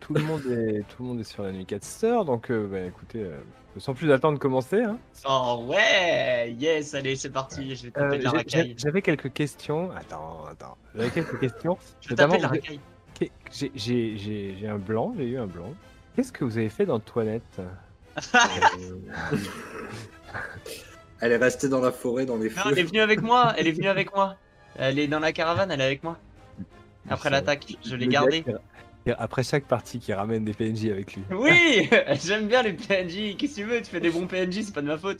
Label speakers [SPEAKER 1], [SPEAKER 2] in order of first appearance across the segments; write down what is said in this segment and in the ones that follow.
[SPEAKER 1] tout le monde est, tout le monde est sur la nuit 4 sœurs, donc euh, bah, écoutez, euh, sans plus attendre, commencer. hein.
[SPEAKER 2] Oh ouais Yes, allez, c'est parti, je vais taper
[SPEAKER 1] Euh,
[SPEAKER 2] de la
[SPEAKER 1] j'ai- j'ai-
[SPEAKER 2] racaille.
[SPEAKER 1] J'avais quelques questions. Attends, attends. J'avais quelques questions.
[SPEAKER 2] Je vais taper de la
[SPEAKER 1] notamment,
[SPEAKER 2] racaille.
[SPEAKER 1] Qu'est- J'ai j'ai- j'ai- j'ai un blanc, j'ai eu un blanc. Qu'est-ce que vous avez fait dans Toilette euh,
[SPEAKER 3] Elle est restée dans la forêt, dans les
[SPEAKER 2] Non,
[SPEAKER 3] feux.
[SPEAKER 2] elle est venue avec moi, elle est venue avec moi. Elle est dans la caravane, elle est avec moi.
[SPEAKER 1] hein.
[SPEAKER 2] Après l'attaque, je l'ai gardée.
[SPEAKER 1] Après chaque partie qui ramène des PNJ avec lui.
[SPEAKER 2] Oui J'aime bien les PNJ, qu'est-ce que tu veux Tu fais des bons PNJ, c'est pas de ma faute.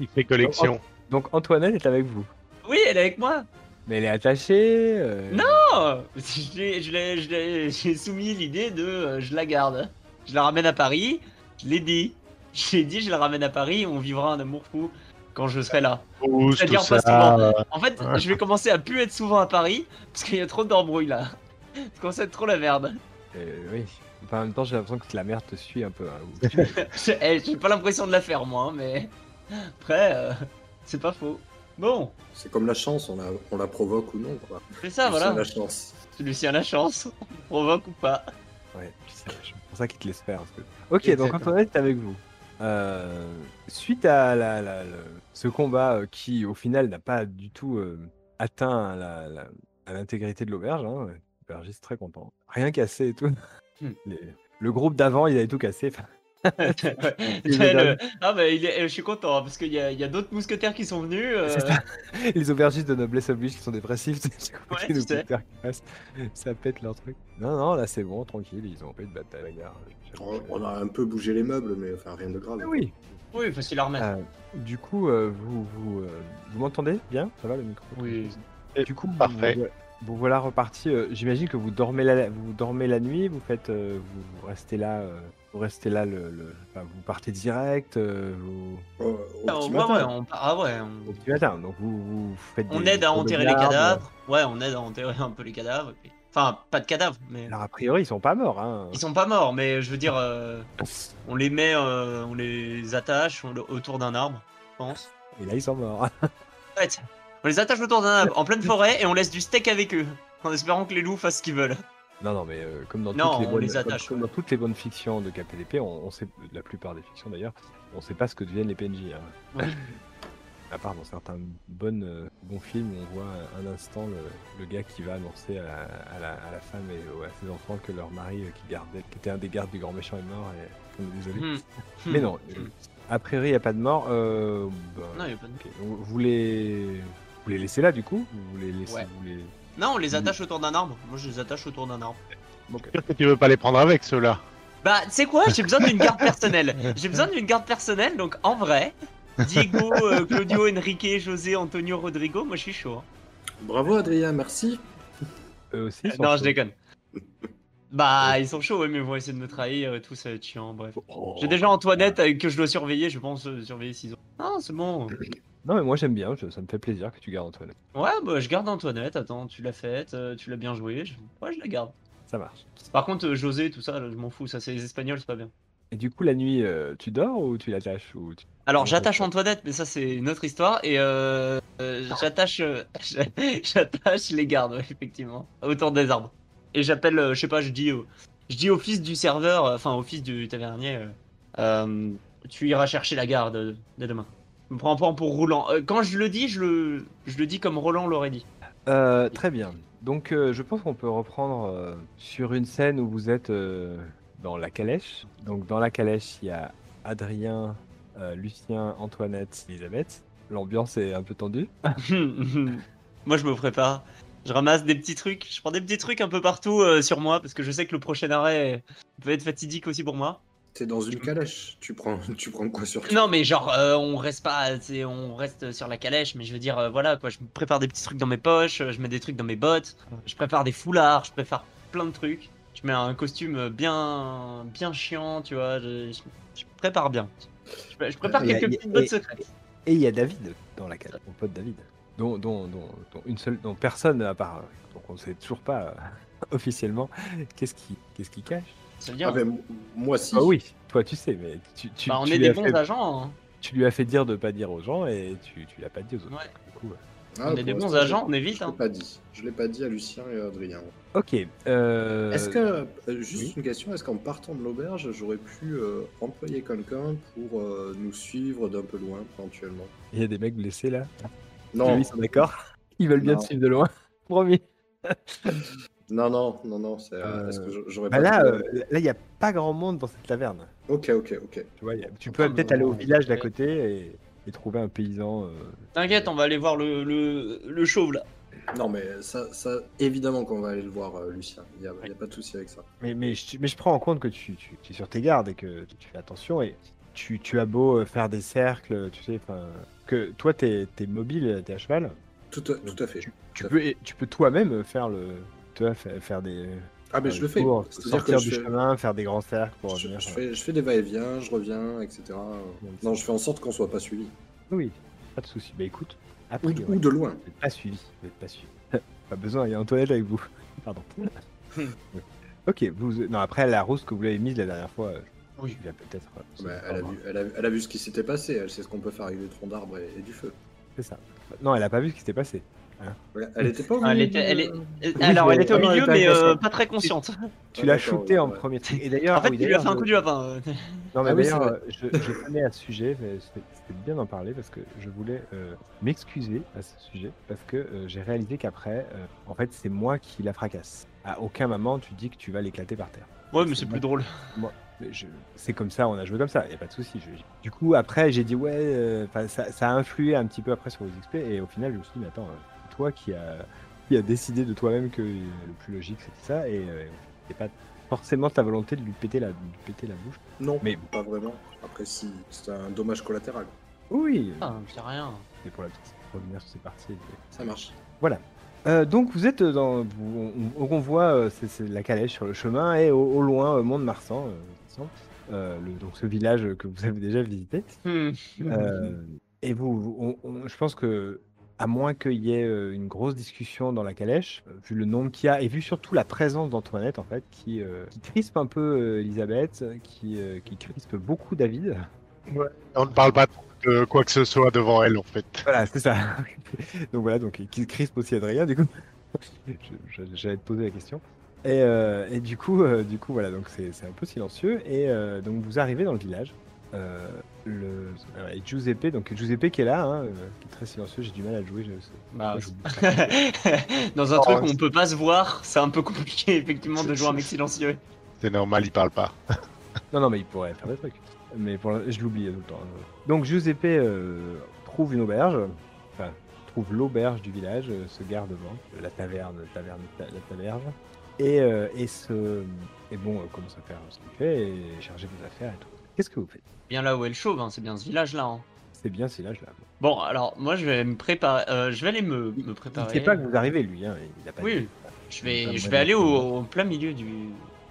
[SPEAKER 4] Il fait collection.
[SPEAKER 1] Donc Antoinette est avec vous.
[SPEAKER 2] Oui, elle est avec moi
[SPEAKER 1] Mais elle est attachée. euh,
[SPEAKER 2] Non Oh Je l'ai- je l'ai- je l'ai- J'ai soumis l'idée de euh, je la garde. Je la ramène à Paris, je l'ai dit. J'ai dit je la ramène à Paris, on vivra un amour fou quand je serai là.
[SPEAKER 4] Tous,
[SPEAKER 2] C'est-à-dire
[SPEAKER 4] tout
[SPEAKER 2] pas
[SPEAKER 4] ça,
[SPEAKER 2] souvent.
[SPEAKER 4] euh,
[SPEAKER 2] En fait, je vais commencer à plus être souvent à Paris parce qu'il y a trop d'embrouilles là. Je commence à être trop la merde.
[SPEAKER 1] euh, oui. Enfin, en même temps, j'ai l'impression que la merde te suit un peu. hein, ou-
[SPEAKER 2] Je- eh, J'ai pas l'impression de la faire moi, hein, mais après, euh, c'est pas faux. Bon,
[SPEAKER 3] C'est comme la chance, on la, on la provoque ou non. Quoi.
[SPEAKER 2] c'est ça,
[SPEAKER 3] C'est
[SPEAKER 2] voilà.
[SPEAKER 3] La chance.
[SPEAKER 2] Lucien la chance, on provoque ou pas.
[SPEAKER 1] Ouais, c'est pour ça qu'ils te laissent faire. un peu. Ok, donc
[SPEAKER 2] Exactement.
[SPEAKER 1] Antoinette est avec vous. Euh, suite à la, la- la- ce combat euh, qui, au final, n'a pas du tout euh, atteint la- la- à l'intégrité de l'auberge, hein, l'aubergiste très content. Rien cassé et tout.
[SPEAKER 2] Hmm.
[SPEAKER 1] Les- le groupe d'avant, il avait tout cassé. Enfin,
[SPEAKER 2] Le- Ah bah il est- je suis content hein, parce qu'il y a, il y a d'autres mousquetaires qui sont venus. euh,
[SPEAKER 1] C'est les aubergistes de noblesse oblige qui sont dépressifs, tu sais,
[SPEAKER 2] Ouais,
[SPEAKER 1] qui nous
[SPEAKER 2] je sais.
[SPEAKER 1] coupent leur casse. ça pète leur truc. Non, non, là c'est bon, tranquille, ils ont pas eu de bataille. regarde.
[SPEAKER 3] On on a un peu bougé les meubles, mais enfin rien de grave.
[SPEAKER 1] Ah Oui,
[SPEAKER 2] Oui, faut s'y leur
[SPEAKER 3] Euh,
[SPEAKER 2] remettre.
[SPEAKER 1] Ah. Du coup, euh, vous, vous, euh, vous m'entendez bien Ça va le micro
[SPEAKER 2] Oui.
[SPEAKER 1] Du coup, vous-
[SPEAKER 4] Parfait.
[SPEAKER 1] Vous, vous voilà reparti. euh, J'imagine que vous dormez la, vous dormez la nuit. Vous faites, euh, vous, vous restez là, euh, vous restez là. Le, le- enfin, vous partez direct euh, vous-
[SPEAKER 3] Au- au
[SPEAKER 2] Ah,
[SPEAKER 3] petit
[SPEAKER 2] ouais,
[SPEAKER 3] matin.
[SPEAKER 2] ouais, on, part- ah ouais, on,
[SPEAKER 1] au petit matin. Donc vous, vous faites.
[SPEAKER 2] on
[SPEAKER 1] des-
[SPEAKER 2] aide à
[SPEAKER 1] des
[SPEAKER 2] enterrer les
[SPEAKER 1] gardes.
[SPEAKER 2] cadavres. Ouais, on aide à enterrer un peu les cadavres. et puis- Enfin, pas de cadavres, mais
[SPEAKER 1] Alors a priori, ils sont pas morts. Hein.
[SPEAKER 2] ils sont pas morts. Mais je veux dire, euh, on les met, euh, on les attache on le- autour d'un arbre, je pense.
[SPEAKER 1] Et là, ils sont morts.
[SPEAKER 2] Ouais, tiens, on les attache autour d'un arbre en pleine forêt et on laisse du steak avec eux, en espérant que les loups fassent ce qu'ils veulent.
[SPEAKER 1] non, non, mais euh, comme dans
[SPEAKER 2] Non,
[SPEAKER 1] toutes les
[SPEAKER 2] on
[SPEAKER 1] bonnes,
[SPEAKER 2] les
[SPEAKER 1] comme-
[SPEAKER 2] attache,
[SPEAKER 1] comme
[SPEAKER 2] ouais.
[SPEAKER 1] dans toutes les bonnes fictions de KPDP, on, on sait la plupart des fictions d'ailleurs, on sait pas ce que deviennent les PNJ. hein.
[SPEAKER 2] Oui.
[SPEAKER 1] À part dans certains bonnes, euh, bons films, où on voit un instant le, le gars qui va annoncer à, à la, à la femme et aux- à ses enfants que leur mari, euh, qui, gardait, qui était un des gardes du grand méchant, est mort. Et... on est Désolé.
[SPEAKER 2] Hmm.
[SPEAKER 1] Mais non, euh, a priori, il n'y a pas de mort. euh, bah,
[SPEAKER 2] Non, y a pas de-
[SPEAKER 1] ok. vous, vous les... vous les laissez là, du coup Vous les laissez
[SPEAKER 2] Ouais.
[SPEAKER 1] vous les...
[SPEAKER 2] Non, on les attache autour d'un arbre. Moi, je les attache autour d'un arbre.
[SPEAKER 4] sûr que tu veux pas les prendre avec ceux-là.
[SPEAKER 2] Bah, tu sais quoi J'ai besoin d'une garde personnelle. J'ai besoin d'une garde personnelle, donc en vrai, Diego, euh, Claudio, Enrique, José, Antonio, Rodrigo, moi je suis chaud. hein.
[SPEAKER 3] Bravo Adrien, merci.
[SPEAKER 1] Eux aussi ils sont
[SPEAKER 2] Euh, non,
[SPEAKER 1] chauds.
[SPEAKER 2] je déconne. Bah, ils sont chauds, ouais, mais ils vont essayer de me trahir et tout, ça va être chiant, bref.
[SPEAKER 1] Oh,
[SPEAKER 3] Oh,
[SPEAKER 2] J'ai déjà Antoinette euh, que je dois surveiller, je pense euh, surveiller s'ils ont. Ah, c'est bon.
[SPEAKER 1] Non, mais moi j'aime bien, je- ça me fait plaisir que tu gardes Antoine.
[SPEAKER 2] Ouais, bah, je garde Antoinette, attends, tu l'as faite, euh, tu l'as bien jouée, je... ouais, je la garde.
[SPEAKER 1] Ça marche.
[SPEAKER 2] Par contre, euh, José, tout ça, là, je m'en fous, ça c'est les Espagnols, c'est pas bien.
[SPEAKER 1] Et du coup, la nuit, euh, tu dors ou tu l'attaches ou tu-
[SPEAKER 2] Alors
[SPEAKER 1] Ouais,
[SPEAKER 2] j'attache
[SPEAKER 1] d'accord.
[SPEAKER 2] Antoinette, mais ça c'est une autre histoire. Et euh, euh, j'attache, euh, j'attache les gardes ouais, effectivement autour des arbres. Et j'appelle, euh, je sais pas, je dis, au- je dis au fils du serveur, euh, enfin au fils du tavernier, euh, euh, tu iras chercher la garde euh, dès demain. Je me prends pas pour Roland. Euh, quand je le dis, je le, je le dis comme Roland l'aurait dit.
[SPEAKER 1] Euh, Très bien. Donc, euh, je pense qu'on peut reprendre euh, sur une scène où vous êtes euh, dans la calèche. Donc, dans la calèche, il y a Adrien, euh, Lucien, Antoinette, Elisabeth. L'ambiance est un peu tendue.
[SPEAKER 2] moi je me prépare. Je ramasse des petits trucs. Je prends des petits trucs un peu partout euh, sur moi parce que je sais que le prochain arrêt peut être fatidique aussi pour moi.
[SPEAKER 3] T'es dans une calèche. Tu prends, tu prends quoi sur toi
[SPEAKER 2] Non mais genre euh, on reste pas, c'est- on reste sur la calèche, mais je veux dire euh, voilà quoi, je me prépare des petits trucs dans mes poches, euh, je mets des trucs dans mes bottes, je prépare des foulards, je prépare plein de trucs, je mets un costume euh, bien, bien chiant, tu vois, je, je- je prépare bien. Je, je prépare
[SPEAKER 1] Ouais,
[SPEAKER 2] quelques
[SPEAKER 1] y a- y a-
[SPEAKER 2] petites bottes
[SPEAKER 1] et-
[SPEAKER 2] secrètes.
[SPEAKER 1] Et il y a David dans la calèche, mon pote David. Dont, dont, dont, dont une seule, dont personne à part. euh, Donc, on ne sait toujours pas euh, officiellement qu'est-ce qu'il qu'est-ce qu'il cache.
[SPEAKER 2] Ça veut dire,
[SPEAKER 3] Ah, ben, m- moi si.
[SPEAKER 1] Ah oui, toi tu sais, mais tu, tu,
[SPEAKER 2] bah, on
[SPEAKER 1] tu
[SPEAKER 2] est
[SPEAKER 1] lui
[SPEAKER 2] des
[SPEAKER 1] as
[SPEAKER 2] bons
[SPEAKER 1] fait-
[SPEAKER 2] agents. hein.
[SPEAKER 1] tu lui as fait dire de pas dire aux gens et tu, tu l'as pas dit aux autres.
[SPEAKER 2] Ouais.
[SPEAKER 1] Du coup, euh,
[SPEAKER 3] Ah,
[SPEAKER 2] on est des bons
[SPEAKER 3] pour l'instant,
[SPEAKER 2] agents, on est
[SPEAKER 3] je-
[SPEAKER 2] vite.
[SPEAKER 3] Je l'ai
[SPEAKER 2] Hein.
[SPEAKER 3] pas dit. Je l'ai pas dit à Lucien et à Adrien.
[SPEAKER 1] Ok. euh,
[SPEAKER 3] Est-ce que, euh, juste
[SPEAKER 1] oui.
[SPEAKER 3] une question, est-ce qu'en partant de l'auberge, j'aurais pu euh, employer quelqu'un pour euh, nous suivre d'un peu loin, éventuellement
[SPEAKER 1] Il y a des mecs blessés là
[SPEAKER 3] Non,
[SPEAKER 1] Ils sont d'accord Ils veulent bien
[SPEAKER 3] Non.
[SPEAKER 1] te suivre de loin. Promis.
[SPEAKER 3] non, non, non, non. c'est, euh,
[SPEAKER 1] Euh,
[SPEAKER 3] Est-ce que j'a- j'aurais
[SPEAKER 1] Bah
[SPEAKER 3] pas.
[SPEAKER 1] là,
[SPEAKER 3] pu-
[SPEAKER 1] euh, là, il n'y a pas grand monde dans cette taverne.
[SPEAKER 3] Ok, ok, ok.
[SPEAKER 1] Tu, vois, y a- tu
[SPEAKER 2] Ah,
[SPEAKER 1] peux
[SPEAKER 2] mais
[SPEAKER 1] peut-être aller au
[SPEAKER 2] ouais.
[SPEAKER 1] village d'à côté et, et trouver un paysan. euh,
[SPEAKER 2] T'inquiète, on va aller voir le, le, le chauve là.
[SPEAKER 3] Non, mais ça, ça évidemment qu'on va aller le voir, euh, Lucien. Il n'y a, y a pas de souci avec ça.
[SPEAKER 1] Mais, mais, je, mais je prends en compte que tu, tu, tu es sur tes gardes et que tu fais attention et tu, tu as beau euh, faire des cercles, tu sais, enfin, que toi t'es es mobile, t'es à cheval,
[SPEAKER 3] Tout, à- tout à fait.
[SPEAKER 1] tu, tu
[SPEAKER 3] Tout à
[SPEAKER 1] peux, et tu peux toi-même faire le, tu vois, fa- faire des,
[SPEAKER 3] Ah,
[SPEAKER 1] faire
[SPEAKER 3] mais je
[SPEAKER 1] des
[SPEAKER 3] le fais.
[SPEAKER 1] tours,
[SPEAKER 3] C'est-à-dire que
[SPEAKER 1] Euh, sortir
[SPEAKER 3] je
[SPEAKER 1] du
[SPEAKER 3] fais,
[SPEAKER 1] chemin, faire des grands cercles pour
[SPEAKER 3] je,
[SPEAKER 1] revenir. euh,
[SPEAKER 3] je fais, je fais des va-et-vient, je reviens, etc. Non, je fais en sorte qu'on soit pas suivi.
[SPEAKER 1] Oui, pas de souci. Bah écoute,
[SPEAKER 3] Ou,
[SPEAKER 1] après,
[SPEAKER 3] ou de loin.
[SPEAKER 1] vous n'êtes pas suivi, vous n'êtes pas suivi. pas besoin, il y a Antoinette avec vous. Pardon. ok, vous, non après la rose que vous l'avez mise la dernière fois, euh,
[SPEAKER 2] Oui.
[SPEAKER 1] il y a peut-être. euh,
[SPEAKER 3] Bah,
[SPEAKER 1] se
[SPEAKER 3] elle, a
[SPEAKER 1] prendre.
[SPEAKER 3] vu, elle, a, elle a vu ce qui s'était passé, elle sait ce qu'on peut faire avec des troncs d'arbres et, et du feu.
[SPEAKER 1] C'est ça. Non, elle a pas vu ce qui s'était passé.
[SPEAKER 3] Ouais, Elle était pas au
[SPEAKER 2] Ah, elle
[SPEAKER 3] milieu
[SPEAKER 2] était-
[SPEAKER 3] de-
[SPEAKER 2] elle est- Euh, Alors,
[SPEAKER 1] mais-
[SPEAKER 2] elle était au
[SPEAKER 3] Ah non, elle
[SPEAKER 2] milieu,
[SPEAKER 3] était
[SPEAKER 2] mais euh,
[SPEAKER 3] inconsciente.
[SPEAKER 2] pas très consciente.
[SPEAKER 1] Tu
[SPEAKER 3] Ouais,
[SPEAKER 1] l'as
[SPEAKER 3] Ah, d'accord,
[SPEAKER 1] shooté en
[SPEAKER 3] ouais.
[SPEAKER 1] premier truc. Et d'ailleurs,
[SPEAKER 2] En fait,
[SPEAKER 1] Ah, oui,
[SPEAKER 2] tu lui as
[SPEAKER 1] d'ailleurs, euh,
[SPEAKER 2] fait un coup
[SPEAKER 1] je-
[SPEAKER 2] du lapin.
[SPEAKER 1] Non, mais
[SPEAKER 3] Ah oui, c'est
[SPEAKER 1] d'ailleurs,
[SPEAKER 3] vrai.
[SPEAKER 1] euh, je, je tenais à ce sujet, mais c'était c'était bien d'en parler parce que je voulais euh, m'excuser à ce sujet parce que euh, j'ai réalisé qu'après, euh, en fait, c'est moi qui la fracasse. À aucun moment, tu dis que tu vas l'éclater par terre.
[SPEAKER 2] Ouais, mais c'est plus drôle.
[SPEAKER 1] Mais je- C'est comme ça, on a joué comme ça, il a pas de souci. Je- Du coup, après, j'ai dit, ouais, euh, 'fin, ça, ça a influé un petit peu après sur vos XP, et au final, je me suis dit, mais attends, euh, c'est toi qui a, qui a décidé de toi-même que euh, le plus logique c'était ça, et euh, c'est pas forcément ta volonté de lui péter la, de lui péter la bouche.
[SPEAKER 3] Non,
[SPEAKER 1] Mais-
[SPEAKER 3] pas vraiment. Après, si, c'est un dommage collatéral.
[SPEAKER 1] Oui,
[SPEAKER 2] Ah, c'est rien.
[SPEAKER 1] et pour la petite revenir sur ces parties. euh.
[SPEAKER 3] Ça marche.
[SPEAKER 1] Euh, donc, vous êtes dans. vous- on, on voit euh, c'est- c'est la calèche sur le chemin, et au, au loin, euh, Mont-de-Marsan, euh, il me semble. Euh, le- donc ce village que vous avez déjà visité.
[SPEAKER 2] Hmm.
[SPEAKER 1] Euh, et vous, vous- on- on- je pense que, à moins qu'il y ait euh, une grosse discussion dans la calèche, euh, vu le nombre qu'il y a et vu surtout la présence d'Antoinette, en fait, qui, euh, qui crispe un peu euh, Elisabeth, qui, euh, qui crispe beaucoup David.
[SPEAKER 4] On ne parle pas de quoi que ce soit devant elle, en fait.
[SPEAKER 1] Voilà, c'est ça. donc voilà, donc qui crispe aussi Adrien, du coup. Je- je- J'allais te poser la question. Et, euh, et du coup, euh, du coup, voilà, donc c'est c'est un peu silencieux. Et euh, donc vous arrivez dans le village. Euh, le, euh, et Giuseppe, donc Giuseppe qui est là, hein, euh, qui est très silencieux. J'ai du mal à le jouer. je-
[SPEAKER 2] Bah,
[SPEAKER 1] je-
[SPEAKER 2] Dans un
[SPEAKER 4] Oh,
[SPEAKER 2] truc où
[SPEAKER 4] c'est-
[SPEAKER 2] on peut pas se voir, c'est un peu compliqué effectivement de jouer un mec silencieux.
[SPEAKER 4] C'est normal, il parle pas.
[SPEAKER 1] Non, non, mais il pourrait faire des trucs. Mais pour l'in- je l'oublie tout le temps. Donc Giuseppe euh, trouve une auberge, enfin trouve l'auberge du village, euh, se gare devant la taverne, taverne, ta- la taverne, et euh, et se et bon euh, commence à faire ce qu'il fait et charger vos affaires et tout. Qu'est-ce que vous faites
[SPEAKER 2] Bien là où elle chauve, hein, c'est bien ce village là. hein.
[SPEAKER 1] C'est bien c'est là je là.
[SPEAKER 2] Bon, alors moi je vais me préparer, euh, je vais aller me, me
[SPEAKER 1] Il
[SPEAKER 2] préparer.
[SPEAKER 1] sait pas que vous arrivez lui, hein. Il a pas
[SPEAKER 2] Oui,
[SPEAKER 1] dit.
[SPEAKER 2] Je
[SPEAKER 1] Comme
[SPEAKER 2] vais, je
[SPEAKER 1] moi,
[SPEAKER 2] vais aller au,
[SPEAKER 1] exactement.
[SPEAKER 2] au plein milieu du.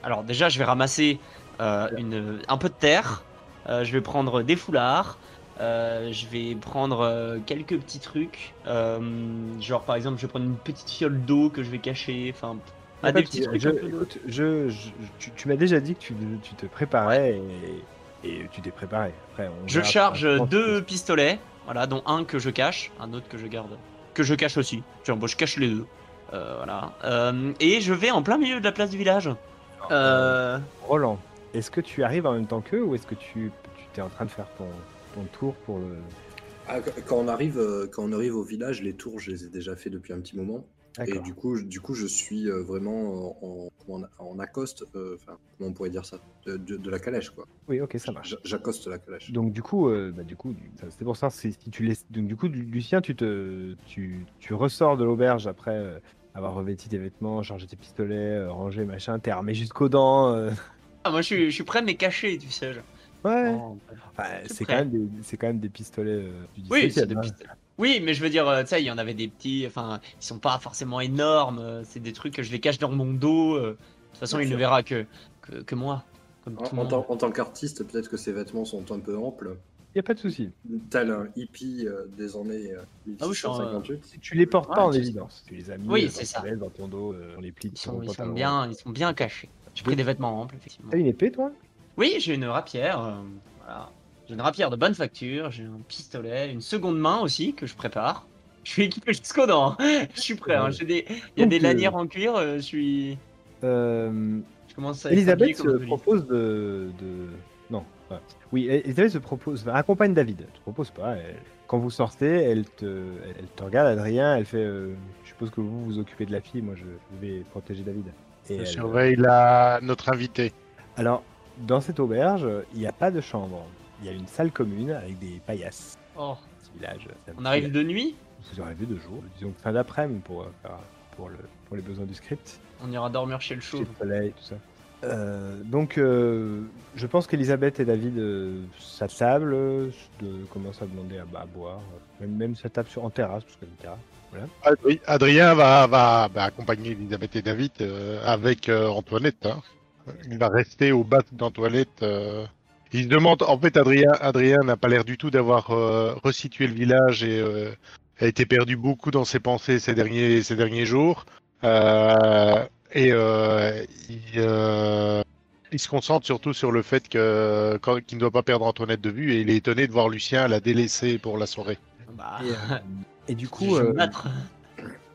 [SPEAKER 2] Alors déjà, je vais ramasser euh, une, un peu de terre. euh, je vais prendre des foulards. euh, je vais prendre euh, quelques petits trucs. euh, genre par exemple, je vais prendre une petite fiole d'eau que je vais cacher. Enfin,
[SPEAKER 1] Il y a pas
[SPEAKER 2] ah, des
[SPEAKER 1] de
[SPEAKER 2] petits
[SPEAKER 1] souci.
[SPEAKER 2] trucs.
[SPEAKER 1] Je-
[SPEAKER 2] un peu de-
[SPEAKER 1] écoute, je- je- tu, tu m'as déjà dit que tu, tu te préparais et, et tu t'es préparé. Après, on
[SPEAKER 2] Je
[SPEAKER 1] verra-
[SPEAKER 2] charge
[SPEAKER 1] je pense que-
[SPEAKER 2] deux pistolets, voilà, dont un que je cache, un autre que je garde, que je cache aussi. Tiens, bon, je cache les deux. Euh, voilà. Euh, et je vais en plein milieu de la place du village. Euh,
[SPEAKER 1] Roland, est-ce que tu arrives en même temps qu'eux ou est-ce que tu tu t'es en train de faire ton, ton tour pour le.
[SPEAKER 3] Ah, qu- quand, on arrive, euh, quand on arrive au village, les tours, je les ai déjà fait depuis un petit moment. Et
[SPEAKER 1] D'accord.
[SPEAKER 3] du coup, je- du coup, je suis euh, vraiment en, en, en accoste, euh, enfin, comment on pourrait dire ça de, de- de la calèche, quoi.
[SPEAKER 1] Oui, ok, ça marche.
[SPEAKER 3] J- J'accoste la calèche.
[SPEAKER 1] Donc du coup, euh, bah, du coup, du- ça, c'est pour ça si, si tu laisses. Donc du coup, Lu- Lucien, tu te, tu, tu ressors de l'auberge après euh, avoir revêti tes vêtements, chargé tes pistolets, euh, rangé machin, t'es armé jusqu'aux dents. euh.
[SPEAKER 2] ah, moi, je suis, je suis prêt, mais caché, tu sais. je-
[SPEAKER 1] Ouais.
[SPEAKER 2] Oh.
[SPEAKER 1] Enfin,
[SPEAKER 2] je suis
[SPEAKER 1] c'est quand
[SPEAKER 2] prêt.
[SPEAKER 1] même des, c'est quand même des pistolets. euh, du
[SPEAKER 2] Oui,
[SPEAKER 1] 17e,
[SPEAKER 2] c'est des
[SPEAKER 1] hein.
[SPEAKER 2] pistolets. Oui, mais je veux dire, euh, tu sais, il y en avait des petits, enfin, ils sont pas forcément énormes, euh, c'est des trucs que je les cache dans mon dos. euh, de toute façon,
[SPEAKER 3] Bien
[SPEAKER 2] il ne
[SPEAKER 3] sûr.
[SPEAKER 2] verra que, que, que moi, comme
[SPEAKER 3] En,
[SPEAKER 2] tout le
[SPEAKER 3] en
[SPEAKER 2] monde.
[SPEAKER 3] tant- en tant qu'artiste, peut-être que ses vêtements sont un peu amples.
[SPEAKER 1] Y a pas de souci.
[SPEAKER 3] Tel un hippie euh, des années euh,
[SPEAKER 2] Ah oui, je suis en, euh,
[SPEAKER 3] 1658.
[SPEAKER 1] Tu les portes pas
[SPEAKER 2] Ouais,
[SPEAKER 1] en
[SPEAKER 2] tu-
[SPEAKER 1] évidence. Tu les as mis
[SPEAKER 2] Oui,
[SPEAKER 1] euh, dans,
[SPEAKER 2] c'est
[SPEAKER 1] tu
[SPEAKER 2] ça.
[SPEAKER 1] les laisses dans ton dos, euh, dans les plis de
[SPEAKER 2] Ils
[SPEAKER 1] ton
[SPEAKER 2] sont, ils sont
[SPEAKER 1] pantalon.
[SPEAKER 2] bien, ils sont bien cachés. J'ai pris des vêtements amples, effectivement.
[SPEAKER 1] T'as une épée, toi
[SPEAKER 2] Oui, j'ai une rapière. euh, voilà. J'ai une rapière de bonne facture, j'ai un pistolet, une seconde main aussi que je prépare. Je suis équipé jusqu'aux dents. hein. Je suis prêt. hein. J'ai des... Il y a
[SPEAKER 1] Donc,
[SPEAKER 2] des
[SPEAKER 1] euh,
[SPEAKER 2] lanières en cuir. euh, Je suis.
[SPEAKER 1] Euh,
[SPEAKER 2] Je commence à. être habillé
[SPEAKER 1] Elisabeth
[SPEAKER 2] comme un
[SPEAKER 1] se
[SPEAKER 2] solide.
[SPEAKER 1] propose de. de- Non. ouais. Oui, El- Elisabeth se propose. enfin, accompagne David. Je propose pas. elle- Quand vous sortez, elle te, elle, elle te regarde, Adrien. Elle fait. euh, je suppose que vous vous occupez de la fille. Moi, je vais protéger David. Et
[SPEAKER 4] Je
[SPEAKER 1] elle-
[SPEAKER 4] surveille la... notre invité.
[SPEAKER 1] Alors, dans cette auberge, il n'y a pas de chambre. Il y a une salle commune avec des paillasses.
[SPEAKER 2] Oh,
[SPEAKER 1] Ce village. ça me
[SPEAKER 2] On arrive
[SPEAKER 1] plaît.
[SPEAKER 2] de nuit.
[SPEAKER 1] Vous arrivez de jour. Disons fin d'après-midi pour, euh, faire- pour, le, pour les besoins du script.
[SPEAKER 2] On ira dormir chez le
[SPEAKER 1] Petit
[SPEAKER 2] chauve.
[SPEAKER 1] soleil, tout ça. Euh, donc, euh, je pense qu'Elisabeth et David euh, s'attablent, euh, de, commencent à demander à, à boire, euh, même, même s'attablent sur, en terrasse, parce que c'est une terrasse.
[SPEAKER 4] Adri- Adrien va, va, va accompagner Elisabeth et David euh, avec euh, Antoinette. hein. Il va rester au bas d'Antoinette. euh. Il se demande, en fait, Adrien Adrien n'a pas l'air du tout d'avoir euh, resitué le village et euh, a été perdu beaucoup dans ses pensées ces derniers, ces derniers jours. Euh, et euh, il, euh, il se concentre surtout sur le fait que- quand- qu'il ne doit pas perdre Antoinette de vue et il est étonné de voir Lucien la délaisser pour la soirée.
[SPEAKER 2] Bah,
[SPEAKER 1] Et, euh, et du
[SPEAKER 2] je
[SPEAKER 1] coup, euh,
[SPEAKER 2] m'attre.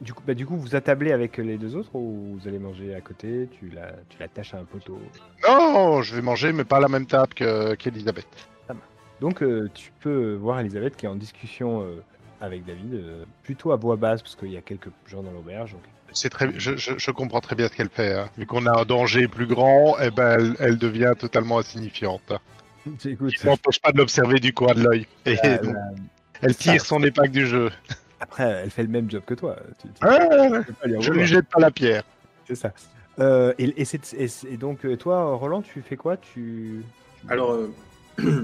[SPEAKER 1] du, coup bah, du coup, vous attablez avec les deux autres ou vous allez manger à côté Tu la- tu l'attaches à un poteau
[SPEAKER 4] Non, je vais manger, mais pas à la même table que- qu'Elisabeth.
[SPEAKER 1] Donc euh, tu peux voir Elisabeth qui est en discussion euh, avec David, euh, plutôt à voix basse parce qu'il y a quelques gens dans l'auberge. donc-
[SPEAKER 4] C'est très, je, je- je comprends très bien ce qu'elle fait. hein. Vu qu'on a un danger plus grand, eh ben, elle, elle devient totalement insignifiante.
[SPEAKER 1] Écoute,
[SPEAKER 4] Je m'empêche pas de l'observer du coin de l'œil. Et
[SPEAKER 1] euh,
[SPEAKER 4] donc, elle tire son épingle du jeu.
[SPEAKER 1] après, elle fait le même job que toi. Tu- tu-
[SPEAKER 4] Ah,
[SPEAKER 1] tu peux pas lui en
[SPEAKER 4] je lui
[SPEAKER 1] vouloir.
[SPEAKER 4] jette pas la pierre.
[SPEAKER 1] C'est ça. Euh, et, et c'est- et c'est- et donc, euh, toi, Roland, tu fais quoi tu... tu-
[SPEAKER 3] Alors, euh,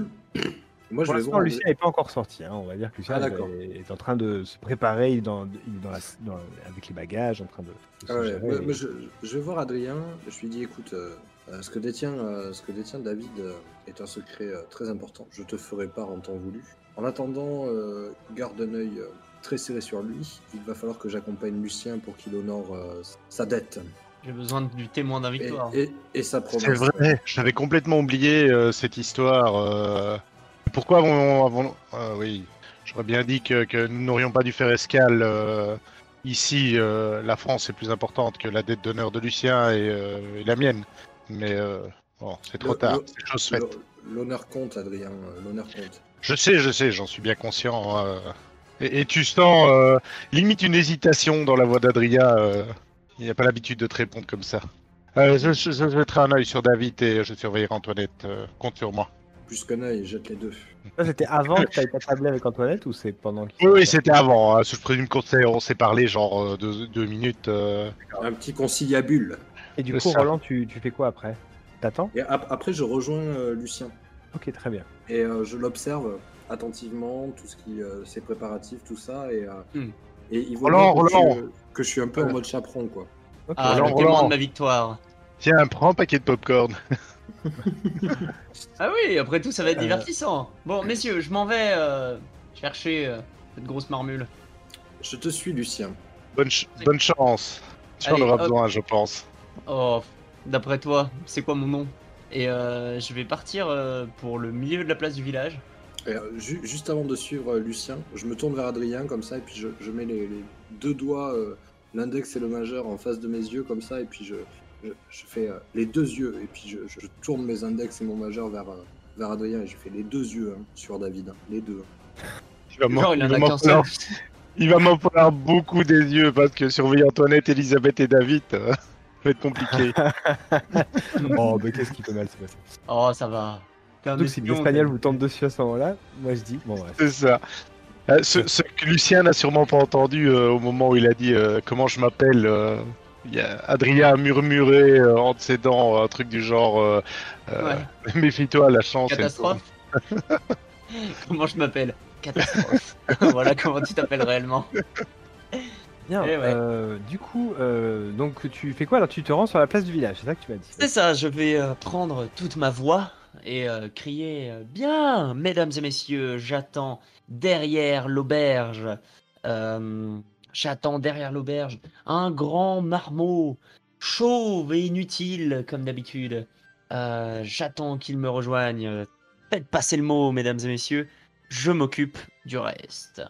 [SPEAKER 3] moi
[SPEAKER 1] pour
[SPEAKER 3] je vais
[SPEAKER 1] l'instant,
[SPEAKER 3] voir.
[SPEAKER 1] Lucien n'est pas encore sorti. hein. On va dire que Lucien
[SPEAKER 3] Ah, d'accord.
[SPEAKER 1] est, est en train de se préparer il est dans, il est dans la- dans- avec les bagages, en train de. de se
[SPEAKER 3] Ah ouais,
[SPEAKER 1] gérer.
[SPEAKER 3] moi- moi, je, je vais voir Adrien. Je lui dis, écoute, euh, euh, ce que détient, euh, ce que détient David euh, est un secret euh, très important. Je te ferai part en temps voulu. En attendant, euh, garde un œil euh, très serré sur lui. Il va falloir que j'accompagne Lucien pour qu'il honore euh, sa dette
[SPEAKER 2] J'ai besoin du témoin d'un
[SPEAKER 3] et,
[SPEAKER 2] victoire.
[SPEAKER 3] et- et sa promesse.
[SPEAKER 4] C'est vrai, j'avais complètement oublié euh, cette histoire. euh, Pourquoi avons avons- Ah oui, j'aurais bien dit que, que nous n'aurions pas dû faire escale. euh, Ici, euh, la France est plus importante que la dette d'honneur de Lucien et, euh, et la mienne. Mais euh, bon, c'est trop
[SPEAKER 3] Le-
[SPEAKER 4] tard,
[SPEAKER 3] le-
[SPEAKER 4] c'est chose faite.
[SPEAKER 3] L'ho- L'honneur compte, Adrien. euh, L'honneur compte.
[SPEAKER 4] Je sais, je sais, j'en suis bien conscient. euh, Et, et tu sens euh, limite une hésitation dans la voix d'Adria. euh, Il n'y a pas l'habitude de te répondre comme ça. Euh, je, je, je jetterai un œil sur David et je surveillerai Antoinette. euh, compte sur moi.
[SPEAKER 3] Plus qu'un œil, jette les deux.
[SPEAKER 1] Ça, c'était avant que tu aies tablé avec Antoinette ou c'est pendant qu'il.
[SPEAKER 4] Oui, oui, c'était avant. hein, Je présume qu'on s'est, on s'est parlé genre euh, deux, deux minutes. euh.
[SPEAKER 3] Un petit conciliabule.
[SPEAKER 1] Et du
[SPEAKER 4] c'est
[SPEAKER 1] coup,
[SPEAKER 4] ça.
[SPEAKER 1] Roland, tu, tu fais quoi après T'attends
[SPEAKER 3] Et ap- après, je rejoins euh, Lucien.
[SPEAKER 1] Ok, très bien.
[SPEAKER 3] Et euh, je l'observe attentivement, tout ce qui euh, ses préparatifs, tout ça, et, euh,
[SPEAKER 2] Hmm.
[SPEAKER 3] et il voit
[SPEAKER 4] Roland,
[SPEAKER 3] bien que,
[SPEAKER 4] Roland.
[SPEAKER 3] Je, que je suis un peu en mode chaperon, quoi.
[SPEAKER 1] Ok.
[SPEAKER 2] Ah,
[SPEAKER 4] Roland,
[SPEAKER 2] le témoin
[SPEAKER 4] Roland.
[SPEAKER 2] de ma victoire.
[SPEAKER 4] Tiens, prends un paquet de popcorn.
[SPEAKER 2] Ah oui, après tout, ça va être
[SPEAKER 1] Euh.
[SPEAKER 2] divertissant. Bon, messieurs, je m'en vais euh, chercher euh, cette grosse marmule.
[SPEAKER 3] Je te suis, Lucien.
[SPEAKER 4] Bonne, ch- bonne chance. Tu en
[SPEAKER 2] Allez,
[SPEAKER 4] auras
[SPEAKER 2] hop.
[SPEAKER 4] besoin, je pense.
[SPEAKER 2] Oh, d'après toi, c'est quoi mon nom Et euh, je vais partir euh, pour le milieu de la place du village.
[SPEAKER 3] Et, euh, ju- juste avant de suivre euh, Lucien, je me tourne vers Adrien comme ça, et puis je, je mets les, les deux doigts, euh, l'index et le majeur, en face de mes yeux comme ça, et puis je, je, je fais euh, les deux yeux, et puis je, je tourne mes index et mon majeur vers, euh, vers Adrien, et je fais les deux yeux hein, sur David, hein, les deux.
[SPEAKER 4] Il va m'en-
[SPEAKER 2] Genre, il en
[SPEAKER 4] il va
[SPEAKER 2] a
[SPEAKER 4] m'en
[SPEAKER 2] qu'un
[SPEAKER 4] falloir-
[SPEAKER 2] seul.
[SPEAKER 4] il va m'en falloir beaucoup des yeux parce que surveiller Antoinette, Elisabeth et David, euh, ça va être compliqué.
[SPEAKER 1] oh, mais qu'est-ce qui peut mal se passer
[SPEAKER 2] Oh, ça va. T'es un
[SPEAKER 1] Surtout que si
[SPEAKER 2] espion,
[SPEAKER 1] l'Espagnol
[SPEAKER 2] t'es-
[SPEAKER 1] vous tente dessus à ce moment-là, moi je dis. Bon, bref.
[SPEAKER 4] C'est ça. Euh, ce, ce que Lucien n'a sûrement pas entendu euh, au moment où il a dit euh, comment je m'appelle. euh, il y a- Adrien a murmuré euh, entre ses dents un truc du genre euh, euh,
[SPEAKER 2] Ouais.
[SPEAKER 4] méfie-toi la chance. elle
[SPEAKER 2] Catastrophe Comment je m'appelle Catastrophe. voilà comment tu t'appelles réellement.
[SPEAKER 1] Bien.
[SPEAKER 2] Eh ouais.
[SPEAKER 1] euh, du coup, euh, donc tu fais quoi Alors, tu te rends sur la place du village, c'est ça que tu m'as dit
[SPEAKER 2] C'est ça, je vais euh, prendre toute ma voix et euh, crier euh, Bien, mesdames et messieurs, j'attends derrière l'auberge. euh, j'attends derrière l'auberge un grand marmot, chauve et inutile comme d'habitude. Euh, j'attends qu'il me rejoigne. Faites passer le mot, mesdames et messieurs. Je m'occupe du reste.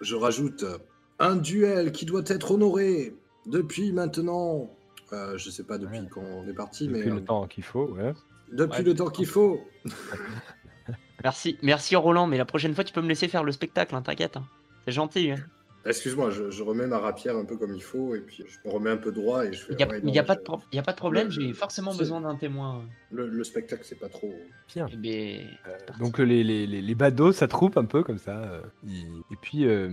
[SPEAKER 3] Je rajoute euh, Un duel qui doit être honoré depuis maintenant. euh, je sais pas depuis
[SPEAKER 1] Ouais.
[SPEAKER 3] quand on est parti,
[SPEAKER 1] Depuis
[SPEAKER 3] mais
[SPEAKER 1] le
[SPEAKER 3] euh,
[SPEAKER 1] temps qu'il faut, ouais.
[SPEAKER 3] depuis
[SPEAKER 2] Ouais,
[SPEAKER 3] le temps qu'il faut.
[SPEAKER 2] Merci, merci Roland, mais la prochaine fois tu peux me laisser faire le spectacle, hein, t'inquiète. hein. C'est gentil. hein.
[SPEAKER 3] Excuse-moi, je, je remets ma rapière un peu comme il faut et puis je me remets un peu droit et je
[SPEAKER 1] Euh,
[SPEAKER 3] fais.
[SPEAKER 2] Il n'y a,
[SPEAKER 3] ouais,
[SPEAKER 2] il y a
[SPEAKER 3] non,
[SPEAKER 2] pas de
[SPEAKER 3] je-
[SPEAKER 2] pro- il y a pas de problème,
[SPEAKER 3] Le-
[SPEAKER 2] j'ai forcément
[SPEAKER 3] c'est-
[SPEAKER 2] besoin d'un témoin.
[SPEAKER 3] Le, le spectacle, c'est pas trop.
[SPEAKER 1] Bien.
[SPEAKER 2] Eh ben, c'est parti.
[SPEAKER 1] Donc euh, les, les, les, les badauds, ça troupe un peu comme ça. euh, ils- Et puis, euh,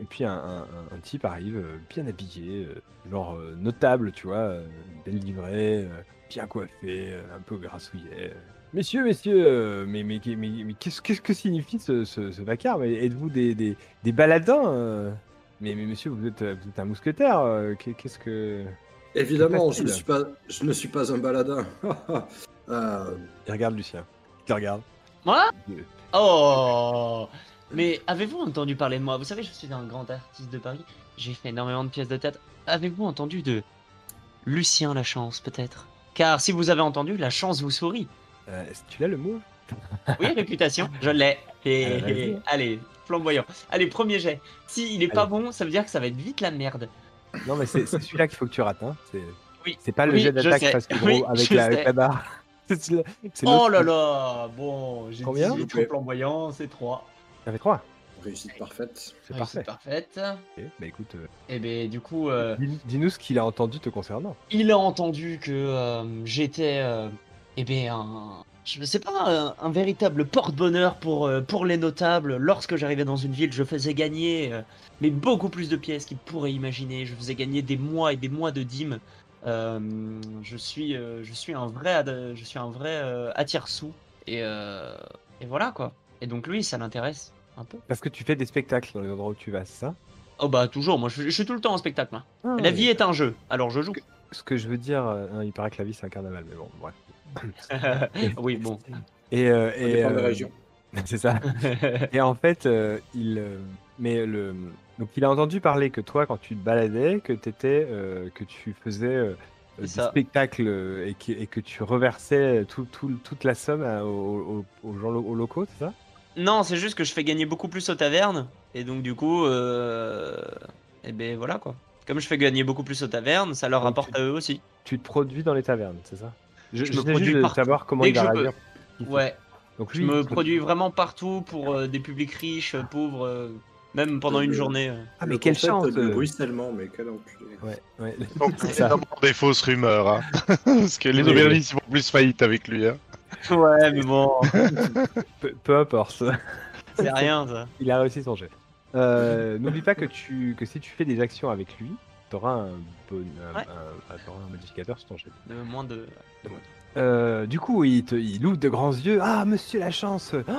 [SPEAKER 1] et puis un, un- un- un type arrive euh, bien habillé, euh, genre euh, notable, tu vois, euh, bien livré, euh, bien coiffé, euh, un peu grassouillet. Messieurs, messieurs, euh, mais, mais, mais, mais- mais qu'est-ce qu'est-ce que signifie ce, ce, ce vacarme Êtes-vous des, des, des baladins euh mais, mais monsieur, vous êtes, euh, vous êtes un mousquetaire, euh, qu'est- qu'est-ce que...
[SPEAKER 3] Évidemment, je
[SPEAKER 1] facile.
[SPEAKER 3] ne suis pas, je ne suis pas un baladin. Euh,
[SPEAKER 1] Il regarde Lucien, il te regarde.
[SPEAKER 2] Moi
[SPEAKER 1] Il-
[SPEAKER 2] Oh Mais avez-vous entendu parler de moi Vous savez, je suis un grand artiste de Paris. J'ai fait énormément de pièces de théâtre. Avez-vous entendu de Lucien la chance, peut-être Car si vous avez entendu, la chance vous sourit.
[SPEAKER 1] Euh, Est-ce que tu l'as le mot
[SPEAKER 2] Oui, réputation, je l'ai.
[SPEAKER 1] Ah,
[SPEAKER 2] Et...
[SPEAKER 1] vas-y.
[SPEAKER 2] Allez, flamboyant. Allez, premier jet. S'il il est pas bon, ça veut dire que ça va être vite la merde.
[SPEAKER 1] Non, mais c'est c'est celui-là qu'il faut que tu rates. Hein. C'est
[SPEAKER 2] Oui.
[SPEAKER 1] c'est pas le
[SPEAKER 2] Oui,
[SPEAKER 1] jet
[SPEAKER 2] je
[SPEAKER 1] d'attaque
[SPEAKER 2] sais.
[SPEAKER 1] parce que gros,
[SPEAKER 2] Oui,
[SPEAKER 1] avec,
[SPEAKER 2] je
[SPEAKER 1] la, avec
[SPEAKER 2] sais.
[SPEAKER 1] la barre. c'est celui-là- c'est l'autre.
[SPEAKER 2] Oh là là Bon, j'ai
[SPEAKER 1] Combien
[SPEAKER 2] 18 au flamboyant, c'est Ah 3.
[SPEAKER 1] Ça fait
[SPEAKER 2] Ah,
[SPEAKER 1] 3.
[SPEAKER 3] réussite parfaite.
[SPEAKER 1] C'est parfait.
[SPEAKER 2] Parfaite.
[SPEAKER 1] Ok, Bah écoute, euh,
[SPEAKER 2] Et ben du coup, euh,
[SPEAKER 1] dis- dis-nous ce qu'il a entendu te concernant.
[SPEAKER 2] il a entendu que euh, j'étais, euh, eh ben, un, je ne sais pas, un, un véritable porte-bonheur pour, euh, pour les notables. Lorsque j'arrivais dans une ville, je faisais gagner, euh, mais beaucoup plus de pièces qu'ils pourraient imaginer. Je faisais gagner des mois et des mois de dîmes. Euh, je suis, euh, je suis un vrai, ad- je suis un vrai euh, attire-sous. Et, euh, et voilà quoi. Et donc lui, ça l'intéresse un peu.
[SPEAKER 1] Parce que tu fais des spectacles dans les endroits où tu vas, c'est ça
[SPEAKER 2] Oh bah toujours, moi je, je suis tout le temps en spectacle. hein.
[SPEAKER 1] Ah,
[SPEAKER 2] La
[SPEAKER 1] oui.
[SPEAKER 2] vie est un jeu, alors je joue.
[SPEAKER 1] Ce que je veux dire, euh, hein, il paraît que la vie c'est un carnaval, mais bon, bref.
[SPEAKER 2] oui bon.
[SPEAKER 1] Et, euh,
[SPEAKER 3] Ça
[SPEAKER 1] et,
[SPEAKER 3] dépend des
[SPEAKER 1] euh,
[SPEAKER 3] régions.
[SPEAKER 1] c'est ça. Et en fait, euh, il. euh, mais le. Donc, il a entendu parler que toi, quand tu te baladais, que t'étais, euh, que tu faisais euh,
[SPEAKER 2] C'est
[SPEAKER 1] des
[SPEAKER 2] ça.
[SPEAKER 1] spectacles euh, et que, et que tu reversais tout, tout- toute la somme hein, à- aux, aux- aux gens lo- aux locaux, c'est ça
[SPEAKER 2] Non, c'est juste que je fais gagner beaucoup plus aux tavernes. Et donc, du coup, euh... eh ben voilà quoi. Comme je fais gagner beaucoup plus aux tavernes, ça leur
[SPEAKER 1] Donc,
[SPEAKER 2] rapporte à eux aussi.
[SPEAKER 1] Tu te produis dans les tavernes, c'est ça
[SPEAKER 2] Je,
[SPEAKER 1] J'essaie juste de
[SPEAKER 2] partout.
[SPEAKER 1] savoir comment
[SPEAKER 2] Dès
[SPEAKER 1] il
[SPEAKER 2] que
[SPEAKER 1] va
[SPEAKER 2] je peux.
[SPEAKER 1] réagir.
[SPEAKER 2] Ouais,
[SPEAKER 1] Donc,
[SPEAKER 2] je
[SPEAKER 1] lui,
[SPEAKER 2] me
[SPEAKER 1] il-
[SPEAKER 2] produis vraiment partout pour euh, des publics riches, euh, pauvres, euh, même pendant une
[SPEAKER 3] Euh,
[SPEAKER 2] journée. euh.
[SPEAKER 1] Ah,
[SPEAKER 3] Le
[SPEAKER 1] mais quelle
[SPEAKER 3] concept
[SPEAKER 1] chance
[SPEAKER 3] de
[SPEAKER 1] euh.
[SPEAKER 3] ruissellement, mais quel enculé.
[SPEAKER 1] Ouais, ouais.
[SPEAKER 4] Donc,
[SPEAKER 1] C'est
[SPEAKER 4] c'est
[SPEAKER 1] ça.
[SPEAKER 4] vraiment des fausses rumeurs. hein. Parce que les
[SPEAKER 1] Oui,
[SPEAKER 4] aubergistes ils font plus faillite avec lui. hein.
[SPEAKER 2] Ouais, mais bon,
[SPEAKER 1] Peu, peu importe.
[SPEAKER 2] c'est rien ça.
[SPEAKER 1] Il a réussi son jet. Euh, N'oublie pas que, tu, que si tu fais des actions avec lui, t'auras un, bon, un,
[SPEAKER 2] Ouais.
[SPEAKER 1] un- un- t'auras un modificateur sur ton jet.
[SPEAKER 2] De moins de.
[SPEAKER 1] Euh, du coup, il, te, il ouvre de grands yeux. Ah, monsieur la chance Oh,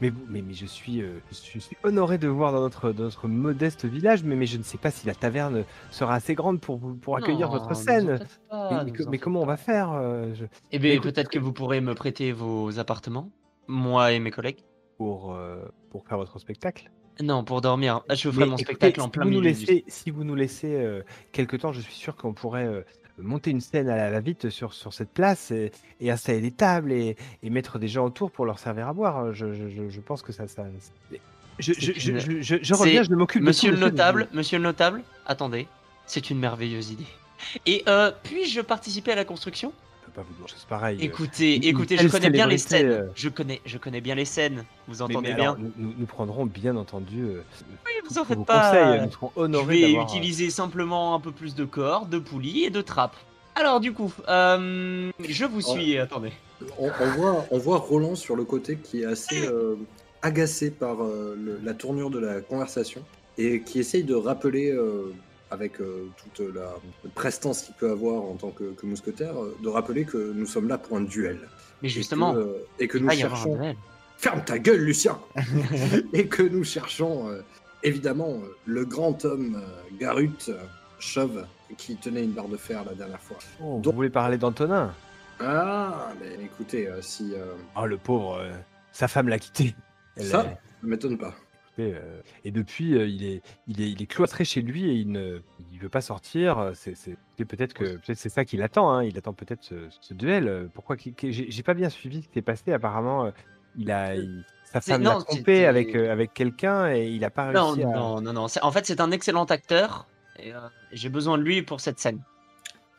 [SPEAKER 1] mais, vous- mais, mais je, suis, euh, je suis- je suis honoré de vous voir dans notre, dans notre modeste village, mais, mais je ne sais pas si la taverne sera assez grande pour, vous- pour accueillir votre scène. Mais, mais que- mais comment on va faire euh, je-
[SPEAKER 2] Eh
[SPEAKER 1] Mais
[SPEAKER 2] ben,
[SPEAKER 1] écoute,
[SPEAKER 2] peut-être que vous pourrez me prêter vos appartements, moi et mes collègues.
[SPEAKER 1] pour, euh, pour faire votre spectacle
[SPEAKER 2] Non, pour dormir. Ah, Je ferai
[SPEAKER 1] Mais
[SPEAKER 2] mon
[SPEAKER 1] écoutez,
[SPEAKER 2] spectacle en
[SPEAKER 1] si
[SPEAKER 2] plein
[SPEAKER 1] vous nous
[SPEAKER 2] milieu. du-
[SPEAKER 1] laissez, Si vous nous laissez euh, quelque temps, je suis sûr qu'on pourrait euh, monter une scène à la va-vite sur, sur cette place et, et installer des tables et, et mettre des gens autour pour leur servir à boire. Je, je- je- je pense que ça. ça c'est- je, je,
[SPEAKER 2] C'est une-
[SPEAKER 1] je- je- je- je
[SPEAKER 2] c'est-
[SPEAKER 1] reviens, je m'occupe de
[SPEAKER 2] Monsieur
[SPEAKER 1] tout,
[SPEAKER 2] le notable, monsieur le notable, attendez, c'est une merveilleuse idée. Et euh, puis-je participer à la construction
[SPEAKER 1] Je peux pas vous dire, c'est pareil. euh,
[SPEAKER 2] Écoutez,
[SPEAKER 1] une-
[SPEAKER 2] écoutez,
[SPEAKER 1] une
[SPEAKER 2] je
[SPEAKER 1] telle
[SPEAKER 2] connais bien les scènes.
[SPEAKER 1] célébrité, euh.
[SPEAKER 2] Je connais, je connais bien les scènes. Vous
[SPEAKER 1] mais- mais
[SPEAKER 2] entendez bien
[SPEAKER 1] alors, nous, nous- nous prendrons bien entendu euh,
[SPEAKER 2] Oui, vous
[SPEAKER 1] tous
[SPEAKER 2] en faites
[SPEAKER 1] vos
[SPEAKER 2] pas. euh.
[SPEAKER 1] conseils. Nous serons
[SPEAKER 2] je
[SPEAKER 1] honorés
[SPEAKER 2] vais
[SPEAKER 1] d'avoir, euh,
[SPEAKER 2] utiliser simplement un peu plus de corps, de poulies et de trappes. Alors du coup, euh, je vous
[SPEAKER 3] Oh.
[SPEAKER 2] suis. Attendez.
[SPEAKER 3] On, on voit, on voit Roland sur le côté qui est assez euh, agacé par euh, le- la tournure de la conversation et qui essaye de rappeler, euh, avec euh, toute la prestance qu'il peut avoir en tant que, que mousquetaire, euh, de rappeler que nous sommes là pour un duel.
[SPEAKER 2] Mais
[SPEAKER 3] Et
[SPEAKER 2] justement, Ah,
[SPEAKER 3] que, euh, Et que,
[SPEAKER 2] il
[SPEAKER 3] nous
[SPEAKER 2] va y avoir un
[SPEAKER 3] cherchons.
[SPEAKER 2] duel.
[SPEAKER 3] Ferme ta gueule, Lucien Et que nous cherchons, euh, évidemment, euh, le grand homme euh, Garut euh, Chauve qui tenait une barre de fer la dernière fois.
[SPEAKER 1] Oh, Vous
[SPEAKER 3] Donc-
[SPEAKER 1] voulez parler d'Antonin
[SPEAKER 3] Ah, mais écoutez, euh, si. euh,
[SPEAKER 1] Oh, le pauvre, euh, sa femme l'a quitté. Elle,
[SPEAKER 3] ça,
[SPEAKER 1] euh,
[SPEAKER 3] ne m'étonne pas.
[SPEAKER 1] Et, euh, et depuis, euh, il, est, il, est, il est cloîtré chez lui et il ne il veut pas sortir. euh, C'est, c'est- et peut-être que peut-être c'est ça qu'il attend. hein, Il attend peut-être ce, ce duel. euh, Pourquoi qu'il- qu'il- j'ai, j'ai pas bien suivi ce qui s'est passé. Apparemment, euh, il a, il- Sa
[SPEAKER 2] C'est-
[SPEAKER 1] femme
[SPEAKER 2] non,
[SPEAKER 1] l'a
[SPEAKER 2] c'est-
[SPEAKER 1] trompé
[SPEAKER 2] c'est-
[SPEAKER 1] avec, euh, avec quelqu'un et il a pas
[SPEAKER 2] Non,
[SPEAKER 1] réussi à...
[SPEAKER 2] non, non, non. c'est- En fait, c'est un excellent acteur. et, euh, J'ai besoin de lui pour cette scène.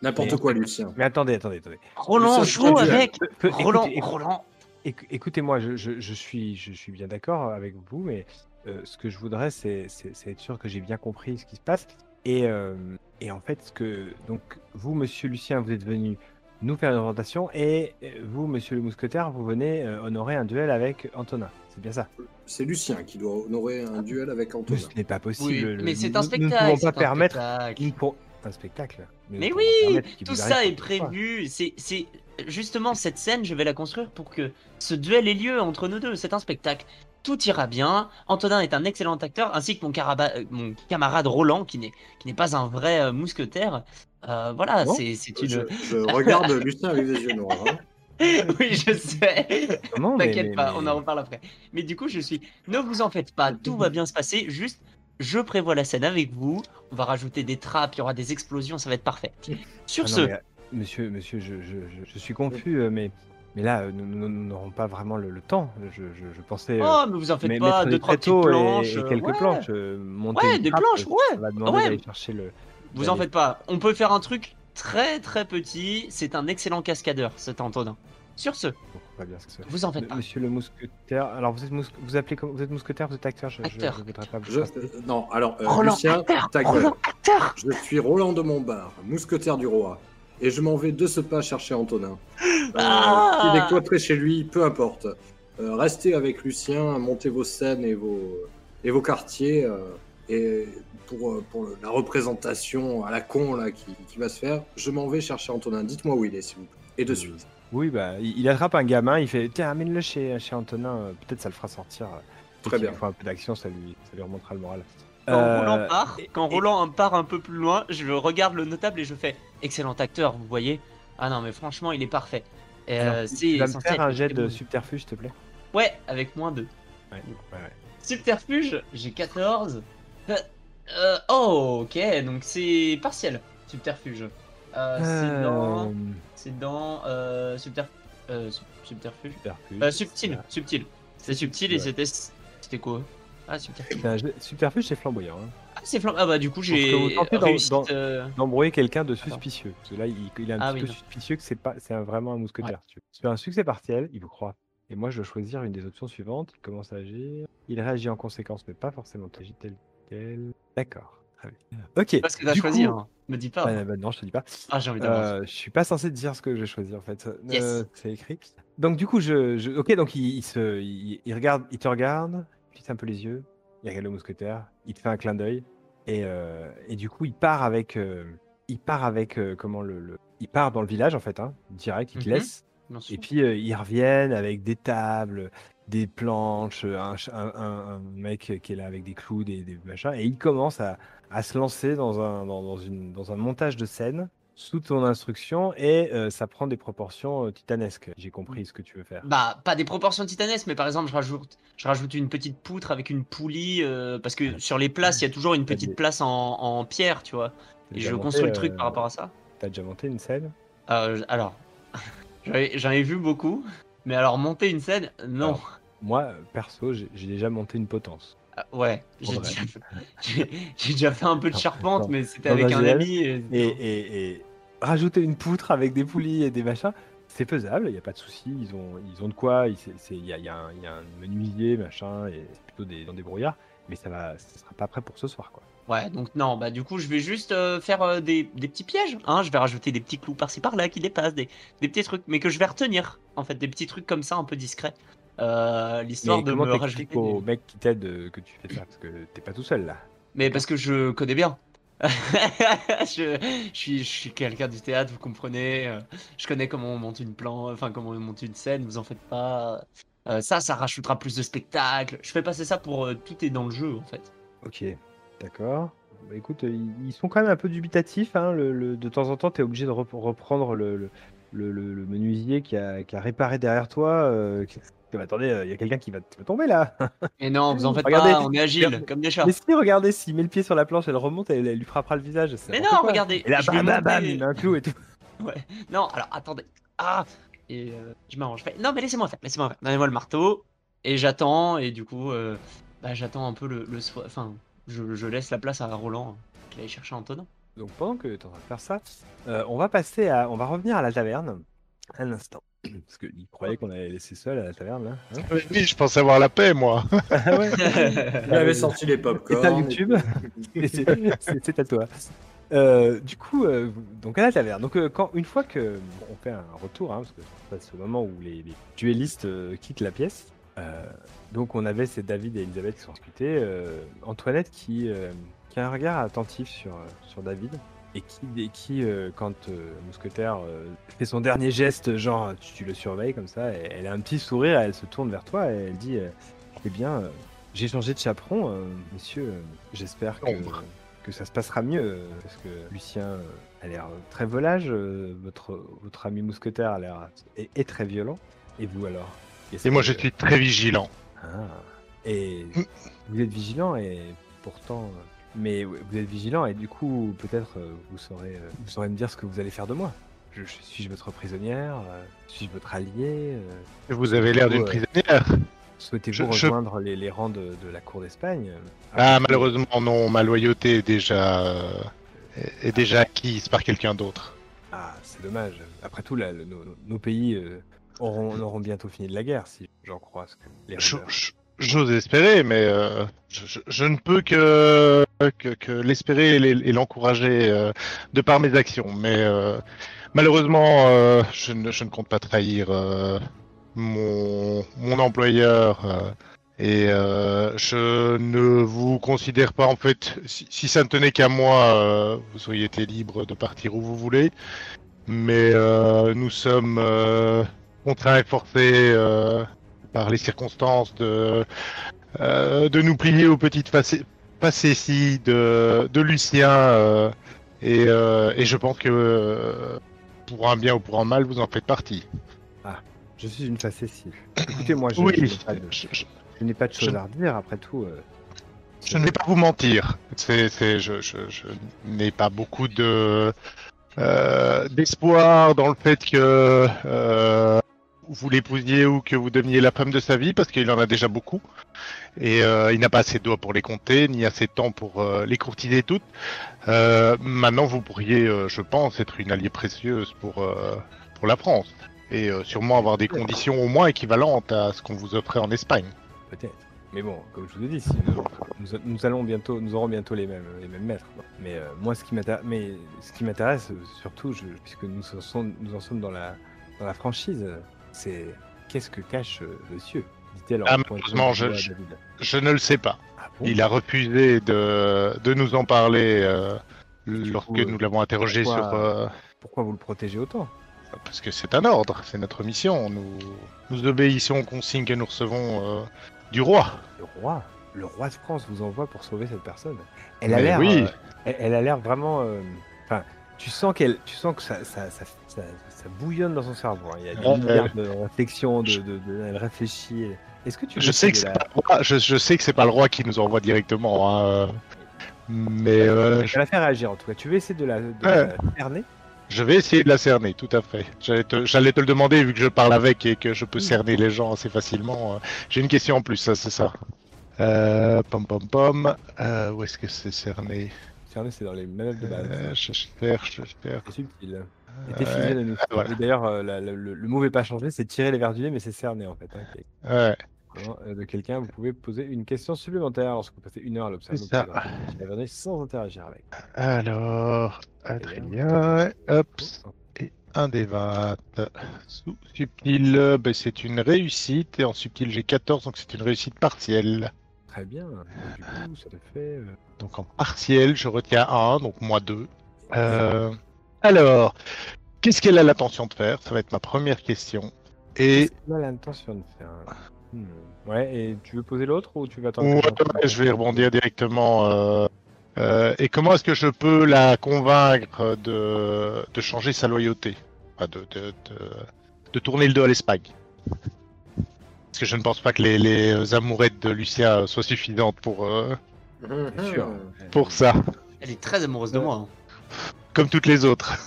[SPEAKER 3] N'importe
[SPEAKER 1] Mais-
[SPEAKER 3] quoi, Lucien.
[SPEAKER 1] Mais attendez, attendez, attendez.
[SPEAKER 2] Roland
[SPEAKER 3] Mais ça, c'est
[SPEAKER 2] joue
[SPEAKER 3] pas du-
[SPEAKER 2] avec
[SPEAKER 1] Pe- pe-
[SPEAKER 2] Roland.
[SPEAKER 1] Euh, écoutez-
[SPEAKER 2] Roland.
[SPEAKER 1] éc- Écoutez-moi, je, je- je suis, je suis bien d'accord avec vous, mais euh, ce que je voudrais, c'est c'est- c'est être sûr que j'ai bien compris ce qui se passe. Et, euh, et en fait, ce que, donc, vous, monsieur Lucien, vous êtes venu nous faire une présentation, et euh, vous, monsieur le mousquetaire, vous venez euh, honorer un duel avec Antonin. C'est bien ça
[SPEAKER 3] C'est Lucien qui doit honorer un duel avec
[SPEAKER 1] Mais
[SPEAKER 3] Antonin.
[SPEAKER 1] ce n'est pas possible.
[SPEAKER 2] Oui,
[SPEAKER 1] le-
[SPEAKER 2] mais c'est
[SPEAKER 1] nous-
[SPEAKER 2] un
[SPEAKER 1] Nous ne
[SPEAKER 2] spectacle.
[SPEAKER 1] pouvons
[SPEAKER 2] c'est
[SPEAKER 1] pas
[SPEAKER 2] un
[SPEAKER 1] permettre
[SPEAKER 2] spectacle.
[SPEAKER 1] Nous ne pourrons- un spectacle. Nous ne
[SPEAKER 2] Mais
[SPEAKER 1] pouvons
[SPEAKER 2] oui,
[SPEAKER 1] pas permettre qu'il
[SPEAKER 2] Tout
[SPEAKER 1] vous
[SPEAKER 2] ça
[SPEAKER 1] arrive
[SPEAKER 2] est
[SPEAKER 1] quoi que ce soit.
[SPEAKER 2] prévu. C'est c'est- justement cette scène, je vais la construire pour que ce duel ait lieu entre nous deux. C'est un spectacle. Tout ira bien. Antonin est un excellent acteur, ainsi que mon, caraba- euh, mon camarade Roland, qui n'est qui n'est pas un vrai euh, mousquetaire. Euh, voilà,
[SPEAKER 1] Non,
[SPEAKER 2] c'est c'est
[SPEAKER 3] Je,
[SPEAKER 2] une.
[SPEAKER 3] je regarde Lucien avec des yeux noirs. hein.
[SPEAKER 2] oui, je sais.
[SPEAKER 1] Non, mais-
[SPEAKER 2] T'inquiète
[SPEAKER 1] mais-
[SPEAKER 2] pas,
[SPEAKER 1] mais-
[SPEAKER 2] on en reparle après. Mais du coup, je suis. Ne vous en faites pas, tout va bien se passer. Juste, je prévois la scène avec vous. On va rajouter des trappes, il y aura des explosions, ça va être parfait. Sur
[SPEAKER 1] Ah non,
[SPEAKER 2] ce,
[SPEAKER 1] mais, euh, monsieur, monsieur, je, je- je- je suis confus, euh, mais, mais là, euh, nous nous- nous n'aurons pas vraiment le, le temps. Je, je- je pensais. euh,
[SPEAKER 2] oh, mais vous en faites
[SPEAKER 1] mais-
[SPEAKER 2] pas,
[SPEAKER 1] mettre
[SPEAKER 2] deux
[SPEAKER 1] des
[SPEAKER 2] trois petites
[SPEAKER 1] tréteaux et-
[SPEAKER 2] planches.
[SPEAKER 1] et,
[SPEAKER 2] euh,
[SPEAKER 1] quelques
[SPEAKER 2] ouais.
[SPEAKER 1] planches, euh, monter
[SPEAKER 2] Ouais,
[SPEAKER 1] une
[SPEAKER 2] des
[SPEAKER 1] trappe,
[SPEAKER 2] planches,
[SPEAKER 1] euh,
[SPEAKER 2] ouais.
[SPEAKER 1] Ça va demander
[SPEAKER 2] ouais.
[SPEAKER 1] d'aller chercher le.
[SPEAKER 2] Vous en
[SPEAKER 1] d'aller-
[SPEAKER 2] faites pas. On peut faire un truc très très petit. C'est un excellent cascadeur, cet Antonin. Sur ce,
[SPEAKER 1] Bon, on va dire ce que c'est.
[SPEAKER 2] vous en faites
[SPEAKER 1] M-
[SPEAKER 2] pas.
[SPEAKER 1] Monsieur le mousquetaire, alors vous êtes mousque- vous appelez comme- vous êtes mousquetaire, vous êtes acteur, je, je-
[SPEAKER 2] Acteur.
[SPEAKER 1] je voudrais pas vous
[SPEAKER 3] Je-
[SPEAKER 1] tracer.
[SPEAKER 3] euh, non, alors, euh,
[SPEAKER 2] Roland,
[SPEAKER 3] Lucien,
[SPEAKER 2] acteur,
[SPEAKER 3] ta gueule.
[SPEAKER 2] Roland, acteur.
[SPEAKER 3] Je suis Roland de Montbard, mousquetaire du roi, et je m'en vais de ce pas chercher Antonin. Euh,
[SPEAKER 2] Ah
[SPEAKER 3] Il est cloîtré chez lui, peu importe. Euh, restez avec Lucien, montez vos scènes et vos, et vos quartiers euh, et pour, euh, pour le- la représentation à la con là, qui, qui va se faire. Je m'en vais chercher Antonin. Dites-moi où il est, s'il vous plaît. Et de suite.
[SPEAKER 1] Oui, bah, il, il attrape un gamin, il fait Tiens, amène-le chez, chez Antonin, euh, peut-être ça le fera sortir. euh,
[SPEAKER 3] Très
[SPEAKER 1] peut-être
[SPEAKER 3] bien.
[SPEAKER 1] qu'il fera un peu d'action, ça lui, ça lui remontera le moral.
[SPEAKER 2] Quand
[SPEAKER 1] Euh,
[SPEAKER 2] Roland part,
[SPEAKER 1] et-
[SPEAKER 2] quand
[SPEAKER 1] et-
[SPEAKER 2] Roland part un peu plus loin, je regarde le notable et je fais excellent acteur, vous voyez. Ah non, mais franchement, il est parfait. Euh,
[SPEAKER 1] Alors,
[SPEAKER 2] c'est
[SPEAKER 1] tu vas me
[SPEAKER 2] censé
[SPEAKER 1] faire
[SPEAKER 2] être
[SPEAKER 1] un jet
[SPEAKER 2] très
[SPEAKER 1] de
[SPEAKER 2] bon.
[SPEAKER 1] subterfuge, s'il te plaît
[SPEAKER 2] Ouais, avec moins 2.
[SPEAKER 1] Ouais, ouais, ouais.
[SPEAKER 2] Subterfuge, j'ai 14. Euh, euh, oh, ok, donc c'est partiel, subterfuge. Euh, C'est dans.
[SPEAKER 1] Euh,
[SPEAKER 2] C'est dans. Euh, subter- euh, sub- subterfuge.
[SPEAKER 1] Superfuge.
[SPEAKER 2] Euh, subtil, subtil. C'est subtil et
[SPEAKER 1] Ouais.
[SPEAKER 2] c'était. C'était quoi Ah, subterfuge.
[SPEAKER 1] C'est un jeu- Superfuge, c'est flamboyant. hein.
[SPEAKER 2] Ah, c'est flam- Ah, bah, du coup,
[SPEAKER 1] que vous
[SPEAKER 2] j'ai.
[SPEAKER 1] tentez dans-
[SPEAKER 2] réussi,
[SPEAKER 1] dans-
[SPEAKER 2] euh,
[SPEAKER 1] D'embrouiller quelqu'un de
[SPEAKER 2] Attends.
[SPEAKER 1] suspicieux. Parce que là, il, il est un
[SPEAKER 2] Ah
[SPEAKER 1] petit
[SPEAKER 2] oui,
[SPEAKER 1] peu
[SPEAKER 2] non.
[SPEAKER 1] suspicieux que c'est pas, c'est un- vraiment un mousquetaire. tu vois. Sur un succès partiel, il vous croit. Et moi, je dois choisir une des options suivantes. Il commence à agir. Il réagit en conséquence, mais pas forcément. Il agit tel quel. D'accord. Très bien. Ok.
[SPEAKER 2] Parce que t'as
[SPEAKER 1] du
[SPEAKER 2] choisi,
[SPEAKER 1] coup-
[SPEAKER 2] hein. Me dis pas.
[SPEAKER 1] Ah, bah non, je te dis pas.
[SPEAKER 2] Ah, j'ai envie d'avoir.
[SPEAKER 1] Euh, je suis pas censé dire ce que j'ai choisi en fait. Euh,
[SPEAKER 2] Yes.
[SPEAKER 1] c'est écrit. Donc du coup, je, je- ok, donc il, il se, il, il regarde, il te regarde, il plisse un peu les yeux, il regarde le mousquetaire, il te fait un clin d'œil et, euh, et du coup il part avec, euh, il part avec euh, comment le, le- il part dans le village en fait, hein, direct, il te
[SPEAKER 2] Mhm.
[SPEAKER 1] laisse.
[SPEAKER 2] bien sûr.
[SPEAKER 1] Et puis euh, ils reviennent avec des tables, des planches, euh, un, ch- un- un- un mec euh, qui est là avec des clous, des, des machins, et ils commencent à, à se lancer dans un, dans, dans une, dans un montage de scène sous ton instruction, et euh, ça prend des proportions euh, titanesques. J'ai compris ce que tu veux faire.
[SPEAKER 2] Bah, pas des proportions titanesques, mais par exemple, je rajoute, je rajoute une petite poutre avec une poulie, euh, parce que sur les places, il y a toujours une
[SPEAKER 1] T'as
[SPEAKER 2] petite
[SPEAKER 1] des-
[SPEAKER 2] place en, en pierre, tu vois.
[SPEAKER 1] T'as
[SPEAKER 2] Et
[SPEAKER 1] déjà
[SPEAKER 2] je
[SPEAKER 1] monté,
[SPEAKER 2] construis le truc
[SPEAKER 1] euh,
[SPEAKER 2] par rapport à ça.
[SPEAKER 1] T'as déjà monté une scène
[SPEAKER 2] Euh, alors, j'en ai- j'en ai vu beaucoup, mais alors monter une scène, non.
[SPEAKER 1] Moi, perso, j'ai j'ai déjà monté une potence.
[SPEAKER 2] Ah, ouais, j'ai
[SPEAKER 1] Ouais.
[SPEAKER 2] déjà, j'ai- j'ai déjà fait un peu de
[SPEAKER 1] Non,
[SPEAKER 2] charpente,
[SPEAKER 1] non.
[SPEAKER 2] mais c'était
[SPEAKER 1] Dans
[SPEAKER 2] avec
[SPEAKER 1] un
[SPEAKER 2] un
[SPEAKER 1] duel,
[SPEAKER 2] ami. Et...
[SPEAKER 1] Et, et- et rajouter une poutre avec des poulies et des machins, c'est faisable, il n'y a pas de souci. Ils ont, ils ont de quoi. Il c'est- c'est- il y a, il y a un il y a un menuisier, machin, et c'est plutôt des, dans des brouillards. Mais ça va, ça sera pas prêt pour ce soir, quoi.
[SPEAKER 2] Ouais, donc non, bah du coup, je vais juste euh, faire euh, des, des petits pièges. Hein. Je vais rajouter des petits clous par-ci par-là qui dépassent, des, des petits trucs, mais que je vais retenir. En fait, des petits trucs comme ça, un peu discrets. Euh, L'histoire
[SPEAKER 1] Mais
[SPEAKER 2] de
[SPEAKER 1] comment
[SPEAKER 2] me rajouter.
[SPEAKER 1] t'expliques
[SPEAKER 2] des-
[SPEAKER 1] au mec qui t'aide euh, que tu fais ça Parce que t'es pas tout seul là.
[SPEAKER 2] Mais parce que je connais bien. je, je suis, je suis quelqu'un du théâtre, vous comprenez. euh, Je connais comment on monte une plan, enfin comment on monte une scène. Vous en faites pas. Euh, ça, ça rajoutera plus de spectacle. Je fais passer ça pour euh, tout est dans le jeu en fait.
[SPEAKER 1] Ok, d'accord. Bah écoute, euh, ils ils sont quand même un peu dubitatifs. hein, le- le- de temps en temps, tu es obligé de rep- reprendre le, le- le- le- le menuisier qui a, qui a réparé derrière toi. euh, qui- Mais attendez, il y a quelqu'un qui va, qui va tomber là.
[SPEAKER 2] Et non, vous en faites
[SPEAKER 1] Regardez,
[SPEAKER 2] pas. On est agile,
[SPEAKER 1] regardez.
[SPEAKER 2] comme des chats.
[SPEAKER 1] Mais si, regardez, s'il met le pied sur la planche, elle remonte, elle, elle lui frappera le visage. c'est
[SPEAKER 2] Mais
[SPEAKER 1] n'importe
[SPEAKER 2] non,
[SPEAKER 1] quoi.
[SPEAKER 2] regardez.
[SPEAKER 1] Et là,
[SPEAKER 2] je vais
[SPEAKER 1] bam, bam, bam,
[SPEAKER 2] monter-
[SPEAKER 1] il met un clou et tout.
[SPEAKER 2] Non, alors attendez. Ah Et euh, je m'arrange. Fais- Non, mais laissez-moi faire, laissez-moi faire. Donnez-moi le marteau. Et j'attends, et du coup, euh, bah, j'attends un peu le, le soi- Enfin, je, je laisse la place à Roland, qui allait chercher un tonneau.
[SPEAKER 1] Donc pendant que tu es en train de faire ça, euh, on va passer à, on va revenir à la taverne un instant, parce qu'il croyait qu'on allait laisser seul à la taverne là. hein.
[SPEAKER 4] Oui, je pensais avoir la paix, moi.
[SPEAKER 1] Ah ouais.
[SPEAKER 3] Il avait sorti les
[SPEAKER 1] C'est à
[SPEAKER 3] popcorn.
[SPEAKER 1] YouTube. Et c'est- c'est c'est à toi. Euh, du coup, euh, vous- donc à la taverne. Donc euh, quand une fois que bon, on fait un retour, hein, parce que c'est passe le moment où les, les duellistes euh, quittent la pièce. euh, donc on avait c'est David et Elisabeth qui sont discutés. euh, Antoinette qui, euh, qui a un regard attentif sur, euh, sur David et qui, et qui euh, quand euh, Mousquetaire euh, fait son dernier geste, genre tu, tu le surveilles comme ça, et elle a un petit sourire, elle se tourne vers toi et elle dit, euh, eh bien, euh, j'ai changé de chaperon, euh, messieurs, euh, j'espère que,
[SPEAKER 4] Ombre.
[SPEAKER 1] que ça se passera mieux, euh, parce que Lucien euh, a l'air euh, très volage, euh, votre, votre ami Mousquetaire a l'air est, est très violent, et vous alors Est-ce
[SPEAKER 4] Et moi,
[SPEAKER 1] que-
[SPEAKER 4] je suis très vigilant.
[SPEAKER 1] ah. Et
[SPEAKER 4] Mm.
[SPEAKER 1] vous êtes vigilant et pourtant. euh, Mais ouais, vous êtes vigilant et du coup, peut-être euh, vous saurez, euh, vous saurez me dire ce que vous allez faire de moi. Je, je- suis-je votre prisonnière euh, Suis-je votre allié euh,
[SPEAKER 4] Vous avez l'air d'une
[SPEAKER 1] Ouais.
[SPEAKER 4] prisonnière.
[SPEAKER 1] Souhaitez-vous
[SPEAKER 4] Je- je-
[SPEAKER 1] rejoindre Les, les rangs de, de la cour d'Espagne euh,
[SPEAKER 4] Ah,
[SPEAKER 1] Après tout,
[SPEAKER 4] malheureusement, non. Ma loyauté est déjà, euh, est est déjà acquise par quelqu'un d'autre.
[SPEAKER 1] Ah, c'est dommage. Après tout, là, le- nos, nos pays euh, auront, auront bientôt fini de la guerre, si j'en crois ce que les
[SPEAKER 4] Je-
[SPEAKER 1] rumeurs.
[SPEAKER 4] je- J'ose espérer, mais euh, je, je- je ne peux que, que, que l'espérer et l'e- et l'encourager euh, de par mes actions. Mais euh, malheureusement, euh, je, ne, je ne compte pas trahir euh, mon, mon employeur. euh, et euh, je ne vous considère pas, en fait, si, si ça ne tenait qu'à moi, euh, vous auriez été libre de partir où vous voulez. Mais euh, nous sommes euh, contraints et forcés. euh, par les circonstances de, euh, de nous plier aux petites facé- facéties de, de Lucien. euh, et, euh, et je pense que euh, pour un bien ou pour un mal, vous en faites partie.
[SPEAKER 1] Je suis une facétie. Écoutez-moi, je, je n'ai
[SPEAKER 4] oui,
[SPEAKER 1] pas de-
[SPEAKER 4] je, je-
[SPEAKER 1] je n'ai pas de
[SPEAKER 4] je-
[SPEAKER 1] choses à redire. Après tout, euh,
[SPEAKER 4] je ne vais pas vous mentir. C'est, c'est, je, je- je n'ai pas beaucoup de euh, d'espoir dans le fait que euh, vous l'épousiez ou que vous deveniez la femme de sa vie, parce qu'il en a déjà beaucoup. Et euh, il n'a pas assez de doigts pour les compter, ni assez de temps pour euh, les courtiner toutes. Euh, maintenant, vous pourriez, euh, je pense, être une alliée précieuse pour, euh, pour la France. Et euh, sûrement avoir des conditions au moins équivalentes à ce qu'on vous offrait en Espagne.
[SPEAKER 1] Peut-être. Mais bon, comme je vous ai dit, si nous, nous- nous allons bientôt, nous aurons bientôt les mêmes, les mêmes maîtres. quoi. Mais euh, moi, ce qui m'intéresse, mais ce qui m'intéresse euh, surtout, je- puisque nous en sommes, nous en sommes dans la, dans la franchise, euh, c'est qu'est-ce que cache euh, le cieux Dit-elle en
[SPEAKER 4] Ah,
[SPEAKER 1] pointant
[SPEAKER 4] malheureusement,
[SPEAKER 1] du
[SPEAKER 4] je-
[SPEAKER 1] doigt à
[SPEAKER 4] je-
[SPEAKER 1] David.
[SPEAKER 4] Je ne le sais pas.
[SPEAKER 1] Ah bon
[SPEAKER 4] Il a refusé de, de nous en parler euh,
[SPEAKER 1] Du
[SPEAKER 4] lorsque
[SPEAKER 1] coup, euh,
[SPEAKER 4] nous l'avons interrogé
[SPEAKER 1] pourquoi-
[SPEAKER 4] sur... euh,
[SPEAKER 1] Pourquoi vous le protégez autant
[SPEAKER 4] parce que c'est un ordre, c'est notre mission. Nous, nous obéissons aux consignes que nous recevons euh, du roi.
[SPEAKER 1] Le roi, le roi de France vous envoie pour sauver cette personne. Elle a
[SPEAKER 4] Mais
[SPEAKER 1] l'air,
[SPEAKER 4] oui.
[SPEAKER 1] euh, elle, elle a l'air vraiment. euh, Enfin, tu sens qu'elle, tu sens que ça, ça, ça, ça- ça bouillonne dans son cerveau. hein. Il y a des
[SPEAKER 4] Ouais,
[SPEAKER 1] milliards de réflexions, de, de- de- elle réfléchit. elle- Est-ce que tu
[SPEAKER 4] Je
[SPEAKER 1] veux
[SPEAKER 4] sais que
[SPEAKER 1] de
[SPEAKER 4] c'est
[SPEAKER 1] la-
[SPEAKER 4] pas le roi, je, je sais que c'est pas le roi qui nous envoie directement. hein, euh, mais euh, je,
[SPEAKER 1] Je vais la faire réagir en tout cas. Tu veux essayer de la, de
[SPEAKER 4] Ouais.
[SPEAKER 1] la cerner
[SPEAKER 4] je vais essayer de la cerner, tout à fait. J'allais te, j'allais te le demander vu que je parle avec et que je peux cerner les gens assez facilement. euh. J'ai une question en plus, ça c'est ça. Euh, pom pom pom. Euh, où est-ce que c'est cerné
[SPEAKER 1] Cerner, c'est dans les manœuvres de base.
[SPEAKER 4] Euh, Je je cherche, je cherche.
[SPEAKER 1] C'est subtil. Et
[SPEAKER 4] Ouais, Ah,
[SPEAKER 1] t'es fidèle à nous.
[SPEAKER 4] voilà.
[SPEAKER 1] Et D'ailleurs, euh, la- la- le, le mot n'est pas changé, c'est tirer les verres du nez, mais c'est cerner en fait. hein, qui est-
[SPEAKER 4] ouais.
[SPEAKER 1] Comment, euh, de quelqu'un, vous pouvez poser une question supplémentaire lorsque vous passez une heure à l'observer.
[SPEAKER 4] C'est ça.
[SPEAKER 1] Vous pouvez la regarder sans interagir avec. Eh
[SPEAKER 4] Alors, Adrien, hop,
[SPEAKER 1] Oh,
[SPEAKER 4] un des 20. Sous- Subtil, euh, ben, c'est une réussite. Et en subtil, j'ai 14, donc c'est une réussite partielle.
[SPEAKER 1] Très bien. Du coup, ça te fait. euh,
[SPEAKER 4] Donc en partiel, je retiens 1, donc moins 2. Euh, alors, qu'est-ce qu'elle a l'intention de faire Ça va être ma première question.
[SPEAKER 1] qu'est-ce
[SPEAKER 4] Et
[SPEAKER 1] qu'elle a l'intention de faire. Hmm. Ouais, et tu veux poser l'autre ou tu veux attendre
[SPEAKER 4] Ouais,
[SPEAKER 1] que j'en
[SPEAKER 4] ouais,
[SPEAKER 1] fasse
[SPEAKER 4] je vais rebondir directement. euh, euh, et comment est-ce que je peux la convaincre de, de changer sa loyauté Enfin, de, de, de, de tourner le dos à l'Espagne Parce que je ne pense pas que les, les euh, amourettes de Lucia soient suffisantes pour, euh,
[SPEAKER 1] Bien sûr.
[SPEAKER 4] pour ça,
[SPEAKER 2] Elle est très amoureuse de
[SPEAKER 1] Ouais.
[SPEAKER 2] moi,
[SPEAKER 4] comme toutes les autres.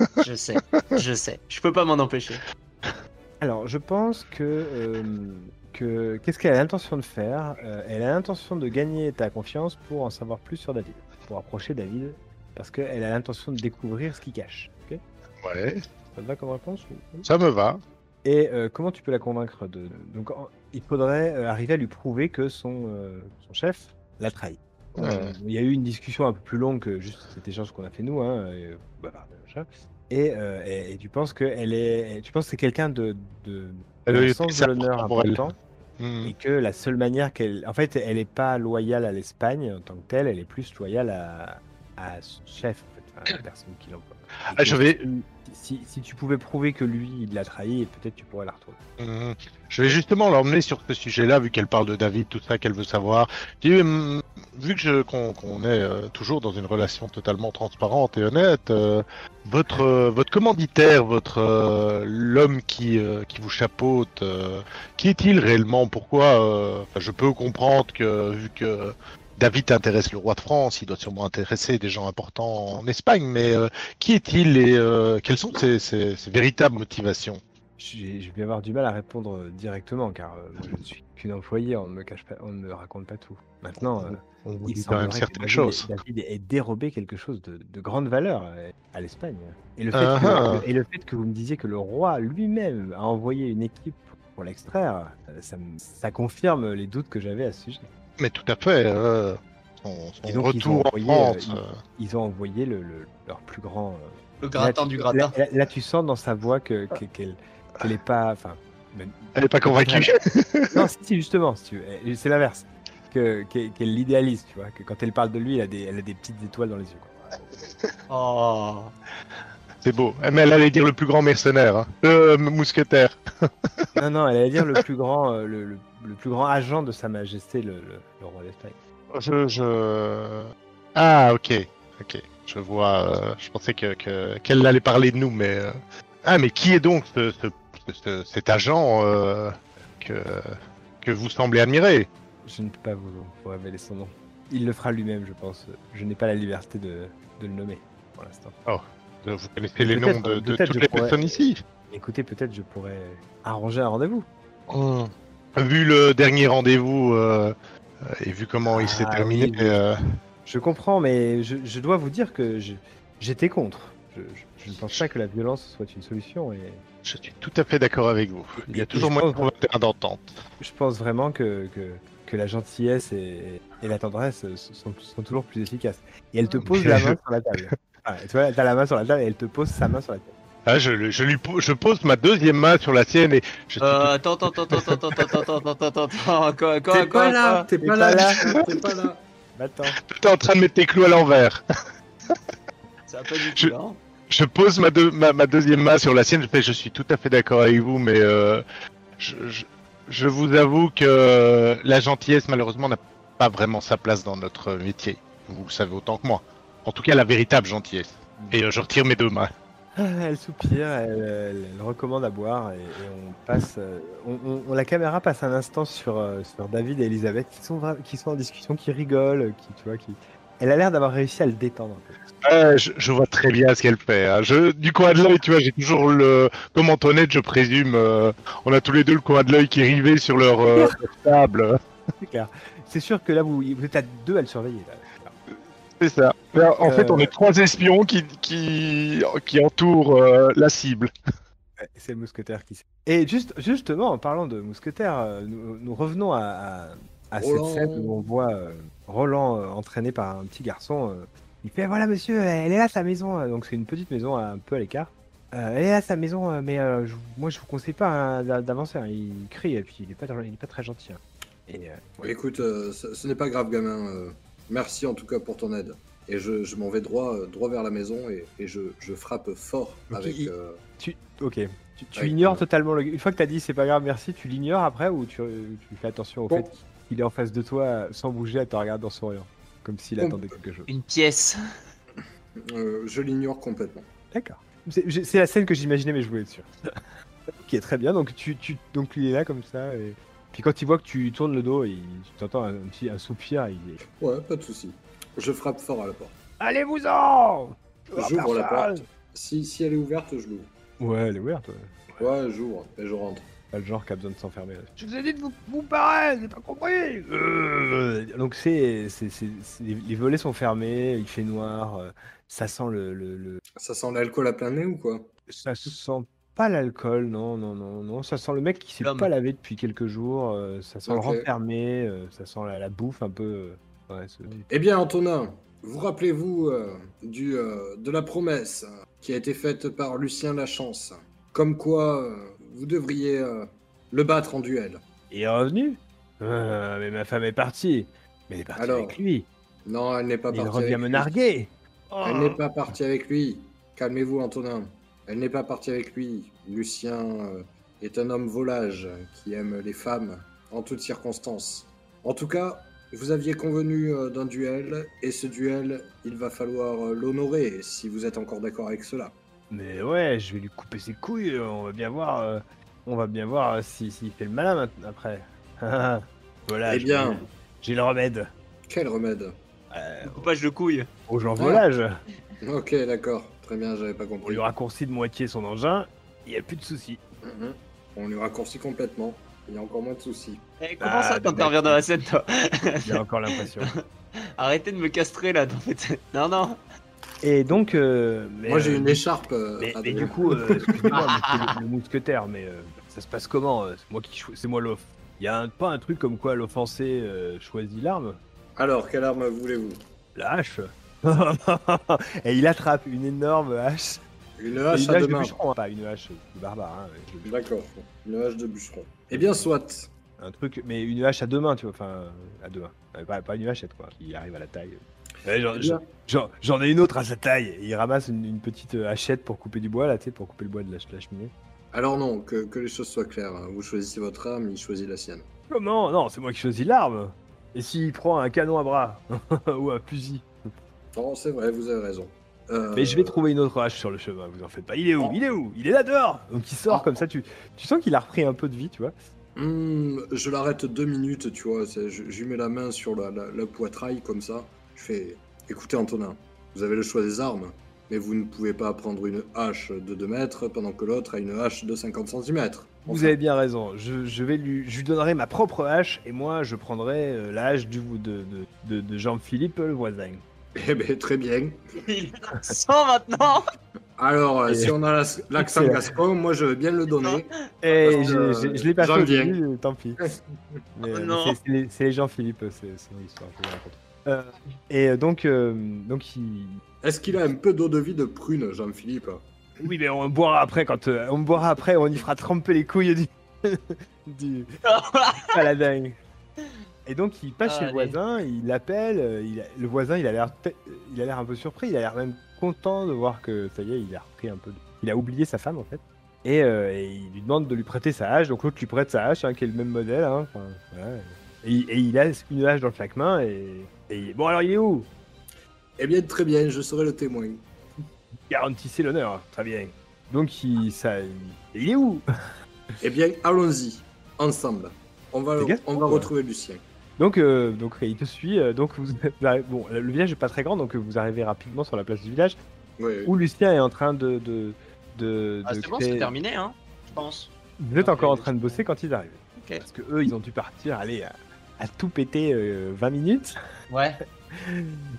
[SPEAKER 2] hein. je sais, je sais, je peux pas m'en empêcher.
[SPEAKER 1] Alors, je pense que, euh, que que qu'est-ce qu'elle a l'intention de faire Euh, Elle a l'intention de gagner ta confiance pour en savoir plus sur David, pour approcher David, parce qu'elle a l'intention de découvrir ce qu'il cache. Ok
[SPEAKER 4] Ouais,
[SPEAKER 1] Ça te va comme réponse ou-
[SPEAKER 4] ça me va.
[SPEAKER 1] Et euh, comment tu peux la convaincre de Donc en- il faudrait euh, arriver à lui prouver que son euh, son chef l'a trahi. Euh, Il y a eu une discussion un peu plus longue que juste cet échange qu'on a fait nous. Hein, et, voilà, machin. Et, euh, et- et tu penses que elle est, tu penses que c'est quelqu'un de, de
[SPEAKER 4] Elle
[SPEAKER 1] d'un
[SPEAKER 4] a eu-
[SPEAKER 1] sens
[SPEAKER 4] Euh, c'est
[SPEAKER 1] de l'honneur
[SPEAKER 4] important pour elle.
[SPEAKER 1] important
[SPEAKER 4] Hmm.
[SPEAKER 1] et que la seule manière qu'elle, en fait, elle n'est pas loyale à l'Espagne en tant que telle, elle est plus loyale à, à son chef, en fait, enfin, à la personne qui l'emploie. Et que
[SPEAKER 4] Ah, je vais-
[SPEAKER 1] Euh, Si, si tu pouvais prouver que lui, il l'a trahi, et peut-être tu pourrais la retrouver.
[SPEAKER 4] Mhm. Je vais justement l'emmener sur ce sujet-là, vu qu'elle parle de David, tout ça qu'elle veut savoir. Je dis, hum, vu que je- qu'on qu'on est euh, toujours dans une relation totalement transparente et honnête, euh, votre euh, votre commanditaire, votre euh, l'homme qui euh, qui vous chapeaute, euh, qui est-il réellement Pourquoi euh, enfin, Je peux comprendre que vu que David intéresse le roi de France, il doit sûrement intéresser des gens importants en Espagne, mais euh, qui est-il et euh, quelles sont ses- ses- ses véritables motivations
[SPEAKER 1] J'ai- Je vais avoir du mal à répondre euh, directement, car euh, moi, je ne suis qu'une employée, on ne me cache pas, on ne me raconte pas tout. Maintenant, euh,
[SPEAKER 4] on vous
[SPEAKER 1] il
[SPEAKER 4] dit quand même
[SPEAKER 1] semblerait que
[SPEAKER 4] certaines
[SPEAKER 1] David-
[SPEAKER 4] choses.
[SPEAKER 1] David ait dérobé quelque chose de, de grande valeur euh, à l'Espagne. Et, le fait
[SPEAKER 4] Ah ah.
[SPEAKER 1] que- et le fait que vous me disiez que le roi lui-même a envoyé une équipe pour l'extraire, euh, ça, me- ça confirme les doutes que j'avais à ce sujet.
[SPEAKER 4] Mais tout à fait. euh, son son
[SPEAKER 1] Et donc, ils ont
[SPEAKER 4] retour en
[SPEAKER 1] envoyé,
[SPEAKER 4] France.
[SPEAKER 1] euh,
[SPEAKER 4] euh,
[SPEAKER 1] Ils ont envoyé le- le- leur plus grand. euh,
[SPEAKER 2] Le
[SPEAKER 1] Là,
[SPEAKER 2] gratin
[SPEAKER 1] tu-
[SPEAKER 2] du gratin.
[SPEAKER 1] Là, là- là, tu sens dans sa voix que que- qu'elle qu'elle est pas. Enfin, même-
[SPEAKER 4] Elle n'est pas convaincue.
[SPEAKER 1] non, si, si, justement, si tu veux. Et c'est l'inverse. Que- Qu'elle qu'elle l'idéalise, tu vois. Que quand elle parle de lui, elle a des, elle a des petites étoiles dans les yeux. quoi.
[SPEAKER 2] Oh.
[SPEAKER 4] C'est beau. Eh, Mais elle allait dire le plus grand mercenaire. hein. Le mousquetaire.
[SPEAKER 1] Non, non, elle allait dire le plus grand, euh, le, le- le plus grand agent de Sa Majesté, le, le- le roi d'Espagne.
[SPEAKER 4] Je, je- Ah, ok. Ok. Je vois. euh, je pensais que que- qu'elle allait parler de nous, mais. euh, Ah, mais qui est donc ce, ce- ce- cet agent euh, que, que vous semblez admirer
[SPEAKER 1] Je ne peux pas vous, vous révéler son nom. Il le fera lui-même, je pense. Je n'ai pas la liberté de, de le nommer pour l'instant.
[SPEAKER 4] Euh, Vous connaissez les
[SPEAKER 1] Peut-être,
[SPEAKER 4] noms de, de
[SPEAKER 1] peut-être,
[SPEAKER 4] toutes
[SPEAKER 1] je
[SPEAKER 4] les
[SPEAKER 1] pourrais-
[SPEAKER 4] personnes ici
[SPEAKER 1] Écoutez, peut-être je pourrais arranger un rendez-vous.
[SPEAKER 4] Vu le dernier rendez-vous euh, euh, et vu comment il s'est
[SPEAKER 1] Ah
[SPEAKER 4] terminé,
[SPEAKER 1] oui, oui.
[SPEAKER 4] euh,
[SPEAKER 1] Je comprends, mais je, je dois vous dire que je- j'étais contre. Je, je- je ne pense pas que la violence soit une solution et
[SPEAKER 4] je suis tout à fait d'accord avec vous. Il y a
[SPEAKER 1] Et-
[SPEAKER 4] toujours
[SPEAKER 1] et je
[SPEAKER 4] moyen de
[SPEAKER 1] pense-
[SPEAKER 4] trouver un terrain d'entente.
[SPEAKER 1] je pense vraiment que, que, que la gentillesse et, et la tendresse sont, sont toujours plus efficaces. Et
[SPEAKER 4] Ah,
[SPEAKER 1] elle te pose la main sur la table. Ah, tu vois, t'as la main sur la table et elle te pose sa main sur la table.
[SPEAKER 4] Ah, je, le- je lui po- je pose ma deuxième main sur la sienne et je suis
[SPEAKER 2] Euh, attends, attends, attends, attends, attends, attends, attends, attends, attends, attends, quoi, quoi,
[SPEAKER 3] T'es pas
[SPEAKER 2] quoi,
[SPEAKER 3] là,
[SPEAKER 2] quoi
[SPEAKER 3] t'es pas là, putain, t'es pas là.
[SPEAKER 1] Maintenant.
[SPEAKER 4] tout en train de mettre tes clous à l'envers.
[SPEAKER 2] Ça va pas du
[SPEAKER 4] Je-
[SPEAKER 2] tout, là, hein.
[SPEAKER 4] Je pose ma, deux- ma, ma deuxième main sur la sienne. Je fais, je suis tout à fait d'accord avec vous, mais euh, je, je- je vous avoue que la gentillesse, malheureusement, n'a pas vraiment sa place dans notre métier. Vous le savez autant que moi. En tout cas, la véritable gentillesse. Et euh, je retire mes deux mains.
[SPEAKER 1] Ah, Elle soupire, elle, elle- elle recommande à boire et, et on passe. euh, on, on- on- la caméra passe un instant sur, euh, sur David et Elisabeth qui sont, vra- qui sont en discussion, qui rigolent, qui tu vois, qui. Elle a l'air d'avoir réussi à le détendre. un peu.
[SPEAKER 4] Ah, je, je vois très bien ce qu'elle fait. hein. Je, du coin de l'œil, tu vois, j'ai toujours le. Comme Antoinette, je présume, euh, on a tous les deux le coin de l'œil qui est rivé sur leur, euh, leur table.
[SPEAKER 1] C'est clair. C'est sûr que là vous, vous êtes à deux à le surveiller. là.
[SPEAKER 4] C'est ça. Mais Ben, en- en
[SPEAKER 1] Euh.
[SPEAKER 4] fait, on est trois espions qui, qui, qui entourent euh, la cible.
[SPEAKER 1] Ouais, C'est le mousquetaire qui. s'est- Et juste, justement, en parlant de mousquetaire, euh, nous, nous revenons à, à- à cette
[SPEAKER 3] Roland.
[SPEAKER 1] scène où on voit euh, Roland euh, entraîné par un petit garçon. euh, il fait voilà monsieur, elle est là sa maison. Donc c'est une petite maison euh, un peu à l'écart. Euh, elle est là sa maison, euh, mais euh, je- moi je vous conseille pas hein, d'a- d'avancer. hein. Il crie et puis il est pas, il est pas très gentil. hein. Et, euh, ouais.
[SPEAKER 3] Écoute, euh, ce, ce n'est pas grave, gamin. euh, merci en tout cas pour ton aide. Et je, je m'en vais droit, euh, droit vers la maison et, et je, je frappe fort
[SPEAKER 1] Ok,
[SPEAKER 3] avec.
[SPEAKER 1] il-
[SPEAKER 3] euh,
[SPEAKER 1] Tu, ok. Tu, tu
[SPEAKER 3] Ouais,
[SPEAKER 1] ignores
[SPEAKER 3] ouais.
[SPEAKER 1] totalement le. Une fois que t'as dit c'est pas grave, merci, tu l'ignores après ou tu, tu fais attention au
[SPEAKER 3] Bon.
[SPEAKER 1] fait qu'il est en face de toi euh, sans bouger, à te regarder en souriant, comme s'il
[SPEAKER 3] Bon.
[SPEAKER 1] attendait quelque chose.
[SPEAKER 2] Une pièce.
[SPEAKER 3] euh, je l'ignore complètement.
[SPEAKER 1] D'accord. C'est j'ai- c'est la scène que j'imaginais, mais je voulais être sûr. ok, très bien. Donc tu, tu, donc il est là comme ça. Et... Puis quand il voit que tu tournes le dos, il t'entends un, un petit un soupir. et Il... est-
[SPEAKER 3] Ouais, pas de souci. Je frappe fort à la porte.
[SPEAKER 1] Allez-vous-en
[SPEAKER 3] J'ouvre la
[SPEAKER 1] Personne
[SPEAKER 3] porte. Si, si elle est ouverte, je l'ouvre.
[SPEAKER 1] Ouais, elle est ouverte. ouais.
[SPEAKER 3] Ouais, j'ouvre et je rentre.
[SPEAKER 1] Pas le genre qui a besoin de s'enfermer. Je vous ai dit de vous, vous barrer, j'ai pas compris Euh, Donc c'est, c'est, c'est, c'est- les volets sont fermés, il fait noir, euh, ça sent le, le- le-
[SPEAKER 3] Ça sent l'alcool à plein nez ou quoi
[SPEAKER 1] Ça sent pas l'alcool, non, non, non, non. Ça sent le mec qui s'est
[SPEAKER 2] L'homme.
[SPEAKER 1] pas lavé depuis quelques jours, euh, ça sent le
[SPEAKER 3] Ok.
[SPEAKER 1] renfermé, euh, ça sent la, la bouffe un peu... euh, ouais, c'est-
[SPEAKER 3] Eh bien, Antonin, vous rappelez-vous euh, du, euh, de la promesse euh, qui a été faite par Lucien Lachance, comme quoi euh, vous devriez euh, le battre en duel.
[SPEAKER 1] Il est revenu Euh, Mais ma femme est partie. Mais elle est partie
[SPEAKER 3] Alors,
[SPEAKER 1] avec lui.
[SPEAKER 3] Non, elle n'est pas
[SPEAKER 1] Il
[SPEAKER 3] partie.
[SPEAKER 1] revient
[SPEAKER 3] avec
[SPEAKER 1] me
[SPEAKER 3] lui.
[SPEAKER 1] narguer.
[SPEAKER 3] Elle n'est pas partie avec lui. Calmez-vous, Antonin. Elle n'est pas partie avec lui. Lucien euh, est un homme volage euh, qui aime les femmes en toutes circonstances. En tout cas, vous aviez convenu euh, d'un duel, et ce duel, il va falloir euh, l'honorer si vous êtes encore d'accord avec cela.
[SPEAKER 1] Mais ouais, je vais lui couper ses couilles. euh, On va bien voir. euh, on va bien voir euh, si- s'il fait le malin maintenant- après. voilà.
[SPEAKER 3] Eh
[SPEAKER 1] je-
[SPEAKER 3] bien.
[SPEAKER 1] j'ai le remède.
[SPEAKER 3] Quel remède
[SPEAKER 1] Euh,
[SPEAKER 2] Le coupage Oh, de couilles.
[SPEAKER 1] aux gens
[SPEAKER 3] Ah.
[SPEAKER 1] volage.
[SPEAKER 3] Ok, d'accord. Très bien, j'avais pas
[SPEAKER 1] On
[SPEAKER 3] compris.
[SPEAKER 1] lui raccourcit de moitié son engin. Il n'y a plus de soucis.
[SPEAKER 3] Mhm. On lui raccourcit complètement. Il y a encore moins de soucis.
[SPEAKER 2] Eh, comment
[SPEAKER 1] Ah,
[SPEAKER 2] ça
[SPEAKER 1] le
[SPEAKER 2] t'interviens
[SPEAKER 1] mec.
[SPEAKER 2] dans la scène, toi
[SPEAKER 1] J'ai encore l'impression.
[SPEAKER 2] Arrêtez de me castrer là, dans cette- Non, non.
[SPEAKER 1] Et donc. euh, mais,
[SPEAKER 3] Moi, j'ai
[SPEAKER 1] euh,
[SPEAKER 3] une écharpe. euh,
[SPEAKER 1] Mais, mais
[SPEAKER 3] Adrien.
[SPEAKER 1] du coup, euh, excusez-moi, monsieur le, le mousquetaire, mais euh, ça se passe comment euh, C'est moi qui cho- c'est moi l'off. Il y a un- pas un truc comme quoi l'offensé euh, choisit l'arme,
[SPEAKER 3] Alors, quelle arme voulez-vous
[SPEAKER 1] la hache. et il attrape une énorme hache.
[SPEAKER 3] Une
[SPEAKER 1] Et
[SPEAKER 3] hache
[SPEAKER 1] une
[SPEAKER 3] à
[SPEAKER 1] hache
[SPEAKER 3] deux
[SPEAKER 1] de
[SPEAKER 3] mains.
[SPEAKER 1] bûcheron, hein, pas une hache de barbare. hein, je-
[SPEAKER 3] D'accord, une hache de bûcheron. Eh bien, soit.
[SPEAKER 1] un truc, mais une hache à deux mains, tu vois. Enfin, euh, à deux mains. Euh, Pas, pas une hachette, quoi. Il arrive à la taille. Ouais, j'en-
[SPEAKER 3] Eh
[SPEAKER 1] j'en-
[SPEAKER 3] bien,
[SPEAKER 1] j'en- J'en ai une autre à sa taille. Il ramasse une, une petite euh, hachette pour couper du bois, là, tu sais, pour couper le bois de la, ch- la cheminée.
[SPEAKER 3] Alors non, que, que les choses soient claires. hein. Vous choisissez votre arme, il choisit la sienne.
[SPEAKER 1] Comment Non, c'est moi qui choisis l'arme. Et s'il prend un canon à bras ou un fusil
[SPEAKER 3] Non, Oh, c'est vrai, vous avez raison. Euh,
[SPEAKER 1] Mais je vais trouver une autre hache sur le chemin, vous en faites pas. Il est où Il est où Il est là dehors Donc il sort
[SPEAKER 3] Ah.
[SPEAKER 1] comme ça, tu, tu sens qu'il a repris un peu de vie, tu vois.
[SPEAKER 3] hmm, je l'arrête deux minutes, tu vois. c'est- Je, je lui mets la main sur la, la- la poitraille comme ça. Je fais Écoutez, Antonin, vous avez le choix des armes, mais vous ne pouvez pas prendre une hache de 2 mètres pendant que l'autre a une hache de 50 cm.
[SPEAKER 1] Vous avez bien raison, je, je vais lui, je lui donnerai ma propre hache et moi je prendrai euh, la hache du, de, de, de, de Jean-Philippe le voisin.
[SPEAKER 3] Eh bien, très bien.
[SPEAKER 2] Il est dans le sang maintenant
[SPEAKER 3] Alors, euh,
[SPEAKER 1] Et-
[SPEAKER 3] si on a la- l'accent
[SPEAKER 1] Excellent.
[SPEAKER 3] gascon, moi je veux bien le donner.
[SPEAKER 1] Et j'ai-
[SPEAKER 3] Parce que,
[SPEAKER 1] j'ai- je
[SPEAKER 3] euh, Ah,
[SPEAKER 1] l'ai pas fait au
[SPEAKER 3] j'en viens.
[SPEAKER 1] début, euh, tant pis. Mais, euh,
[SPEAKER 2] non.
[SPEAKER 1] c'est- c'est les- C'est les Jean-Philippe, euh, c'est c'est une histoire que je raconte. Euh, et donc, euh, donc il,
[SPEAKER 3] Est-ce qu'il a un peu d'eau de vie de prune, Jean-Philippe
[SPEAKER 1] Oui, mais on boira après quand euh, on boira après, on y fera tremper les couilles du du Ah, paladin. Et donc il passe chez le
[SPEAKER 2] Allez.
[SPEAKER 1] voisin, il l'appelle, euh, il a- le voisin il a l'air pe- il a l'air un peu surpris, il a l'air même content de voir que ça y est, il a repris un peu, de- il a oublié sa femme en fait. Et, euh, et il lui demande de lui prêter sa hache, donc l'autre lui prête sa hache, hein, qui est le même modèle. hein, enfin, voilà. et, il- et il a une hache dans chaque main. Et, et il- bon alors il est où
[SPEAKER 3] Eh bien, très bien, je serai le témoin.
[SPEAKER 1] Garantissez l'honneur, hein, très bien. Donc il, ça, il- il est où
[SPEAKER 3] Eh bien, allons-y, ensemble. On va,
[SPEAKER 1] T'es gascon,
[SPEAKER 3] on va
[SPEAKER 1] toi.
[SPEAKER 3] retrouver Lucien.
[SPEAKER 1] Donc, euh, donc il te suit. euh, donc vous, vous arrivez- bon, le village est pas très grand, donc euh, vous arrivez rapidement sur la place du village
[SPEAKER 3] Oui, oui.
[SPEAKER 1] où Lucien est en train de. de, de,
[SPEAKER 2] Ah,
[SPEAKER 1] de
[SPEAKER 2] c'est bon,
[SPEAKER 1] créer-
[SPEAKER 2] c'est terminé, hein Je pense.
[SPEAKER 1] Vous êtes encore en train de bosser quand ils arrivent.
[SPEAKER 2] Ok.
[SPEAKER 1] Parce que eux, ils ont dû partir, aller à, à tout péter euh, 20 minutes.
[SPEAKER 2] Ouais.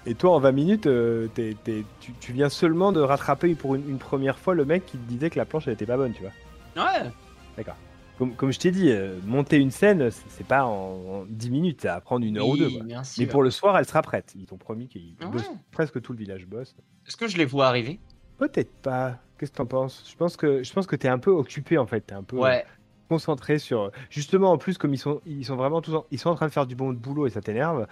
[SPEAKER 1] Et toi, en 20 minutes, euh, t'es- t'es- tu, tu viens seulement de rattraper pour une, une première fois le mec qui te disait que la planche elle était pas bonne, tu vois.
[SPEAKER 2] Ouais.
[SPEAKER 1] Comme, comme je t'ai dit, euh, monter une scène, c'est- c'est pas en, en 10 minutes, ça va prendre une heure ou
[SPEAKER 2] Oui,
[SPEAKER 1] deux. quoi.
[SPEAKER 2] bien sûr.
[SPEAKER 1] Mais pour le soir, elle sera prête. Ils t'ont promis qu'ils
[SPEAKER 2] Ah Ouais.
[SPEAKER 1] bossent- presque tout le village bosse.
[SPEAKER 2] Est-ce que je les vois arriver
[SPEAKER 1] Peut-être pas. Qu'est-ce que t'en penses Je pense que je pense que t'es un peu occupé en fait, t'es un peu euh,
[SPEAKER 2] Ouais.
[SPEAKER 1] concentré sur. Justement, en plus comme ils sont ils sont vraiment tous en- ils sont en train de faire du bon boulot et ça t'énerve.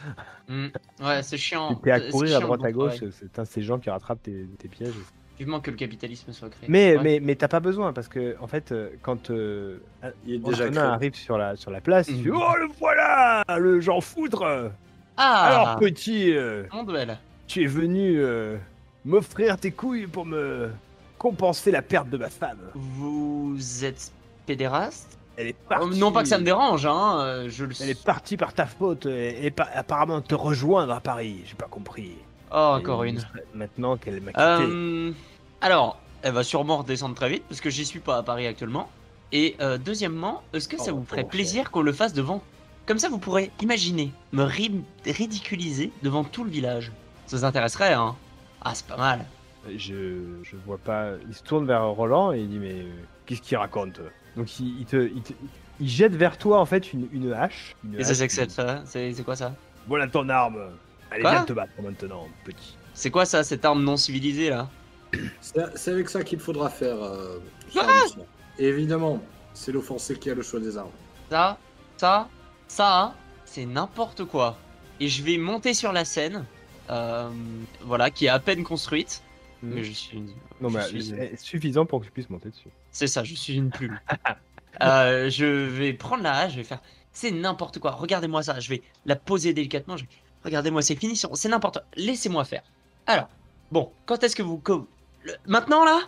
[SPEAKER 2] Mm. Ouais, c'est chiant.
[SPEAKER 1] t'es à
[SPEAKER 2] C'est
[SPEAKER 1] courir
[SPEAKER 2] chiant
[SPEAKER 1] à
[SPEAKER 2] le
[SPEAKER 1] droite
[SPEAKER 2] bon
[SPEAKER 1] à gauche.
[SPEAKER 2] travail.
[SPEAKER 1] C'est un de ces gens qui rattrapent tes, tes pièges.
[SPEAKER 2] Vivement que le capitalisme soit créé.
[SPEAKER 1] Mais
[SPEAKER 2] Ouais.
[SPEAKER 1] mais mais t'as pas besoin parce que en fait euh, quand euh,
[SPEAKER 3] Il est déjà
[SPEAKER 1] Antonin
[SPEAKER 3] creux.
[SPEAKER 1] arrive sur la sur la place,
[SPEAKER 2] Mhm.
[SPEAKER 1] il fait, oh le voilà le j'en foutre.
[SPEAKER 2] Ah
[SPEAKER 1] Alors petit, euh,
[SPEAKER 2] Mon duel.
[SPEAKER 1] tu es venu euh, m'offrir tes couilles pour me compenser la perte de ma femme.
[SPEAKER 2] Vous êtes pédéraste
[SPEAKER 1] Elle est partie.
[SPEAKER 2] Oh, Non pas que ça me dérange, hein. euh, Je le.
[SPEAKER 1] Elle est partie par ta faute et, et pa- apparemment te rejoindre à Paris. J'ai pas compris.
[SPEAKER 2] Oh, encore
[SPEAKER 1] Et
[SPEAKER 2] une.
[SPEAKER 1] Maintenant qu'elle m'a quitté.
[SPEAKER 2] Euh, alors, elle va sûrement redescendre très vite parce que j'y suis pas à Paris actuellement. Et euh, deuxièmement, est-ce que ça
[SPEAKER 3] Oh,
[SPEAKER 2] vous ferait
[SPEAKER 3] pauvre
[SPEAKER 2] plaisir qu'on le fasse devant Comme ça, vous pourrez imaginer me ri- ridiculiser devant tout le village. Ça vous intéresserait, hein Ah, c'est pas mal.
[SPEAKER 1] Je, je vois pas. Il se tourne vers Roland et il dit Mais euh, qu'est-ce qu'il raconte Donc il, il te, il, te- il jette vers toi en fait une, une hache. Une
[SPEAKER 2] Et
[SPEAKER 1] hache.
[SPEAKER 2] ça, j'accepte, ça. C'est c'est quoi ça
[SPEAKER 1] Voilà ton arme. Allez,
[SPEAKER 2] Quoi
[SPEAKER 1] viens te battre maintenant, petit.
[SPEAKER 2] C'est quoi ça, cette arme non civilisée là
[SPEAKER 3] C'est c'est avec ça qu'il faudra faire. euh, cher
[SPEAKER 2] Ah
[SPEAKER 3] Lucien. Et évidemment, c'est l'offensé qui a le choix des armes.
[SPEAKER 2] Ça, ça, ça, c'est n'importe quoi. Et je vais monter sur la scène, euh, voilà, qui est à peine construite.
[SPEAKER 1] Mhm.
[SPEAKER 2] Mais je suis une-
[SPEAKER 1] Non, mais
[SPEAKER 2] je suis-
[SPEAKER 1] c'est suffisant pour que tu puisses monter dessus.
[SPEAKER 2] C'est ça, je suis une plume. Euh, je vais prendre la hache, je vais faire. C'est n'importe quoi. Regardez-moi ça. Je vais la poser délicatement. je vais- Regardez-moi ces finitions. C'est n'importe quoi. Laissez-moi faire. Alors, bon, quand est-ce que vous. que- le- Maintenant là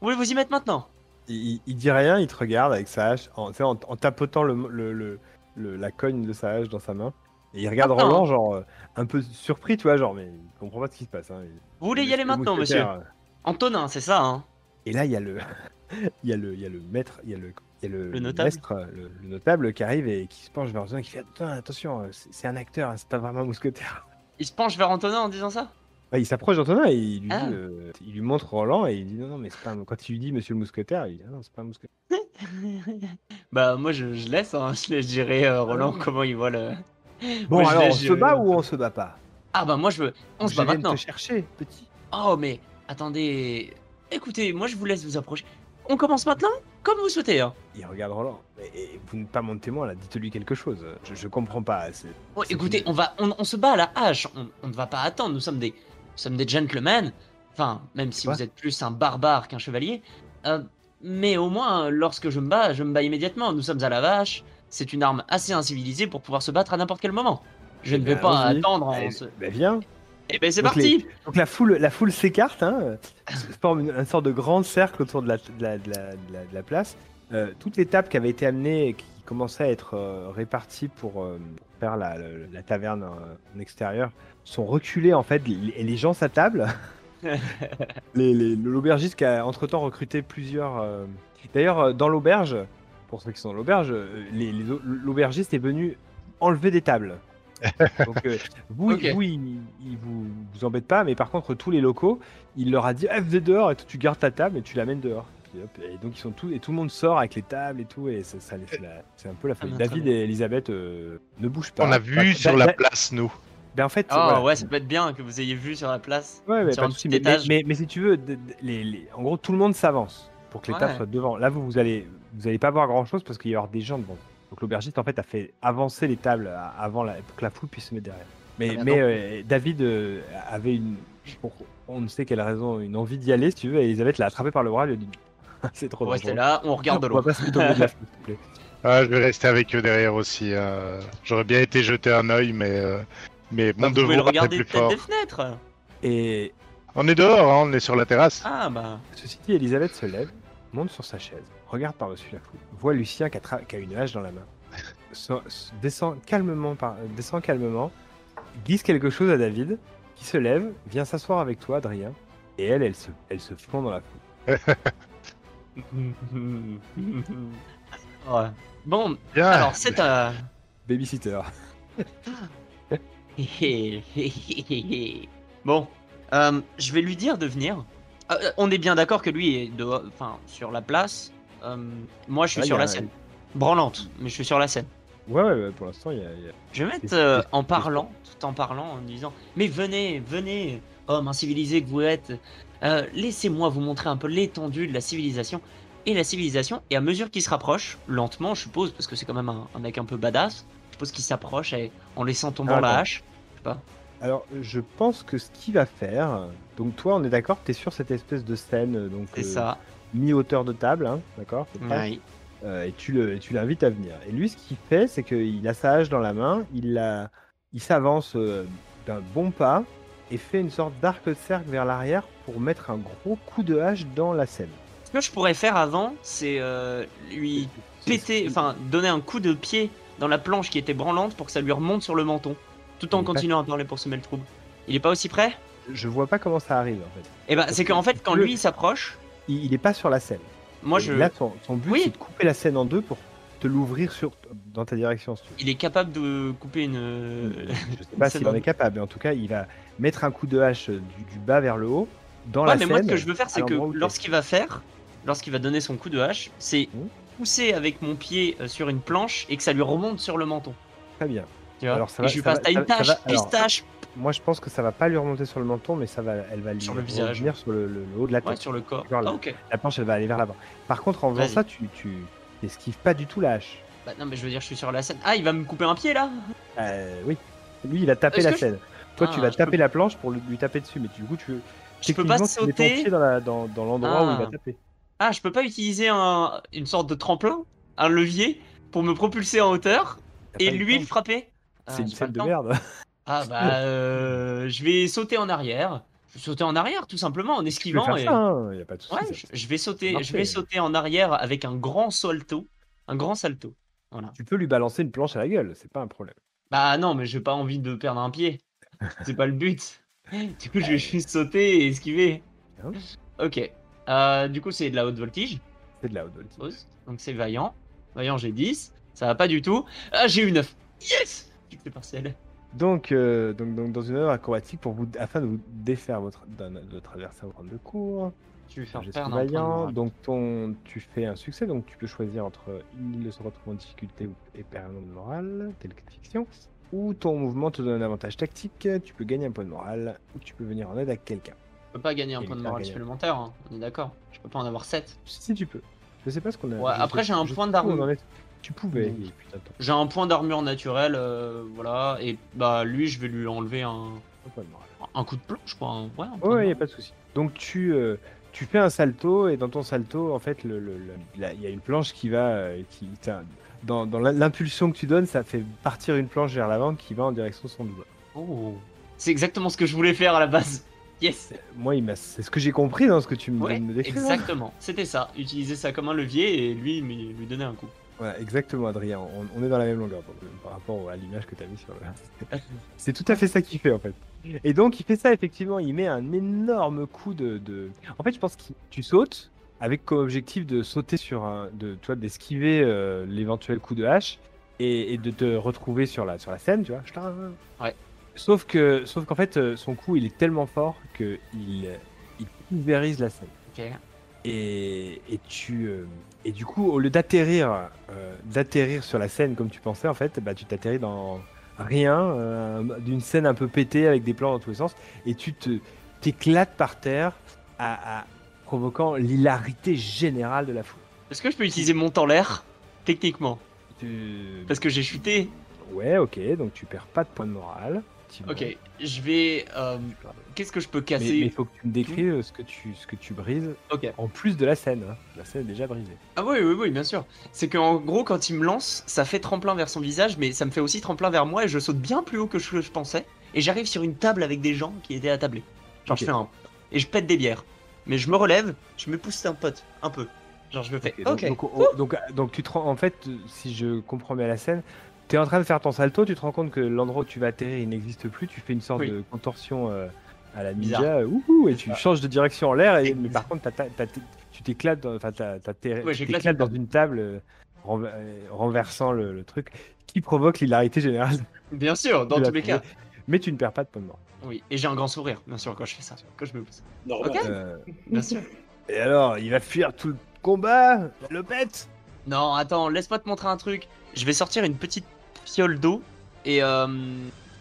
[SPEAKER 2] Vous voulez vous y mettre maintenant
[SPEAKER 1] Il, il- il dit rien, il te regarde avec sa hache, en, tu sais, en- en tapotant le, le- le- le- la cogne de sa hache dans sa main. Et il regarde
[SPEAKER 2] Attends.
[SPEAKER 1] Roland, genre, euh, un peu surpris, tu vois, genre, mais il comprend pas ce qui se passe. hein. Il-
[SPEAKER 2] Vous voulez y
[SPEAKER 1] le-
[SPEAKER 2] aller
[SPEAKER 1] le
[SPEAKER 2] maintenant, monsieur
[SPEAKER 1] mousquetaire, euh,
[SPEAKER 2] Antonin, c'est ça, hein
[SPEAKER 1] Et là, il y a le, il y a le, il y a le maître, il y a le, il y a le,
[SPEAKER 2] Le notable.
[SPEAKER 1] maître, euh, le, le notable qui arrive et qui se penche vers Roland et qui fait Attends, attention, euh, c'est c'est un acteur, hein, c'est pas vraiment un mousquetaire.
[SPEAKER 2] Il se penche vers Antonin en disant ça
[SPEAKER 1] Ouais, il s'approche d'Antonin et il lui,
[SPEAKER 2] Ah.
[SPEAKER 1] dit, euh, il lui montre Roland et il dit non, non, mais c'est pas un... quand il lui dit Monsieur le mousquetaire, il dit Ah non, c'est pas un mousquetaire.
[SPEAKER 2] Bah, moi, je, je laisse, hein. Je laisse gérer euh, Roland comment il voit le.
[SPEAKER 1] Ah. Bon,
[SPEAKER 2] Moi, je
[SPEAKER 1] alors
[SPEAKER 2] l'ai
[SPEAKER 1] on se
[SPEAKER 2] géré.
[SPEAKER 1] bat ou on se bat pas
[SPEAKER 2] Ah, bah, moi, je veux. On se
[SPEAKER 1] Je
[SPEAKER 2] bat
[SPEAKER 1] viens de
[SPEAKER 2] maintenant.
[SPEAKER 1] te chercher, petit.
[SPEAKER 2] Oh, mais attendez. Écoutez, moi je vous laisse vous approcher. On commence maintenant Comme vous souhaitez. Hein.
[SPEAKER 1] Il regarde Roland. Mais et vous n'êtes pas mon témoin là, dites-lui quelque chose. Je, je comprends pas. c'est-
[SPEAKER 2] Bon,
[SPEAKER 1] C'est
[SPEAKER 2] Oh, écoutez,
[SPEAKER 1] une-
[SPEAKER 2] on, va, on, on se bat à la hache. On, on ne va pas attendre. Nous sommes des, nous sommes des gentlemen. Enfin, même si
[SPEAKER 1] Quoi
[SPEAKER 2] vous êtes plus un barbare qu'un chevalier. Euh, mais au moins, lorsque je me bats, je me bats immédiatement. Nous sommes à la vache. C'est une arme assez incivilisée pour pouvoir se battre à n'importe quel moment. Je ne
[SPEAKER 1] ben,
[SPEAKER 2] vais pas
[SPEAKER 1] allons-y.
[SPEAKER 2] attendre. en
[SPEAKER 1] Allez,
[SPEAKER 2] se-
[SPEAKER 1] bah, viens.
[SPEAKER 2] Eh ben c'est
[SPEAKER 1] Donc,
[SPEAKER 2] parti
[SPEAKER 1] Donc la foule, la foule s'écarte, hein, euh, se forme une, une sorte de grand cercle autour de la, de la- de la- de la- de la place. Euh, toutes les tables qui avaient été amenées et qui commençaient à être euh, réparties pour, euh, pour faire la, la- la taverne euh, en extérieur sont reculées en fait, les- et les gens s'attablent. Les- les- L'aubergiste qui a entre temps recruté plusieurs. euh, D'ailleurs, euh, dans l'auberge, pour ceux qui sont dans l'auberge, euh, les- les au- l'aubergiste est venu enlever des tables. Donc, euh, vous,
[SPEAKER 2] Ok.
[SPEAKER 1] vous, il, il vous, vous embête pas, mais par contre, tous les locaux, il leur a dit FD dehors, et toi, tu gardes ta table et tu l'amènes dehors. Puis, hop, Et donc ils sont tous et tout le monde sort avec les tables et tout et ça, ça les fait la- c'est un peu la folie.
[SPEAKER 2] Ah, très
[SPEAKER 1] David
[SPEAKER 2] bien.
[SPEAKER 1] et Elisabeth euh, ne bougent pas.
[SPEAKER 4] On a
[SPEAKER 1] Bah,
[SPEAKER 4] vu sur
[SPEAKER 1] bah,
[SPEAKER 4] la
[SPEAKER 1] bah,
[SPEAKER 4] place, nous.
[SPEAKER 1] bah, en fait,
[SPEAKER 2] Oh
[SPEAKER 1] voilà.
[SPEAKER 2] ouais, ça peut être bien que vous ayez vu sur la place.
[SPEAKER 1] Ouais, mais,
[SPEAKER 2] Sur
[SPEAKER 1] pas
[SPEAKER 2] un
[SPEAKER 1] de souci,
[SPEAKER 2] petit
[SPEAKER 1] mais- mais,
[SPEAKER 2] étage.
[SPEAKER 1] mais- mais si tu veux, de- de- les- les- en gros, tout le monde s'avance pour que les tables
[SPEAKER 2] Ouais.
[SPEAKER 1] soient devant. Là, vous, vous allez, vous allez pas voir grand chose parce qu'il va y avoir des gens devant. Donc l'aubergiste en fait a fait avancer les tables à- avant la- pour que la foule puisse se mettre derrière. Mais,
[SPEAKER 2] Ah, mais
[SPEAKER 1] mais euh, David euh, avait une, pour- on ne sait quelle raison, une envie d'y aller si tu veux. Et Elisabeth l'a attrapé par le bras, elle lui a dit c'est trop
[SPEAKER 2] On reste
[SPEAKER 1] dangereux.
[SPEAKER 2] là, on regarde de
[SPEAKER 1] On va
[SPEAKER 2] l'eau.
[SPEAKER 1] pas se mettre au milieu de la foule, s'il te plaît.
[SPEAKER 4] Ah, je vais rester avec eux derrière aussi. euh, J'aurais bien été jeter un œil, mais, euh, mais
[SPEAKER 2] Bah,
[SPEAKER 4] mon
[SPEAKER 2] vous pouvez le
[SPEAKER 4] devoir est
[SPEAKER 2] regarder
[SPEAKER 4] plus
[SPEAKER 2] peut-être
[SPEAKER 4] fort.
[SPEAKER 2] des fenêtres.
[SPEAKER 1] Et
[SPEAKER 4] On est dehors, hein, on est sur la terrasse.
[SPEAKER 2] Ah bah.
[SPEAKER 1] Ceci dit, Elisabeth se lève, monte sur sa chaise, regarde par-dessus la foule, voit Lucien qui a, tra- qui a une hache dans la main, se- se- descend, calmement par- euh, descend calmement, glisse quelque chose à David, qui se lève, vient s'asseoir avec toi, Adrien, et elle, elle se, elle se fond dans la foule.
[SPEAKER 2] ouais. Bon,
[SPEAKER 4] Bien.
[SPEAKER 1] Ah.
[SPEAKER 2] alors c'est un.
[SPEAKER 1] Babysitter.
[SPEAKER 2] bon, euh, je vais lui dire de venir. Euh, euh, on est bien d'accord que lui est dehors- enfin, sur la place. Euh, moi, je suis
[SPEAKER 1] Ouais,
[SPEAKER 2] sur
[SPEAKER 1] Ah, y a
[SPEAKER 2] la
[SPEAKER 1] un-
[SPEAKER 2] scène. Branlante, mais je suis sur la scène.
[SPEAKER 1] Ouais, ouais, ouais, pour l'instant, il y a. il y a-
[SPEAKER 2] Je vais mettre
[SPEAKER 1] Qu'est-ce-
[SPEAKER 2] euh,
[SPEAKER 1] qu'est-ce-
[SPEAKER 2] en parlant, tout en parlant, en disant Mais venez, venez, homme incivilisé que vous êtes, euh, laissez-moi vous montrer un peu l'étendue de la civilisation. Et la civilisation, et à mesure qu'il se rapproche, lentement, je suppose, parce que c'est quand même un, un mec un peu badass, je suppose qu'il s'approche et- en laissant tomber
[SPEAKER 1] Ah,
[SPEAKER 2] la
[SPEAKER 1] attends.
[SPEAKER 2] hache.
[SPEAKER 1] Alors, je pense que ce qu'il va faire. Donc, toi, on est d'accord, t'es sur cette espèce de scène, euh, donc.
[SPEAKER 2] C'est
[SPEAKER 1] euh,
[SPEAKER 2] ça. Mm.
[SPEAKER 1] Mi-hauteur de table, hein, d'accord c'est pas-
[SPEAKER 2] Ouais.
[SPEAKER 1] Euh, et tu le- et tu l'invites à venir. Et lui, ce qu'il fait, c'est qu'il a sa hache dans la main, il, la- il s'avance euh, d'un bon pas et fait une sorte d'arc de cercle vers l'arrière pour mettre un gros coup de hache dans la scène.
[SPEAKER 2] Ce que je pourrais faire avant, c'est euh, lui péter, enfin donner un coup de pied dans la planche qui était branlante pour que ça lui remonte sur le menton, tout en
[SPEAKER 1] Il est pas-
[SPEAKER 2] continuant à parler pour semer le trouble. Il est pas aussi prêt
[SPEAKER 1] Je vois pas comment ça arrive en fait.
[SPEAKER 2] Eh ben, c'est qu'en fait, quand lui il s'approche,
[SPEAKER 1] Il, il est pas sur la scène.
[SPEAKER 2] Moi,
[SPEAKER 1] Et
[SPEAKER 2] je...
[SPEAKER 1] Là, son, son but,
[SPEAKER 2] Oui.
[SPEAKER 1] c'est de couper la scène en deux pour te l'ouvrir sur dans ta direction. Si tu veux.
[SPEAKER 2] il est capable de couper une.
[SPEAKER 1] Je sais pas
[SPEAKER 2] Euh, c'est
[SPEAKER 1] s'il en
[SPEAKER 2] bon.
[SPEAKER 1] est capable, mais en tout cas, il va mettre un coup de hache euh, du, du bas vers le haut dans
[SPEAKER 2] Ouais,
[SPEAKER 1] la
[SPEAKER 2] mais
[SPEAKER 1] scène.
[SPEAKER 2] moi, ce que je veux faire, c'est
[SPEAKER 1] à
[SPEAKER 2] que
[SPEAKER 1] l'endroit où t'es.
[SPEAKER 2] lorsqu'il va faire, lorsqu'il va donner son coup de hache, c'est
[SPEAKER 1] Mhm.
[SPEAKER 2] pousser avec mon pied euh, sur une planche et que ça lui remonte sur le menton.
[SPEAKER 1] Très bien.
[SPEAKER 2] Tu vois
[SPEAKER 1] Alors, ça
[SPEAKER 2] et
[SPEAKER 1] va-
[SPEAKER 2] je lui
[SPEAKER 1] ça
[SPEAKER 2] passe
[SPEAKER 1] va-
[SPEAKER 2] t'as une
[SPEAKER 1] ça va-
[SPEAKER 2] tâche,
[SPEAKER 1] ça va-
[SPEAKER 2] puis
[SPEAKER 1] alors,
[SPEAKER 2] tâche,
[SPEAKER 1] Moi, je pense que ça va pas lui remonter sur le menton, mais ça va, elle va lui
[SPEAKER 2] Sur le
[SPEAKER 1] revenir
[SPEAKER 2] visage.
[SPEAKER 1] sur le, le- le haut de la tête.
[SPEAKER 2] ouais, sur le corps.
[SPEAKER 1] Genre là.
[SPEAKER 2] Ah, ok.
[SPEAKER 1] La planche, elle va aller vers l'avant. Par contre, en faisant
[SPEAKER 2] Vas-y.
[SPEAKER 1] ça, tu, tu esquives pas du tout la hache.
[SPEAKER 2] Bah, non, mais je veux dire, je suis sur la scène. Ah, il va me couper un pied là
[SPEAKER 1] Euh, oui. Lui, il a tapé
[SPEAKER 2] Est-ce
[SPEAKER 1] la
[SPEAKER 2] que je-
[SPEAKER 1] scène. Toi,
[SPEAKER 2] Ah,
[SPEAKER 1] tu vas
[SPEAKER 2] je
[SPEAKER 1] taper la planche pour le- lui taper dessus, mais du coup, tu,
[SPEAKER 2] Je peux
[SPEAKER 1] techniquement,
[SPEAKER 2] pas
[SPEAKER 1] tu mets ton
[SPEAKER 2] sauter.
[SPEAKER 1] pied dans la- dans- dans l'endroit où il va
[SPEAKER 2] Ah.
[SPEAKER 1] taper.
[SPEAKER 2] Ah, je peux pas utiliser un, une sorte de tremplin, un levier, pour me propulser en hauteur
[SPEAKER 1] T'as
[SPEAKER 2] et
[SPEAKER 1] pas eu le
[SPEAKER 2] lui
[SPEAKER 1] temps.
[SPEAKER 2] le frapper Ah,
[SPEAKER 1] c'est une
[SPEAKER 2] j'ai pas
[SPEAKER 1] scène
[SPEAKER 2] le
[SPEAKER 1] de
[SPEAKER 2] temps.
[SPEAKER 1] merde.
[SPEAKER 2] Ah bah, euh, je vais sauter en arrière. Je vais sauter en arrière, tout simplement, en
[SPEAKER 1] Tu peux
[SPEAKER 2] esquivant.
[SPEAKER 1] faire
[SPEAKER 2] et-
[SPEAKER 1] ça, hein, y a pas de souci.
[SPEAKER 2] Ouais,
[SPEAKER 1] ça-
[SPEAKER 2] je, je vais sauter, je
[SPEAKER 1] marcher.
[SPEAKER 2] vais sauter en arrière avec un grand salto, un grand salto. Voilà.
[SPEAKER 1] Tu peux lui balancer une planche à la gueule, c'est pas un problème.
[SPEAKER 2] Bah non, mais j'ai pas envie de perdre un pied. C'est pas le but. Du coup, je vais juste sauter et esquiver.
[SPEAKER 1] Bien.
[SPEAKER 2] Ok. Euh, du coup, c'est de la haute voltige.
[SPEAKER 1] C'est de la haute voltige.
[SPEAKER 2] suppose. Donc c'est vaillant. Vaillant, j'ai 10. Ça va pas du tout. Ah, j'ai eu 9. Yes Succès partiel.
[SPEAKER 1] Donc, euh, donc, donc, dans une œuvre acrobatique pour vous, afin de vous défaire votre, d'un- de traverser votre de cours.
[SPEAKER 2] Tu veux faire
[SPEAKER 1] J'ai
[SPEAKER 2] perdre un point de
[SPEAKER 1] vaillant.
[SPEAKER 2] morale.
[SPEAKER 1] Donc, ton, tu fais un succès. Donc, tu peux choisir entre il le sera trop en difficulté ou et perdre un point de morale, telle que fiction. Ou ton mouvement te donne un avantage tactique. Tu peux gagner un point de morale. Ou tu peux venir en aide à quelqu'un.
[SPEAKER 2] Je peux pas gagner un
[SPEAKER 1] Et
[SPEAKER 2] point de
[SPEAKER 1] faire
[SPEAKER 2] morale
[SPEAKER 1] gagner.
[SPEAKER 2] supplémentaire, hein. on est d'accord. Je peux pas en avoir 7.
[SPEAKER 1] Si tu peux. Je sais pas ce qu'on a.
[SPEAKER 2] Ouais,
[SPEAKER 1] je
[SPEAKER 2] après,
[SPEAKER 1] sais-
[SPEAKER 2] j'ai un
[SPEAKER 1] je
[SPEAKER 2] point Mm.
[SPEAKER 1] sais pas où on
[SPEAKER 2] d'armure.
[SPEAKER 1] en est. Tu pouvais.
[SPEAKER 2] Donc,
[SPEAKER 1] Putain, ton
[SPEAKER 2] J'ai un point d'armure naturelle, euh, voilà, et bah lui, je vais lui enlever un,
[SPEAKER 1] point de morale.
[SPEAKER 2] un coup de plomb, je crois. un- Ouais, un point de
[SPEAKER 1] Ouais, il
[SPEAKER 2] morale.
[SPEAKER 1] a pas de souci. Donc tu, euh, tu fais un salto et dans ton salto, en fait, il le, le- la- il y a une planche qui va, euh, qui t'as- dans, dans la- l'impulsion que tu donnes, ça fait partir une planche vers l'avant qui va en direction son doigt.
[SPEAKER 2] Oh. C'est exactement ce que je voulais faire à la base. Yes.
[SPEAKER 1] Moi, il m'a- c'est ce que j'ai compris dans ce que tu me,
[SPEAKER 2] Ouais,
[SPEAKER 1] me décris. là.
[SPEAKER 2] exactement. C'était ça. Utiliser ça comme un levier et lui, mais lui donner un coup.
[SPEAKER 1] Voilà, exactement, Adrien. On, on est dans la même longueur par, par rapport à l'image que tu as mis sur le. C'est tout à fait ça qu'il fait en fait. Et donc il fait ça effectivement. Il met un énorme coup de. de- En fait, je pense que tu sautes avec comme objectif de sauter sur un, de, tu vois, d'esquiver euh, l'éventuel coup de hache et, et de te retrouver sur la sur la scène, tu vois. Ch'tin.
[SPEAKER 2] Ouais.
[SPEAKER 1] Sauf que, sauf qu'en fait, euh, son coup, il est tellement fort que il, il pulvérise la scène
[SPEAKER 2] Ok.
[SPEAKER 1] et, et tu euh, et du coup au lieu d'atterrir euh, d'atterrir sur la scène comme tu pensais en fait bah tu t'atterris dans rien euh, d'une scène un peu pétée avec des plans dans tous les sens et tu te t'éclates par terre à, à- provoquant l'hilarité générale de la foule
[SPEAKER 2] Est-ce que je peux utiliser mon temps l'air Techniquement.
[SPEAKER 1] Tu-
[SPEAKER 2] Parce que j'ai chuté.
[SPEAKER 1] ouais ok donc tu perds pas de points de morale effectivement.
[SPEAKER 2] Ok. Je vais. euh, Qu'est-ce que je peux
[SPEAKER 1] mais
[SPEAKER 2] casser
[SPEAKER 1] il faut que tu me décrives ce que tu ce que tu brises
[SPEAKER 2] Ok.
[SPEAKER 1] en plus de la scène hein. la scène est déjà brisée
[SPEAKER 2] Ah oui, oui, oui, bien sûr. C'est qu'en gros, quand il me lance, ça fait tremplin vers son visage, mais ça me fait aussi tremplin vers moi et je saute bien plus haut que je, je pensais. Et j'arrive sur une table avec des gens qui étaient attablés. Genre, je
[SPEAKER 1] Ok.
[SPEAKER 2] fais un. Et je pète des bières. Mais je me relève, je me pousse un pote, un peu. Genre, je me fais.
[SPEAKER 1] Ok,
[SPEAKER 2] Ok.
[SPEAKER 1] donc- Donc, on- donc, donc tu te rends- en fait, si je comprends bien la scène, tu es en train de faire ton salto, tu te rends compte que l'endroit où tu vas atterrir, il n'existe plus, tu fais une sorte
[SPEAKER 2] Oui.
[SPEAKER 1] de contorsion euh, à la ninja,
[SPEAKER 2] Bizarre.
[SPEAKER 1] euh, ouhou, et tu
[SPEAKER 2] ça.
[SPEAKER 1] changes de direction en l'air, et-
[SPEAKER 2] Exact.
[SPEAKER 1] mais par contre, t'as- t'as- t'as- tu t'éclates dans, enfin, t'as- t'as- t'es-
[SPEAKER 2] Ouais,
[SPEAKER 1] tu
[SPEAKER 2] j'éclate
[SPEAKER 1] t'éclates
[SPEAKER 2] une
[SPEAKER 1] dans une table, euh, renver- euh, renversant le, le truc, qui provoque l'hilarité générale.
[SPEAKER 2] Bien sûr, dans
[SPEAKER 1] Tu
[SPEAKER 2] tous
[SPEAKER 1] l'as
[SPEAKER 2] les cas.
[SPEAKER 1] trouvé. Mais tu ne perds pas de points de mort.
[SPEAKER 2] Oui, et j'ai un grand sourire, bien sûr, quand je fais ça, quand je me pousse.
[SPEAKER 3] Normal.
[SPEAKER 2] Ok.
[SPEAKER 1] Euh,
[SPEAKER 2] Bien sûr.
[SPEAKER 1] et alors, il va fuir tout le combat, le bête
[SPEAKER 2] Non, attends, laisse-moi te montrer un truc. Je vais sortir une petite fiole d'eau et euh,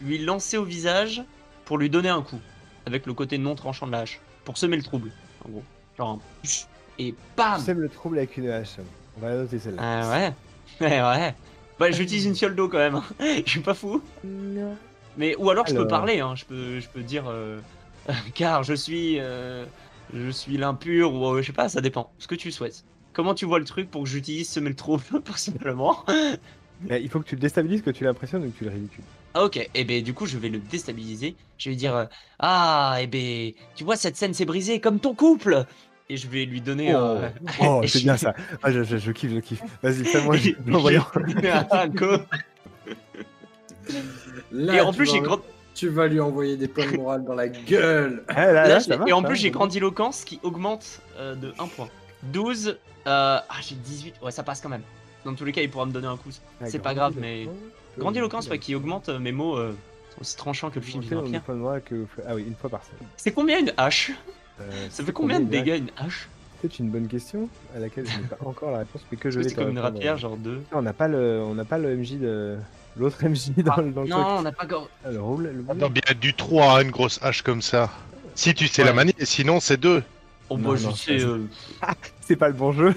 [SPEAKER 2] lui lancer au visage pour lui donner un coup. Avec le côté non tranchant de la hache. Pour semer le trouble, en gros. Genre un psh, Et
[SPEAKER 1] Tu
[SPEAKER 2] bam
[SPEAKER 1] sèmes le trouble avec une hache. On va la noter celle-là.
[SPEAKER 2] Ah ouais Ouais, ouais. Bah, j'utilise une fiole d'eau quand même. hein. je suis pas fou. Mais, ou alors, je peux
[SPEAKER 1] Alors.
[SPEAKER 2] parler, hein. je, peux, je peux dire. euh, Car je suis. euh, je suis l'impur, ou euh, je sais pas, ça dépend. Ce que tu souhaites. Comment tu vois le truc pour que j'utilise semer le trouble, personnellement
[SPEAKER 1] Mais il faut que tu le déstabilises, que tu l'impressionnes ou que tu le ridicules.
[SPEAKER 2] Ah, ok, et ben du coup je vais le déstabiliser. Je vais lui dire euh, Ah, et ben tu vois cette scène s'est brisée comme ton couple. Et je vais lui donner. euh,
[SPEAKER 1] Oh,
[SPEAKER 2] et
[SPEAKER 1] c'est
[SPEAKER 2] je-
[SPEAKER 1] bien ça. Ah, je, je- je kiffe, je kiffe. Vas-y, fais-moi
[SPEAKER 2] et je-
[SPEAKER 1] non, voyons.
[SPEAKER 2] je vais lui donner un coup.
[SPEAKER 3] Là,
[SPEAKER 2] Et en
[SPEAKER 3] tu
[SPEAKER 2] plus
[SPEAKER 3] vas-
[SPEAKER 2] j'ai grand-
[SPEAKER 3] Tu vas lui envoyer des points de morale dans la gueule.
[SPEAKER 1] Ah, là,
[SPEAKER 2] là,
[SPEAKER 1] là,
[SPEAKER 2] j'ai-
[SPEAKER 1] ça va,
[SPEAKER 2] et en
[SPEAKER 1] ça
[SPEAKER 2] plus
[SPEAKER 1] va.
[SPEAKER 2] j'ai grandiloquence qui augmente euh, de 1 point. 12. euh, ah, j'ai 18. Ouais, ça passe quand même. Dans tous les cas, il pourra me donner un coup.
[SPEAKER 1] Oh,
[SPEAKER 2] C'est pas grave, mais- Grandiloquence, ouais, qui augmente euh, mes mots euh, aussi tranchants que le film du
[SPEAKER 1] Augmenter une
[SPEAKER 2] vampire.
[SPEAKER 1] fois de moi que... Ah oui, une fois par semaine.
[SPEAKER 2] C'est combien une hache
[SPEAKER 1] Euh,
[SPEAKER 2] Ça fait combien de
[SPEAKER 1] combien
[SPEAKER 2] dégâts une hache
[SPEAKER 1] C'est une bonne question à laquelle je n'ai pas encore la réponse, mais que je
[SPEAKER 2] Est-ce
[SPEAKER 1] vais
[SPEAKER 2] que C'est
[SPEAKER 1] te
[SPEAKER 2] comme une
[SPEAKER 1] répondre.
[SPEAKER 2] rapière, genre 2.
[SPEAKER 1] On n'a pas le, on n'a pas le MJ de l'autre MJ dans, le- dans le truc.
[SPEAKER 2] Ah, Non, on n'a pas. gor-
[SPEAKER 1] Ah, Le roule, le roule.
[SPEAKER 4] Non, bien du 3, une grosse hache comme ça. Si tu sais
[SPEAKER 2] Ouais.
[SPEAKER 4] la manier, sinon c'est 2.
[SPEAKER 2] Oh,
[SPEAKER 1] Non,
[SPEAKER 2] bah, je
[SPEAKER 1] non,
[SPEAKER 2] sais.
[SPEAKER 1] ça,
[SPEAKER 2] euh,
[SPEAKER 1] C'est pas le bon jeu.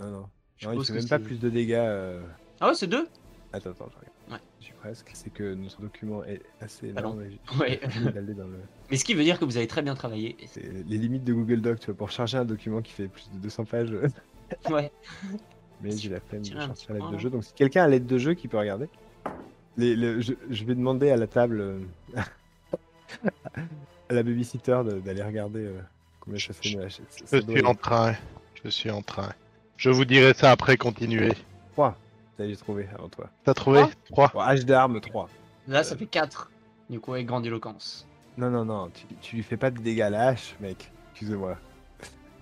[SPEAKER 1] non, non.
[SPEAKER 2] je
[SPEAKER 1] Non, il
[SPEAKER 2] suppose
[SPEAKER 1] fait
[SPEAKER 2] que
[SPEAKER 1] même pas
[SPEAKER 2] c'est-
[SPEAKER 1] plus de dégâts. euh,
[SPEAKER 2] Ah ouais, c'est 2
[SPEAKER 1] Attends, attends, je regarde.
[SPEAKER 2] Ouais.
[SPEAKER 1] Je suis presque. C'est que notre document est assez
[SPEAKER 2] Ah
[SPEAKER 1] énorme. et j'ai-
[SPEAKER 2] Ouais.
[SPEAKER 1] j'ai envie d'aller dans le-
[SPEAKER 2] Mais ce qui veut dire que vous avez très bien travaillé.
[SPEAKER 1] C'est les limites de Google Doc, tu vois, pour charger un document qui fait plus de 200 pages. euh,
[SPEAKER 2] Ouais.
[SPEAKER 1] Mais j'ai la peine de
[SPEAKER 2] Tiens, un petit
[SPEAKER 1] sortir l'aide de
[SPEAKER 2] point,
[SPEAKER 1] jeu. Donc si quelqu'un a l'aide de jeu qui peut regarder, les- le- je, je vais demander à la table, euh, à la babysitter de- d'aller regarder euh, combien ça fait. mais ça-
[SPEAKER 4] Je
[SPEAKER 1] ça doit
[SPEAKER 4] suis en
[SPEAKER 1] être
[SPEAKER 4] train. Je suis en train. Je vous dirai ça après, continuez.
[SPEAKER 1] trois. Ça, j'ai trouvé avant toi.
[SPEAKER 4] T'as trouvé 3
[SPEAKER 1] Bon, H d'armes, 3.
[SPEAKER 2] Là, ça fait 4. Du coup, avec grandiloquence.
[SPEAKER 1] Non, non, non, tu, tu lui fais pas de dégâts à la hache, mec. Excuse-moi.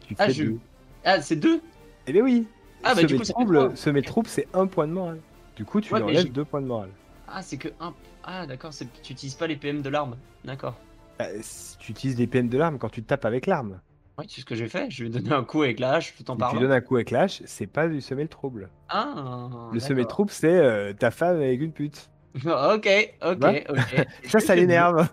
[SPEAKER 1] Tu
[SPEAKER 2] Ah,
[SPEAKER 1] fais
[SPEAKER 2] je-
[SPEAKER 1] deux.
[SPEAKER 2] Ah, c'est 2
[SPEAKER 1] Eh ben oui
[SPEAKER 2] Ah, bah,
[SPEAKER 1] Semer
[SPEAKER 2] du coup, ça fait trois.
[SPEAKER 1] trouble, semer trouble, c'est un point de morale. Du coup, tu
[SPEAKER 2] Ouais,
[SPEAKER 1] lui
[SPEAKER 2] mais
[SPEAKER 1] enlèves
[SPEAKER 2] j'ai-
[SPEAKER 1] deux points de morale.
[SPEAKER 2] Ah, c'est que 1. Ah, d'accord, c'est- tu utilises pas les PM de l'arme. D'accord.
[SPEAKER 1] Bah, si tu utilises des PM de l'arme quand tu tapes avec l'arme.
[SPEAKER 2] Ouais, c'est ce que j'ai fait. Je lui ai donné un coup avec la hache tout en
[SPEAKER 1] Si tu
[SPEAKER 2] parlant.
[SPEAKER 1] donnes un coup avec l'âge, c'est pas du semer le trouble.
[SPEAKER 2] Ah,
[SPEAKER 1] le semer le
[SPEAKER 2] d'accord.
[SPEAKER 1] trouble, c'est euh, ta femme avec une pute.
[SPEAKER 2] Ok,
[SPEAKER 1] Bah.
[SPEAKER 2] ok, ok.
[SPEAKER 1] Ça, ça l'énerve.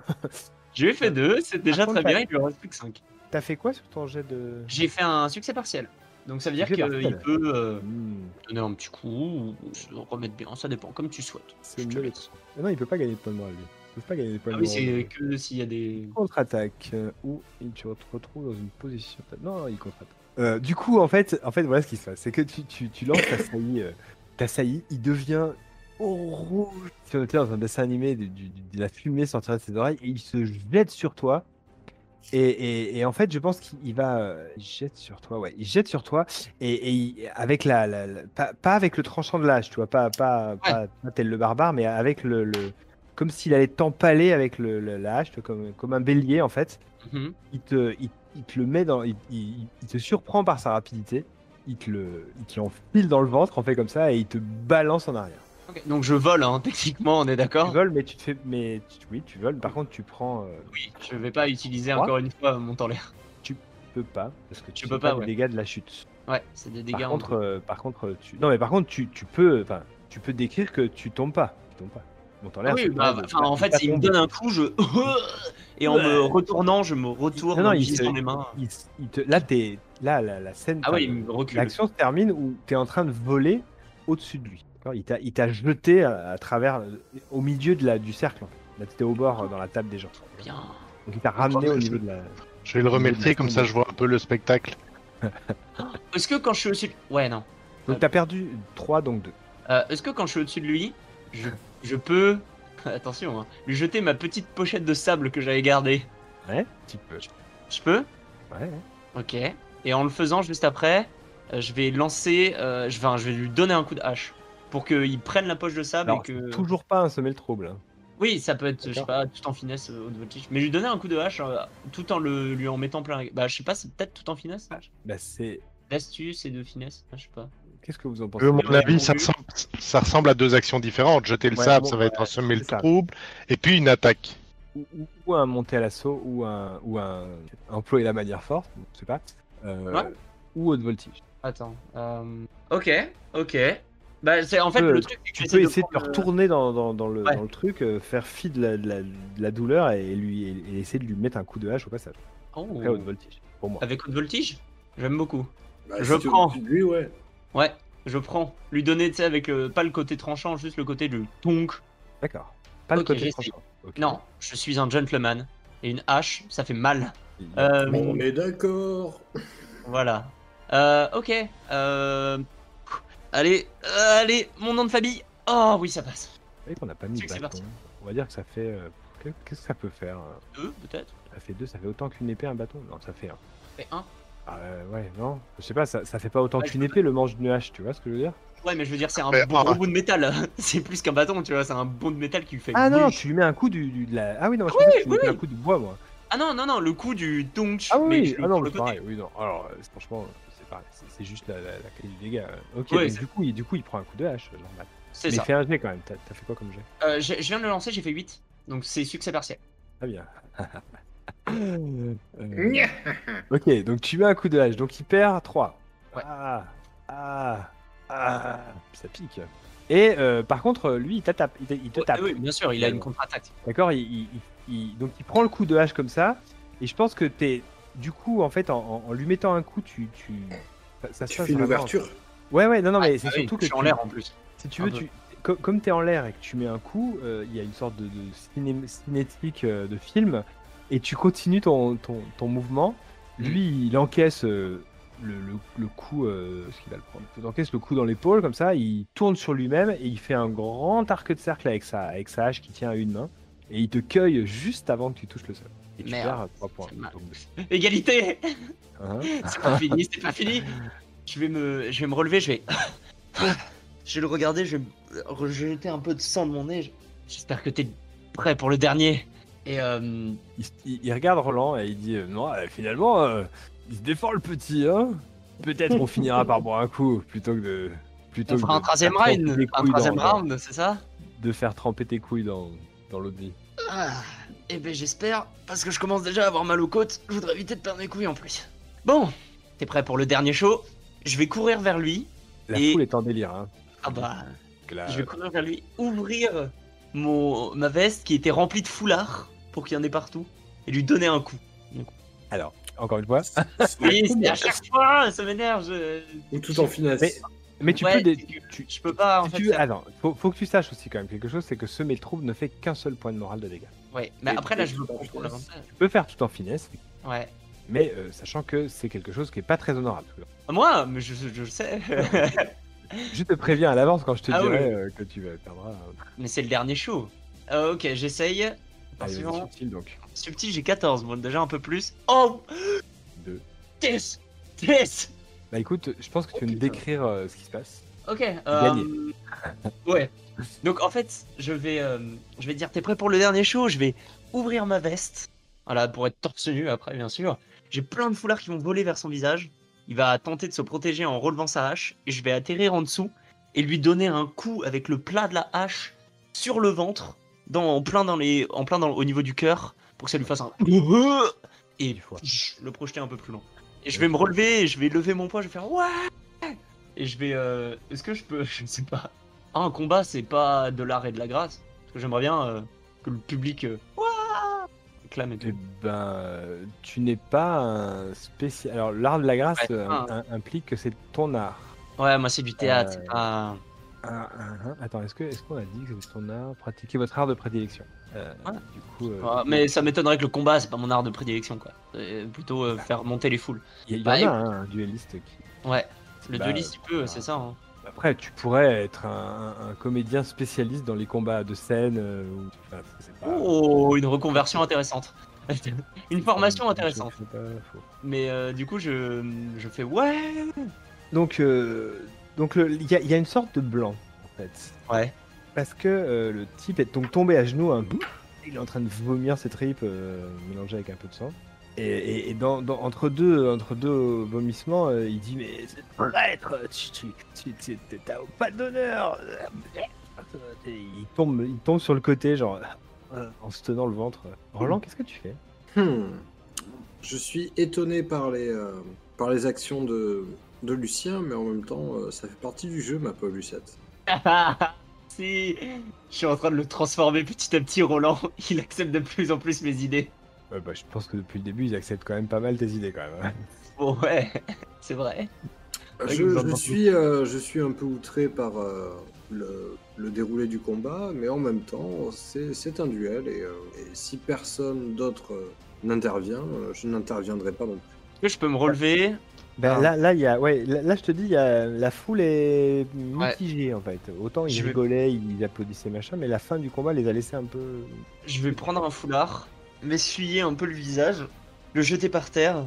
[SPEAKER 2] Je lui ai fait 2, c'est déjà
[SPEAKER 1] Par
[SPEAKER 2] très
[SPEAKER 1] contre,
[SPEAKER 2] bien,
[SPEAKER 1] t'as-
[SPEAKER 2] il lui en reste plus que 5.
[SPEAKER 1] T'as fait quoi sur ton jet de.
[SPEAKER 2] J'ai fait un succès partiel. Donc ça veut dire
[SPEAKER 1] Succès
[SPEAKER 2] qu'il
[SPEAKER 1] partiel.
[SPEAKER 2] peut euh,
[SPEAKER 1] Hmm,
[SPEAKER 2] donner un petit coup ou se remettre bien, ça dépend, comme tu souhaites.
[SPEAKER 1] c'est
[SPEAKER 2] Je te
[SPEAKER 1] mieux.
[SPEAKER 2] laisse.
[SPEAKER 1] Ah Non, il peut pas gagner de points de morale, lui. Ils peuvent pas gagner de points
[SPEAKER 2] Ah
[SPEAKER 1] de
[SPEAKER 2] oui,
[SPEAKER 1] morale.
[SPEAKER 2] c'est que s'il y a des.
[SPEAKER 1] contre-attaque euh, où il te retrouve dans une position. Non, il contre-attaque. Euh, du coup, en fait, en fait, voilà ce qui se passe, c'est que tu, tu, tu lances ta saillie, euh, ta saillie, il devient rouge. Si on était dans un dessin animé, du- du- du- de la fumée sortirait de ses oreilles et il se jette sur toi. Et, et- et en fait, je pense qu'il va, euh, il jette sur toi, ouais, il jette sur toi et, et il- avec la, la- la- pas, pas avec le tranchant de l'âge, tu vois, pas, pas, pas, pas tel le barbare, mais avec le, le, comme s'il allait t'empaler avec le, le- la hache, comme, comme un bélier en fait.
[SPEAKER 2] Mhm.
[SPEAKER 1] Il te, il, il te le met dans, il, il- il te surprend par sa rapidité. Il te le, il te l'enfile dans le ventre en fait comme ça et il te balance en arrière.
[SPEAKER 2] Ok, Donc je vole, hein, techniquement, on est
[SPEAKER 1] Tu
[SPEAKER 2] d'accord
[SPEAKER 1] voles, mais tu te fais, mais tu- oui, tu voles. Par contre, tu prends, euh,
[SPEAKER 2] Oui, je vais pas utiliser
[SPEAKER 1] Trois.
[SPEAKER 2] encore une fois mon temps l'air.
[SPEAKER 1] tu peux pas parce que
[SPEAKER 2] Tu
[SPEAKER 1] fais
[SPEAKER 2] peux pas,
[SPEAKER 1] les
[SPEAKER 2] ouais.
[SPEAKER 1] dégâts de la chute.
[SPEAKER 2] Ouais, c'est des dégâts.
[SPEAKER 1] par
[SPEAKER 2] en-
[SPEAKER 1] contre, euh, par contre, tu, non mais par contre, tu, tu peux, enfin, tu peux décrire que tu tombes pas, tu tombes pas. Bon, t'en l'air,
[SPEAKER 2] oui,
[SPEAKER 1] c'est
[SPEAKER 2] bah,
[SPEAKER 1] pareil,
[SPEAKER 2] enfin,
[SPEAKER 1] tu-
[SPEAKER 2] en
[SPEAKER 1] tu
[SPEAKER 2] fait,
[SPEAKER 1] t'as
[SPEAKER 2] il me
[SPEAKER 1] tombé.
[SPEAKER 2] donne un coup, je. Et en me retournant, je me retourne
[SPEAKER 1] Non, non,
[SPEAKER 2] en
[SPEAKER 1] il
[SPEAKER 2] utilisant
[SPEAKER 1] se-
[SPEAKER 2] les mains.
[SPEAKER 1] Il s- il te- là, t'es, là, la, la scène.
[SPEAKER 2] Ah
[SPEAKER 1] enfin,
[SPEAKER 2] ouais, il me recule.
[SPEAKER 1] L'action se termine où tu es en train de voler au-dessus de lui. D'accord Il t'a- il t'a jeté à, à travers, euh, au milieu de la, du cercle. en fait. Là, tu étais au bord euh, dans la table des gens.
[SPEAKER 2] Bien.
[SPEAKER 1] Donc, il t'a ramené au niveau de la.
[SPEAKER 4] Je vais le remercier, comme ça je vois un peu le spectacle.
[SPEAKER 2] Est-ce que quand je suis au-dessus. Ouais, non.
[SPEAKER 1] Donc, tu as perdu 3, donc 2.
[SPEAKER 2] Euh, Est-ce que quand je suis au-dessus de lui, je, je peux. Attention, hein, lui jeter ma petite pochette de sable que j'avais gardée
[SPEAKER 1] Ouais, un petit peu.
[SPEAKER 2] Je peux
[SPEAKER 1] Ouais, ouais.
[SPEAKER 2] Ok. Et en le faisant juste après, euh, je vais lancer. euh, je, vais, je vais lui donner un coup de hache. Pour qu'il prenne la poche de sable
[SPEAKER 1] Alors,
[SPEAKER 2] et que.
[SPEAKER 1] Toujours pas un sommet le trouble. hein.
[SPEAKER 2] Oui, ça peut être, je sais
[SPEAKER 1] D'accord.
[SPEAKER 2] pas, tout en finesse, euh, haute voltige. Mais je lui donner un coup de hache euh, tout en le, lui en mettant plein. Bah, je sais pas, c'est peut-être tout en finesse. ça
[SPEAKER 1] Bah, c'est.
[SPEAKER 2] D'astuce et de finesse, je sais pas.
[SPEAKER 1] Qu'est-ce que vous en pensez
[SPEAKER 4] À mon
[SPEAKER 2] Ouais,
[SPEAKER 4] avis, ça
[SPEAKER 2] oui.
[SPEAKER 4] ressemble, ça ressemble à deux actions différentes. Jeter le
[SPEAKER 1] Ouais,
[SPEAKER 4] sable,
[SPEAKER 1] bon,
[SPEAKER 4] ça va être un semer le
[SPEAKER 1] c'est ça.
[SPEAKER 4] trouble, et puis une attaque.
[SPEAKER 1] ou, ou- ou un monter à l'assaut, ou un, ou un employer la manière forte, je sais pas. euh,
[SPEAKER 2] Ouais.
[SPEAKER 1] Ou haute voltige.
[SPEAKER 2] Attends. euh, Ok, ok. Bah, c'est en fait
[SPEAKER 1] peux-
[SPEAKER 2] le truc. c'est que
[SPEAKER 1] Tu
[SPEAKER 2] j'essaie
[SPEAKER 1] peux essayer de le
[SPEAKER 2] prendre, euh,
[SPEAKER 1] retourner dans, dans, dans le,
[SPEAKER 2] Ouais.
[SPEAKER 1] dans le truc, euh, faire fi de la, de la- de la douleur et, lui, et, et essayer de lui mettre un coup de hache au passage.
[SPEAKER 2] oh,
[SPEAKER 1] Très haute voltige, pour moi.
[SPEAKER 2] Avec haute voltige J'aime beaucoup.
[SPEAKER 3] Bah,
[SPEAKER 2] Je
[SPEAKER 3] si tu-
[SPEAKER 2] prends.
[SPEAKER 3] tu- Lui, ouais.
[SPEAKER 2] Ouais, je prends. Lui donner, tu sais, avec le... pas le côté tranchant, juste le côté du tonk.
[SPEAKER 1] D'accord. Pas le
[SPEAKER 2] Ok,
[SPEAKER 1] côté
[SPEAKER 2] j'essaie.
[SPEAKER 1] tranchant. Ok.
[SPEAKER 2] Non, je suis un gentleman. Et une hache, ça fait mal.
[SPEAKER 1] Il-
[SPEAKER 2] Euh,
[SPEAKER 3] On est d'accord.
[SPEAKER 2] Voilà. Euh, ok. Euh... Allez, euh, allez, mon nom de famille. Oh oui, ça passe.
[SPEAKER 1] Vous savez qu'on n'a pas mis
[SPEAKER 2] c'est
[SPEAKER 1] de
[SPEAKER 2] que c'est
[SPEAKER 1] bâton.
[SPEAKER 2] parti.
[SPEAKER 1] On va dire que ça fait. euh, que- Qu'est-ce que ça peut faire hein
[SPEAKER 2] Deux, peut-être.
[SPEAKER 1] Ça fait deux, ça fait autant qu'une épée, un bâton Non, ça fait un.
[SPEAKER 2] Et un.
[SPEAKER 1] Ah, euh, ouais, non. Je sais pas, ça, ça fait pas autant
[SPEAKER 2] Ouais, je
[SPEAKER 1] qu'une
[SPEAKER 2] peux-
[SPEAKER 1] épée le manche d'une hache, tu vois ce que je veux dire
[SPEAKER 2] Ouais, mais je veux dire, c'est un
[SPEAKER 4] Mais,
[SPEAKER 2] gros
[SPEAKER 4] ah.
[SPEAKER 2] bout de métal. c'est plus qu'un bâton, tu vois. C'est un bon de métal qui lui fait.
[SPEAKER 1] Ah non,
[SPEAKER 2] bouche.
[SPEAKER 1] tu lui mets un coup du, du- de la. Ah oui, non, je
[SPEAKER 2] Oui,
[SPEAKER 1] pensais que tu lui
[SPEAKER 2] oui,
[SPEAKER 1] mettais
[SPEAKER 2] oui.
[SPEAKER 1] un coup de bois, moi.
[SPEAKER 2] Ah non, non, non, le coup du Tonch.
[SPEAKER 1] Ah
[SPEAKER 2] mais
[SPEAKER 1] oui,
[SPEAKER 2] je-
[SPEAKER 1] ah non,
[SPEAKER 2] sur le
[SPEAKER 1] mais
[SPEAKER 2] côté.
[SPEAKER 1] pareil, oui, non. Alors, euh, franchement, c'est pareil, c'est c'est juste la, la, la clé du dégât. euh. Ok,
[SPEAKER 2] Ouais,
[SPEAKER 1] donc
[SPEAKER 2] c'est-
[SPEAKER 1] du coup, il, du coup, il prend un coup de hache, euh, normal.
[SPEAKER 2] C'est
[SPEAKER 1] Mais
[SPEAKER 2] ça.
[SPEAKER 1] il fait un jet quand même, t'as t'as fait quoi comme jet
[SPEAKER 2] Euh, je, je viens de le lancer, j'ai fait 8. Donc c'est succès partiel.
[SPEAKER 1] Très bien. Euh, ok, donc tu mets un coup de hache, donc il perd 3.
[SPEAKER 2] Ouais.
[SPEAKER 1] Ah, ah, ah, ça pique. Et euh, par contre, lui, il t'attaque, il te, il te
[SPEAKER 2] Ouais,
[SPEAKER 1] tape.
[SPEAKER 2] Oui, bien sûr, il a une
[SPEAKER 1] Évidemment.
[SPEAKER 2] contre-attaque.
[SPEAKER 1] D'accord il, il- il- il- Donc il prend le coup de hache comme ça, et je pense que t'es. Du coup, en fait, en, en- en lui mettant un coup, tu. tu ça se
[SPEAKER 3] Tu
[SPEAKER 1] passe
[SPEAKER 3] fais une
[SPEAKER 1] vraiment.
[SPEAKER 3] ouverture.
[SPEAKER 1] Ouais, ouais, non, non, mais
[SPEAKER 2] Ah,
[SPEAKER 1] c'est
[SPEAKER 2] oui,
[SPEAKER 1] surtout
[SPEAKER 2] je
[SPEAKER 1] que.
[SPEAKER 2] suis en
[SPEAKER 1] tu-
[SPEAKER 2] l'air en plus.
[SPEAKER 1] si tu
[SPEAKER 2] Un
[SPEAKER 1] veux,
[SPEAKER 2] peu.
[SPEAKER 1] tu, co- comme tu es en l'air et que tu mets un coup, euh, il y a une sorte de, de ciné- cinétique euh, de film, et tu continues ton, ton, ton mouvement.
[SPEAKER 2] Mm.
[SPEAKER 1] Lui, il encaisse euh, le, le- le coup, euh, ce qu'il va le prendre. Il encaisse le coup dans l'épaule, comme ça, il tourne sur lui-même et il fait un grand arc de cercle avec sa, avec sa hache qui tient à une main, et il te cueille juste avant que tu touches le sol. Et tu
[SPEAKER 2] Merde,
[SPEAKER 1] perds 3 points.
[SPEAKER 2] c'est mal.
[SPEAKER 1] Donc,
[SPEAKER 2] Égalité
[SPEAKER 1] hein.
[SPEAKER 2] C'est pas fini, c'est pas fini Je vais me, je vais me relever, je vais. Je vais le regarder, je vais me- rejeter un peu de sang de mon nez. Je- J'espère que t'es prêt pour le dernier. Et euh,
[SPEAKER 1] il, il- il regarde Roland et il dit euh, Non, euh, finalement, euh, il se défend le petit, hein Peut-être on finira par boire un coup plutôt que de. Plutôt
[SPEAKER 2] on
[SPEAKER 1] que
[SPEAKER 2] fera
[SPEAKER 1] de
[SPEAKER 2] un troisième
[SPEAKER 1] faire tremper
[SPEAKER 2] round,
[SPEAKER 1] tes
[SPEAKER 2] un
[SPEAKER 1] couilles
[SPEAKER 2] troisième
[SPEAKER 1] dans- dans-
[SPEAKER 2] round, c'est ça
[SPEAKER 1] de faire tremper tes couilles dans, dans l'eau de vie.
[SPEAKER 2] Ah, eh ben j'espère, parce que je commence déjà à avoir mal aux côtes, je voudrais éviter de perdre mes couilles en plus. Bon, t'es prêt pour le dernier show Je vais courir vers lui.
[SPEAKER 1] La
[SPEAKER 2] Et-
[SPEAKER 1] foule est en délire, hein.
[SPEAKER 2] Ah bah,
[SPEAKER 1] Parce que là,
[SPEAKER 3] Euh,
[SPEAKER 2] je vais courir vers lui, ouvrir mon, ma veste qui était remplie de foulards pour qu'il y en ait partout, et lui donner un coup.
[SPEAKER 1] Alors, encore une fois.
[SPEAKER 2] Oui, c'est à chaque fois, ça m'énerve. Je...
[SPEAKER 3] Ou tout en finesse.
[SPEAKER 1] Mais- Mais tu
[SPEAKER 2] Ouais,
[SPEAKER 1] peux. dé-
[SPEAKER 2] c'est que
[SPEAKER 1] tu-
[SPEAKER 2] Je peux pas en
[SPEAKER 1] si
[SPEAKER 2] fait.
[SPEAKER 1] tu veux-
[SPEAKER 2] ça-
[SPEAKER 1] Attends, faut, faut que tu saches aussi quand même quelque chose c'est que semer le trouble ne fait qu'un seul point de morale de dégâts.
[SPEAKER 2] Ouais, mais
[SPEAKER 3] Et-
[SPEAKER 2] après là
[SPEAKER 3] et
[SPEAKER 2] je
[SPEAKER 3] tu
[SPEAKER 2] veux
[SPEAKER 3] peux en
[SPEAKER 2] prendre
[SPEAKER 3] finesse.
[SPEAKER 2] l'avantage.
[SPEAKER 1] Tu peux faire tout en finesse,
[SPEAKER 2] Ouais.
[SPEAKER 1] mais euh, sachant que c'est quelque chose qui est pas très honorable.
[SPEAKER 2] Ah, Moi, mais je, je- je le sais.
[SPEAKER 1] Je te préviens à l'avance quand je te
[SPEAKER 2] Ah oui.
[SPEAKER 1] dirai euh, que tu vas perdre. un-
[SPEAKER 2] mais c'est le dernier show. Euh, ok, j'essaye.
[SPEAKER 1] Allez,
[SPEAKER 2] Attention.
[SPEAKER 1] vas-y, subtil, donc.
[SPEAKER 2] Subtil, j'ai 14, bon, déjà un peu plus. Oh
[SPEAKER 1] Deux.
[SPEAKER 2] 10 10
[SPEAKER 1] Bah écoute, je pense que tu
[SPEAKER 3] Oh,
[SPEAKER 1] veux me
[SPEAKER 3] putain.
[SPEAKER 1] décrire euh, ce qui se passe.
[SPEAKER 2] Ok, euh... Ouais. Donc en fait, je vais, euh, je vais dire, t'es prêt pour le dernier show Je vais ouvrir ma veste. Voilà, pour être torse nu après, bien sûr. J'ai plein de foulards qui vont voler vers son visage. Il va tenter de se protéger en relevant sa hache. Et je vais atterrir en dessous et lui donner un coup avec le plat de la hache sur le ventre, dans, en plein, dans les, en plein dans, au niveau du cœur, pour que ça lui fasse un. Et
[SPEAKER 1] Dix fois.
[SPEAKER 2] pff, le projeter un peu plus loin. Et je vais me relever, et je vais lever mon poids, je vais faire ouais. Et je vais. euh, Est-ce que je peux Je ne sais pas. Ah, un combat, c'est pas de l'art et de la grâce. Parce que j'aimerais bien euh, que le public. euh, Ouah clame et tout.
[SPEAKER 1] Eh ben, euh, tu n'es pas un spécial. Alors, l'art de la grâce
[SPEAKER 2] Ouais,
[SPEAKER 1] euh,
[SPEAKER 2] ah.
[SPEAKER 1] im- implique que c'est ton art.
[SPEAKER 2] Ouais, moi c'est du théâtre, c'est
[SPEAKER 1] Euh,
[SPEAKER 2] pas.
[SPEAKER 1] Ah, ah, ah. Attends, est-ce que est-ce qu'on a dit que c'est ton art Pratiquer votre art de prédilection. Euh,
[SPEAKER 2] Ouais.
[SPEAKER 1] Du coup, euh,
[SPEAKER 2] Ouais, Ah, mais ça m'étonnerait que le combat, c'est pas mon art de prédilection, quoi. Euh, plutôt euh, faire monter les foules.
[SPEAKER 1] il y, il y
[SPEAKER 2] bah,
[SPEAKER 1] en a hein, un dueliste qui.
[SPEAKER 2] Ouais, le
[SPEAKER 1] Bah,
[SPEAKER 2] dueliste, il peut,
[SPEAKER 1] bah.
[SPEAKER 2] c'est ça. hein.
[SPEAKER 1] Après, tu pourrais être un, un- un comédien spécialiste dans les combats de scène. euh, ou... enfin, c'est pas-
[SPEAKER 2] Oh, une reconversion intéressante. une formation
[SPEAKER 1] c'est pas-
[SPEAKER 2] intéressante.
[SPEAKER 1] c'est pas faux.
[SPEAKER 2] Mais euh, du coup, je, je fais ouais.
[SPEAKER 1] Donc, euh, donc le- il y, a- il y a une sorte de blanc en fait.
[SPEAKER 2] Ouais.
[SPEAKER 1] Parce que euh, le type est donc tombé à genoux, hein. il est en train de vomir ses tripes euh, mélangées avec un peu de sang. Et, et- et dans- dans- entre, deux, entre deux vomissements, euh, il dit Mais c'est prêtre, tu tu- tu- tu- t'as pas d'honneur Et il tombe, il tombe sur le côté, genre euh, en se tenant le ventre. Roland, qu'est-ce que tu fais
[SPEAKER 3] Hmm. Je suis étonné par les, euh, par les actions de, de Lucien, mais en même temps, euh, ça fait partie du jeu, ma pauvre Lucette.
[SPEAKER 2] si. Je suis en train de le transformer petit à petit, Roland. Il accepte de plus en plus mes idées.
[SPEAKER 1] Ouais, bah, Je pense que depuis le début, ils acceptent quand même pas mal tes idées quand même. hein.
[SPEAKER 2] Bon, ouais, c'est vrai.
[SPEAKER 3] Je,
[SPEAKER 2] nous en
[SPEAKER 3] je
[SPEAKER 2] parlons.
[SPEAKER 3] suis, euh, je suis un peu outré par euh, le, le déroulé du combat, mais en même temps, c'est c'est un duel, et, euh, et si personne d'autre euh, n'intervient, euh, je n'interviendrai pas non plus.
[SPEAKER 2] Est-ce que je peux me relever
[SPEAKER 1] Ben,
[SPEAKER 2] Ah.
[SPEAKER 1] Là, là, il y a, ouais, là, là, je te dis, il y a- la foule est mitigée en fait. Autant ils
[SPEAKER 2] Je vais-
[SPEAKER 1] rigolaient, ils applaudissaient machin, mais la fin du combat les a laissés un peu.
[SPEAKER 2] Je vais prendre un foulard, m'essuyer un peu le visage, le jeter par terre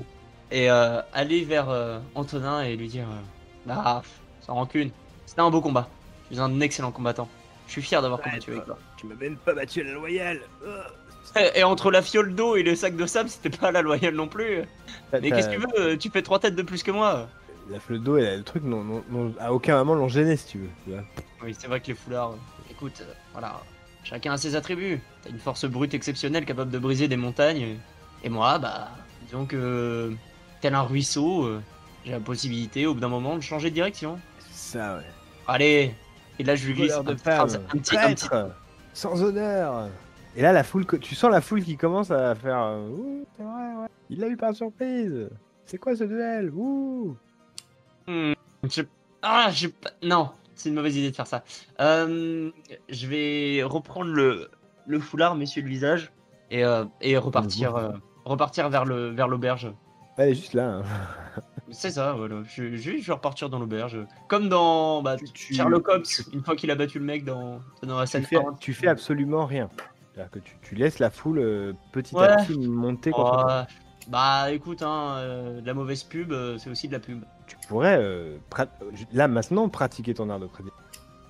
[SPEAKER 2] et euh, aller vers euh, Antonin et lui dire euh, Bah, pff, sans rancune, c'était un beau combat. Tu es un excellent combattu. Je suis fier d'avoir combattu avec toi.
[SPEAKER 1] Tu m'as même pas battu à la loyale.
[SPEAKER 2] Et entre la fiole d'eau et le sac de sable, c'était pas la loyale non plus.
[SPEAKER 1] T'as-
[SPEAKER 2] Mais
[SPEAKER 1] t'as-
[SPEAKER 2] qu'est-ce que tu veux Tu fais trois têtes de plus que moi.
[SPEAKER 1] La fleur d'eau et la- le truc, n'ont- n'ont- n'ont- à aucun moment l'ont gêné, si tu veux. tu vois.
[SPEAKER 2] Oui, c'est vrai que les foulards. euh, Écoute, euh, voilà. Chacun a ses attributs. T'as une force brute exceptionnelle capable de briser des montagnes. Et moi, bah, disons que. euh, tel un ruisseau, euh, j'ai la possibilité au bout d'un moment de changer de direction.
[SPEAKER 1] Ça, ouais.
[SPEAKER 2] Allez Et là, je lui glisse
[SPEAKER 1] Voleur
[SPEAKER 2] un,
[SPEAKER 1] de
[SPEAKER 2] petit phrase-
[SPEAKER 1] femme,
[SPEAKER 2] un petit- un petit-
[SPEAKER 1] traître, sans honneur. Et là, la foule, co- tu sens la foule qui commence à faire. euh, Ouh, c'est vrai, ouais. Il l'a eu par surprise. C'est quoi ce duel Ouh.
[SPEAKER 2] Hmm, je- Ah, j'ai pas- Non, c'est une mauvaise idée de faire ça. Euh, je vais reprendre le, le foulard, messieurs le visage, et, euh, et repartir, euh, repartir vers le vers l'auberge.
[SPEAKER 1] Elle est juste là. hein.
[SPEAKER 2] C'est ça, voilà. Je, je, je vais repartir dans l'auberge. Comme dans bah,
[SPEAKER 3] Tu-
[SPEAKER 2] Sherlock Holmes, une fois qu'il a battu le mec dans, dans la
[SPEAKER 1] Tu,
[SPEAKER 2] scène.
[SPEAKER 1] fais,
[SPEAKER 2] parente.
[SPEAKER 1] tu fais absolument rien. C'est-à-dire que tu, tu laisses la foule euh, petit à
[SPEAKER 2] Ouais.
[SPEAKER 1] petit monter contre toi.
[SPEAKER 2] Ouais. Bah écoute, hein, euh, de la mauvaise pub, euh, c'est aussi de la pub.
[SPEAKER 1] Tu pourrais, euh, prat- là maintenant, pratiquer ton art de prédiction.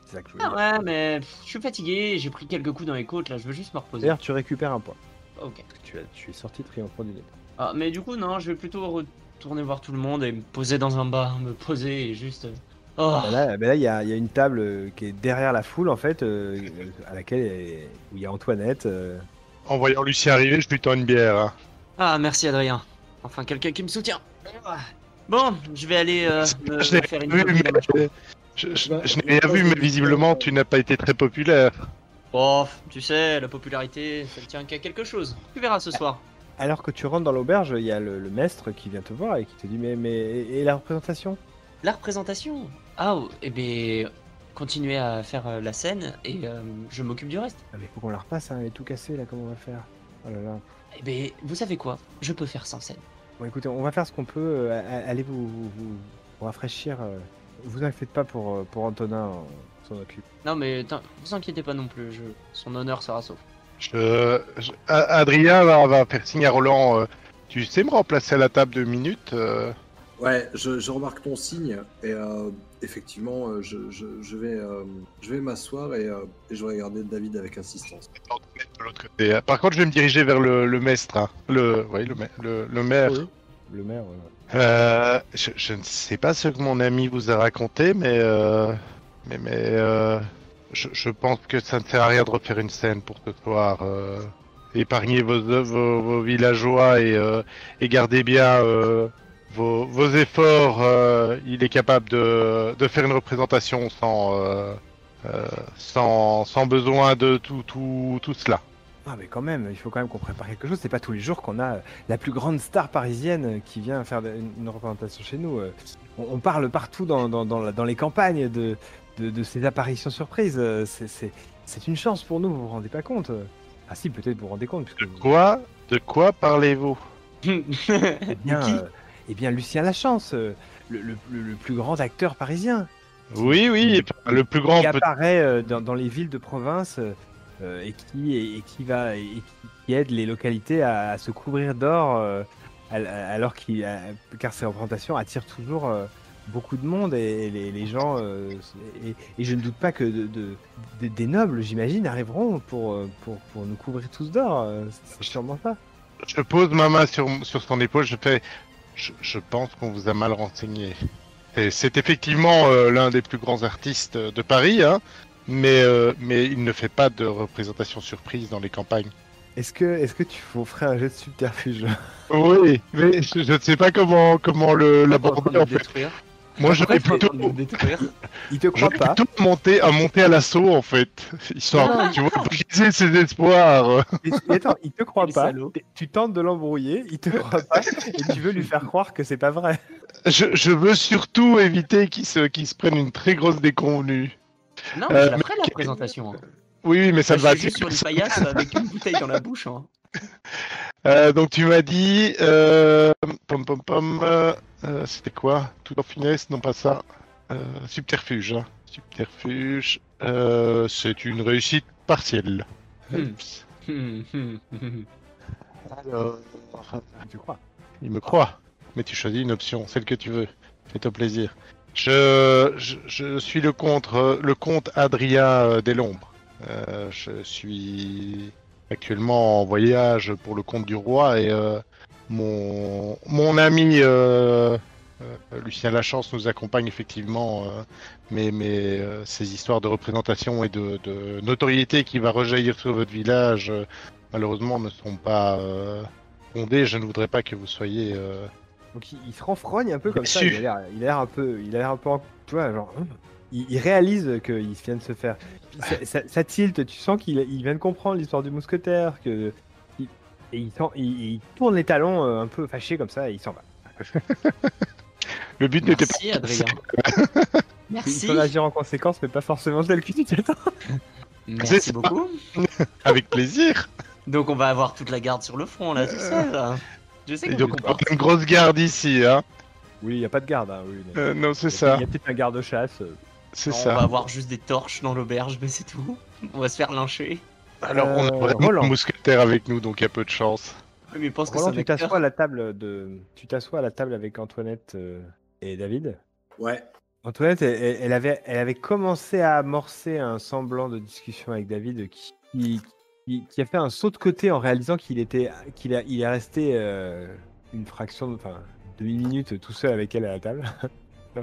[SPEAKER 1] C'est ça que je voulais
[SPEAKER 2] Ah
[SPEAKER 1] dire.
[SPEAKER 2] ouais, mais pff, je suis fatigué, j'ai pris quelques coups dans les côtes, là, je veux juste me reposer.
[SPEAKER 1] D'ailleurs, tu récupères un point.
[SPEAKER 2] Ok.
[SPEAKER 1] parce que Tu, as- tu es sorti triomphant du départ.
[SPEAKER 2] Ah, mais du coup, non, je vais plutôt retourner voir tout le monde et me poser dans un bar, me poser et juste. euh, Oh,
[SPEAKER 1] Bah Là, bah là, il y, a il y a une table euh, qui est derrière la foule en fait, euh, euh, à laquelle est- où il y a Antoinette. euh.
[SPEAKER 4] En voyant Lucien arriver, je lui tends une bière. hein.
[SPEAKER 2] ah, merci Adrien. Enfin, quelqu'un qui me soutient. Ah. Bon, je vais aller
[SPEAKER 1] Ah,
[SPEAKER 2] euh, me,
[SPEAKER 4] Je l'ai
[SPEAKER 2] me faire une
[SPEAKER 4] Oui,
[SPEAKER 2] pause.
[SPEAKER 4] mais je je-
[SPEAKER 3] Bah,
[SPEAKER 4] je n'ai rien vu, mais
[SPEAKER 1] euh,
[SPEAKER 4] visiblement, tu n'as pas été très populaire.
[SPEAKER 2] Oh, tu sais, la popularité, ça ne tient qu'à quelque chose. Tu verras ce soir.
[SPEAKER 1] Alors que tu rentres dans l'auberge, il y a le, le maître qui vient te voir et qui te dit mais mais et, et la représentation
[SPEAKER 2] La représentation Ah, oh, eh ben, continuez à faire euh, la scène et euh, je m'occupe du reste.
[SPEAKER 1] Ah, Mais faut qu'on la repasse, hein, elle est tout cassée là, comment on va faire Oh là là.
[SPEAKER 2] Eh ben, vous savez quoi Je peux faire sans scène.
[SPEAKER 1] Bon écoutez, on va faire ce qu'on peut. euh, a- a- allez vous vous, vous- vous rafraîchir. euh. Vous inquiétez pas pour euh, pour Antonin, on s'en occupe.
[SPEAKER 2] Non, mais t'in- vous inquiétez pas non plus, je... son honneur sera sauf.
[SPEAKER 4] Je, je- A- Adrien va, va faire signe à Roland. euh, tu sais me remplacer à la table deux minutes euh,
[SPEAKER 3] Ouais, je, je remarque ton signe et euh, effectivement, euh, je, je- je vais, euh, je vais m'asseoir et, euh, et je vais regarder David avec insistance.
[SPEAKER 4] de l'autre côté. hein. Par contre, je vais me diriger vers le, le maître. hein. Le, oui, le, ma- le- le maire.
[SPEAKER 1] Le maire. euh.
[SPEAKER 4] Euh, je, je ne sais pas ce que mon ami vous a raconté, mais, euh, mais, mais euh, je, je pense que ça ne sert à rien de refaire une scène pour ce soir. euh. épargnez vos, vos, vos villageois et, euh, et gardez bien euh, vos, vos efforts. euh, il est capable de, de faire une représentation sans, euh, euh, sans, sans besoin de tout, tout, tout cela.
[SPEAKER 1] Ah mais quand même, il faut quand même qu'on prépare quelque chose. C'est pas tous les jours qu'on a euh, la plus grande star parisienne euh, qui vient faire de- une, une représentation chez nous. euh. On, on parle partout dans, dans, dans la- dans les campagnes de, de, de ces apparitions surprises. euh, c'est- C'est c'est une chance pour nous, vous vous rendez pas compte euh. Ah si, peut-être vous vous rendez compte. Puisque
[SPEAKER 4] De
[SPEAKER 1] vous-
[SPEAKER 4] quoi, de quoi parlez-vous
[SPEAKER 1] eh bien,
[SPEAKER 2] qui
[SPEAKER 1] euh, eh bien, Lucien Lachance, euh, le, le- le- le plus grand acteur parisien,
[SPEAKER 4] Oui, oui, Ah, le plus grand
[SPEAKER 1] qui
[SPEAKER 4] peut-
[SPEAKER 1] apparaît euh, dans, dans les villes de province euh, euh, et, qui, et, et qui va et qui- qui aide les localités à, à se couvrir d'or, euh, al- alors qu'il a- car ces représentations attirent toujours euh, beaucoup de monde et, et les, les gens euh, et, et je ne doute pas que de- de- des- des nobles, j'imagine, arriveront pour, euh, pour pour nous couvrir tous d'or. euh, C'est sûrement ça.
[SPEAKER 4] Je pose ma main sur, sur son épaule, je fais Je, je pense qu'on vous a mal renseigné. Et C'est effectivement euh, l'un des plus grands artistes euh, de Paris, hein, mais, euh, mais il ne fait pas de représentation surprise dans les campagnes.
[SPEAKER 1] Est-ce que est-ce que tu ferais un jet de subterfuge
[SPEAKER 4] Oui, mais je je ne sais pas comment, comment le- l'aborder en fait.
[SPEAKER 2] détruire.
[SPEAKER 4] Moi j'aurais plutôt,
[SPEAKER 2] détruire.
[SPEAKER 1] Il te croit
[SPEAKER 4] j'aurais
[SPEAKER 1] pas.
[SPEAKER 4] plutôt monté à monter à l'assaut en fait. Histoire, tu vois, briser ses espoirs.
[SPEAKER 1] Mais tu- mais attends, il te croit
[SPEAKER 2] Quel
[SPEAKER 1] pas.
[SPEAKER 2] salaud.
[SPEAKER 1] T'es- Tu tentes de l'embrouiller, il te croit pas, et tu veux lui faire croire que c'est pas vrai.
[SPEAKER 4] Je, je veux surtout éviter qu'il se, qu'il se prenne une très grosse déconvenue.
[SPEAKER 2] Non,
[SPEAKER 4] Euh,
[SPEAKER 2] mais je la ferai la
[SPEAKER 4] mais-
[SPEAKER 2] présentation. hein.
[SPEAKER 4] Oui, oui, mais ça ne
[SPEAKER 2] je
[SPEAKER 4] va
[SPEAKER 2] suis juste sur une paillasse avec une bouteille dans la bouche. hein.
[SPEAKER 4] Euh, donc tu m'as dit, euh, pom pom pom, euh, euh, c'était quoi Tout en finesse, non pas ça. Euh, subterfuge, hein. subterfuge. euh, c'est une réussite partielle.
[SPEAKER 2] Hmm. Hmm, hmm, hmm.
[SPEAKER 4] Alors,
[SPEAKER 1] Il te croit.
[SPEAKER 4] il me croit, mais tu choisis une option, celle que tu veux. Fais-toi plaisir. Je, je, je suis le contre, le comte Adrien euh, Deslombre. Euh, je suis actuellement en voyage pour le compte du roi et euh, mon, mon ami euh, euh, Lucien Lachance nous accompagne effectivement, euh, mais, mais euh, ces histoires de représentation et de, de notoriété qui va rejaillir sur votre village, euh, malheureusement, ne sont pas euh, fondées. Je ne voudrais pas que vous soyez. euh,
[SPEAKER 1] Donc il, il se renfrogne un peu comme ça,
[SPEAKER 4] Déçu.
[SPEAKER 1] il a l'air- il a l'air un peu, il a l'air un peu, en- tu vois, genre, hum. il, il réalise qu'il vient de se faire, ça, ça- ça tilte, tu sens qu'il il vient de comprendre l'histoire du mousquetaire, que, il- et il, sent- il- il tourne les talons euh, un peu fâché comme ça et il s'en va.
[SPEAKER 4] Le but n'était pas.
[SPEAKER 2] Merci, Adrien. Merci.
[SPEAKER 4] Ah,
[SPEAKER 1] Il peut agir en conséquence, mais pas forcément tel que tu t'attends.
[SPEAKER 4] C'est
[SPEAKER 2] Merci
[SPEAKER 4] ça.
[SPEAKER 2] beaucoup.
[SPEAKER 4] Avec plaisir.
[SPEAKER 2] Donc on va avoir toute la garde sur le front là, tout ça. Là. Euh, Je sais
[SPEAKER 4] Et
[SPEAKER 2] qu'on
[SPEAKER 4] donc
[SPEAKER 2] peut
[SPEAKER 4] on
[SPEAKER 2] pas.
[SPEAKER 4] porte une grosse garde ici, hein.
[SPEAKER 1] Oui, il n'y a pas de garde. hein, oui, il y a-
[SPEAKER 4] Euh, non, c'est
[SPEAKER 1] il y a-
[SPEAKER 4] ça,
[SPEAKER 1] Il y a peut-être un garde-chasse. euh.
[SPEAKER 4] c'est
[SPEAKER 2] on
[SPEAKER 4] ça.
[SPEAKER 2] va avoir juste des torches dans l'auberge, mais c'est tout. On va se faire lyncher.
[SPEAKER 4] Alors on a
[SPEAKER 1] Euh,
[SPEAKER 4] vraiment
[SPEAKER 1] Roland.
[SPEAKER 4] un mousquetaire avec nous, donc il y a peu de chance.
[SPEAKER 2] Oui, Mais pense que
[SPEAKER 1] Roland,
[SPEAKER 2] c'est un
[SPEAKER 1] tu
[SPEAKER 2] acteur.
[SPEAKER 1] t'assois à la table de, tu t'assois à la table avec Antoinette euh, et David.
[SPEAKER 3] Ouais.
[SPEAKER 1] Antoinette, elle, elle- elle avait, elle avait commencé à amorcer un semblant de discussion avec David qui, qui, qui- qui a fait un saut de côté en réalisant qu'il était, qu'il a, il est resté euh, une fraction, de- enfin demi minute tout seul avec elle à la table. Ah,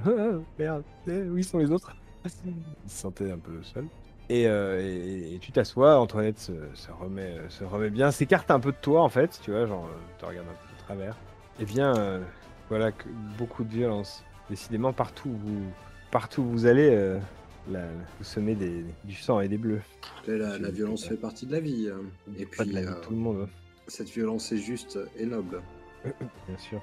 [SPEAKER 1] Merde, eh, où ils sont les autres Il se sentait un peu seul. Et, euh, et- et tu t'assois, Antoinette se, se remet, euh, se remet bien, s'écarte un peu de toi en fait, tu vois, genre, euh, te regarde un peu de travers. Et bien, euh, voilà, que- beaucoup de violence. Décidément, partout où vous, partout où vous allez, euh, la- vous semez des- du sang et des bleus.
[SPEAKER 3] Après, la,
[SPEAKER 1] Tu-
[SPEAKER 3] la violence
[SPEAKER 1] tu-
[SPEAKER 3] fait partie de la vie. hein. Et
[SPEAKER 1] Pas de
[SPEAKER 3] puis,
[SPEAKER 1] la vie de
[SPEAKER 3] euh,
[SPEAKER 1] tout le monde, hein,
[SPEAKER 3] cette violence est juste et noble.
[SPEAKER 1] bien sûr.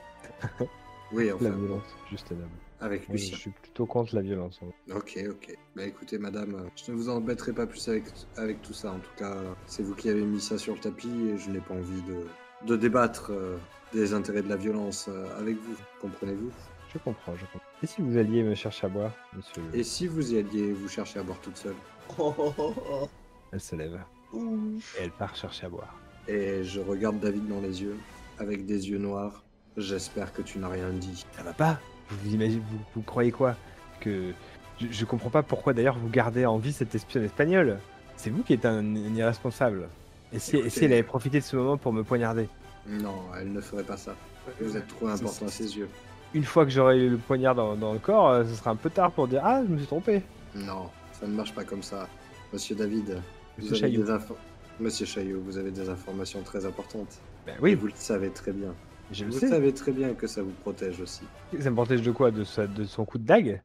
[SPEAKER 3] Oui,
[SPEAKER 1] La
[SPEAKER 3] enfin, bon,
[SPEAKER 1] violence, juste énorme.
[SPEAKER 3] avec
[SPEAKER 1] Moi,
[SPEAKER 3] Lucien.
[SPEAKER 1] je suis plutôt contre la violence. hein.
[SPEAKER 3] Ok, ok. Bah écoutez, madame, euh, je ne vous embêterai pas plus avec, avec tout ça. En tout cas, euh, c'est vous qui avez mis ça sur le tapis et je n'ai pas envie de, de débattre euh, des intérêts de la violence euh, avec vous. Comprenez-vous
[SPEAKER 1] Je comprends, je comprends. Et si vous alliez me chercher à boire, monsieur
[SPEAKER 3] Et si vous y alliez vous chercher à boire toute seule
[SPEAKER 2] Oh, oh, oh, oh.
[SPEAKER 1] Elle se lève
[SPEAKER 2] Ouh.
[SPEAKER 1] et elle part chercher à boire.
[SPEAKER 3] Et je regarde David dans les yeux, avec des yeux noirs. J'espère que tu n'as rien dit.
[SPEAKER 1] Ça va pas Vous imaginez, vous, vous croyez quoi Que je, je comprends pas pourquoi d'ailleurs vous gardez en vie cet espion espagnol. C'est vous qui êtes un, un irresponsable. Et si, et si
[SPEAKER 3] Écoutez.
[SPEAKER 1] elle avait profité de ce moment pour me poignarder
[SPEAKER 3] Non, elle ne ferait pas ça. Vous êtes trop
[SPEAKER 1] C'est-
[SPEAKER 3] important à ses yeux.
[SPEAKER 1] Une fois que j'aurai eu le poignard dans, dans le corps, euh, ce sera un peu tard pour dire ah je me suis trompé.
[SPEAKER 3] Non, ça ne marche pas comme ça. Monsieur David,
[SPEAKER 1] Monsieur
[SPEAKER 3] vous avez
[SPEAKER 1] Chaillot.
[SPEAKER 3] des infos. Monsieur Chaillot, vous avez des informations très importantes.
[SPEAKER 1] Ben
[SPEAKER 3] Et
[SPEAKER 1] oui,
[SPEAKER 3] vous le savez très bien.
[SPEAKER 1] je le
[SPEAKER 3] Vous
[SPEAKER 1] sais.
[SPEAKER 3] savez très bien que ça vous protège aussi.
[SPEAKER 1] Ça me protège de quoi de, sa- de son coup de dague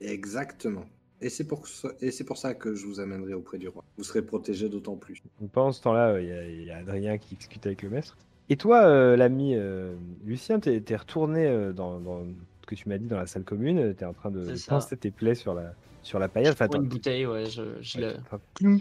[SPEAKER 3] Exactement. Et c'est pour, ça- et c'est pour ça que je vous amènerai auprès du roi. Vous serez protégé d'autant plus.
[SPEAKER 1] Donc Pendant ce temps-là, euh, il y, a Adrien qui discute avec le maître. Et toi, euh, l'ami euh, Lucien, t'es t'es retourné euh, dans, dans ce que tu m'as dit dans la salle commune. T'es en train de
[SPEAKER 2] C'est ça.
[SPEAKER 1] penser tes plaies sur la sur la paillade. Enfin,
[SPEAKER 2] Prends une
[SPEAKER 1] t'en-
[SPEAKER 2] bouteille, ouais, je, je
[SPEAKER 1] ouais,
[SPEAKER 2] le-
[SPEAKER 1] t'en- euh,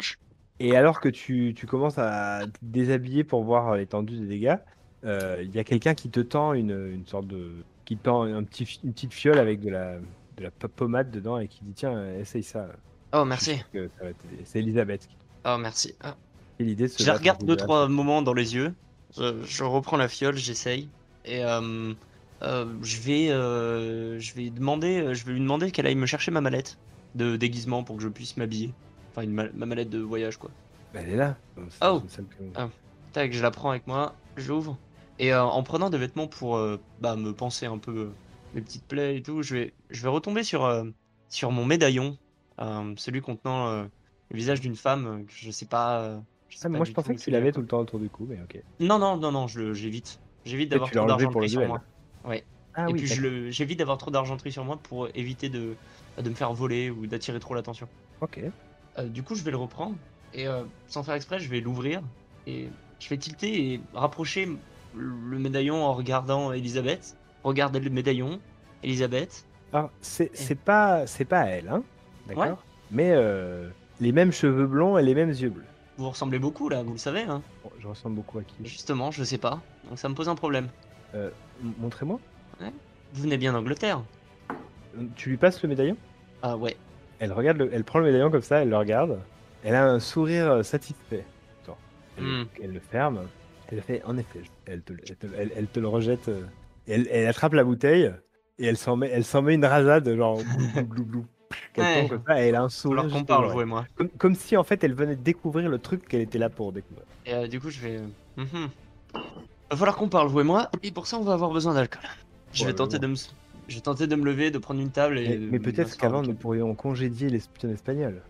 [SPEAKER 1] Et alors que tu, tu commences à te déshabiller pour voir l'étendue des dégâts, euh, il y a quelqu'un qui te tend une, une sorte de qui te tend un petit fi- une petite fiole avec de la de la p- pommade dedans et qui dit tiens essaye ça.
[SPEAKER 2] Oh,
[SPEAKER 1] Je suis
[SPEAKER 2] merci.
[SPEAKER 1] sûr que ça va t'aider. C'est Elisabeth. qui-
[SPEAKER 2] Oh, merci. Ah.
[SPEAKER 1] Et l'idée. de se
[SPEAKER 2] Je la
[SPEAKER 1] battre
[SPEAKER 2] regarde
[SPEAKER 1] pour
[SPEAKER 2] deux
[SPEAKER 1] Google.
[SPEAKER 2] trois moments dans les yeux. Je, je reprends la fiole, j'essaye et euh, euh, je vais euh, je vais demander euh, je vais lui demander qu'elle aille me chercher ma mallette de déguisement pour que je puisse m'habiller. Enfin une ma, ma mallette de voyage quoi.
[SPEAKER 1] Bah, elle est là. C'est
[SPEAKER 2] Oh.
[SPEAKER 1] une salle commune.
[SPEAKER 2] Ah. Tac, je la prends avec moi, j'ouvre et euh, en prenant des vêtements pour euh, bah, me penser un peu euh, mes petites plaies et tout, je vais je vais retomber sur euh, sur mon médaillon, euh, celui contenant euh, le visage d'une femme euh, que je sais pas. euh, je sais
[SPEAKER 1] Ah, mais
[SPEAKER 2] pas
[SPEAKER 1] moi
[SPEAKER 2] du
[SPEAKER 1] je pensais
[SPEAKER 2] tout
[SPEAKER 1] que
[SPEAKER 2] où
[SPEAKER 1] tu
[SPEAKER 2] c'est,
[SPEAKER 1] l'avais
[SPEAKER 2] quoi.
[SPEAKER 1] tout le temps autour du cou, mais ok.
[SPEAKER 2] Non, non, non, non, je le- j'évite. J'évite
[SPEAKER 1] Peut-être
[SPEAKER 2] d'avoir
[SPEAKER 1] tu l'as
[SPEAKER 2] trop
[SPEAKER 1] enlevé pour le
[SPEAKER 2] d'argenterie sur
[SPEAKER 1] duel.
[SPEAKER 2] moi.
[SPEAKER 1] Ah
[SPEAKER 2] et
[SPEAKER 1] oui,
[SPEAKER 2] puis je
[SPEAKER 1] d'accord.
[SPEAKER 2] le- j'évite d'avoir trop d'argenterie sur moi pour éviter de, de me faire voler ou d'attirer trop l'attention.
[SPEAKER 1] ok.
[SPEAKER 2] Euh, du coup, je vais le reprendre et euh, sans faire exprès, je vais l'ouvrir et je vais tilter et rapprocher le médaillon en regardant Elisabeth. Regarder le médaillon, Elisabeth.
[SPEAKER 1] Alors
[SPEAKER 2] Eh.
[SPEAKER 1] c'est c'est pas c'est pas à elle, hein, d'accord. Mais euh, les mêmes cheveux blonds et les mêmes yeux bleus.
[SPEAKER 2] Vous ressemblez beaucoup là, vous le savez, hein.
[SPEAKER 1] Bon, je ressemble beaucoup à qui
[SPEAKER 2] Justement, je sais pas. Donc ça me pose un problème.
[SPEAKER 1] M- Montrez-moi.
[SPEAKER 2] Vous venez bien d'Angleterre
[SPEAKER 1] Tu lui passes le médaillon
[SPEAKER 2] Ah ouais.
[SPEAKER 1] Elle regarde, le- elle prend le médaillon comme ça, elle le regarde. Elle a un sourire euh, satisfait. Attends. Elle,
[SPEAKER 2] Hmm.
[SPEAKER 1] elle le ferme. Elle le fait en effet. je- Elle te, le- elle te le- elle- elle te le rejette. euh, Elle, elle attrape la bouteille et elle s'en met, elle s'en met une rasade genre glou glou glou. glou. qu'elle
[SPEAKER 2] Ouais.
[SPEAKER 1] tombe comme ça et elle a un
[SPEAKER 2] Faut
[SPEAKER 1] sourire.
[SPEAKER 2] Alors qu'on
[SPEAKER 1] juste
[SPEAKER 2] parle,
[SPEAKER 1] ouvert.
[SPEAKER 2] vous et moi.
[SPEAKER 1] Comme, comme si en fait elle venait de découvrir le truc qu'elle était là pour découvrir.
[SPEAKER 2] Et euh, du coup, je vais. Mhm. Va falloir qu'on parle, vous et moi, et pour ça, on va avoir besoin d'alcool. Je vais
[SPEAKER 1] Probablement.
[SPEAKER 2] tenter de me. s- Je vais tenter de me lever, de prendre une table et.
[SPEAKER 1] bah Mais,
[SPEAKER 2] de
[SPEAKER 1] mais
[SPEAKER 2] m'asseoir
[SPEAKER 1] peut-être qu'avant
[SPEAKER 2] avec
[SPEAKER 1] nous pourrions congédier l'espion espagnol.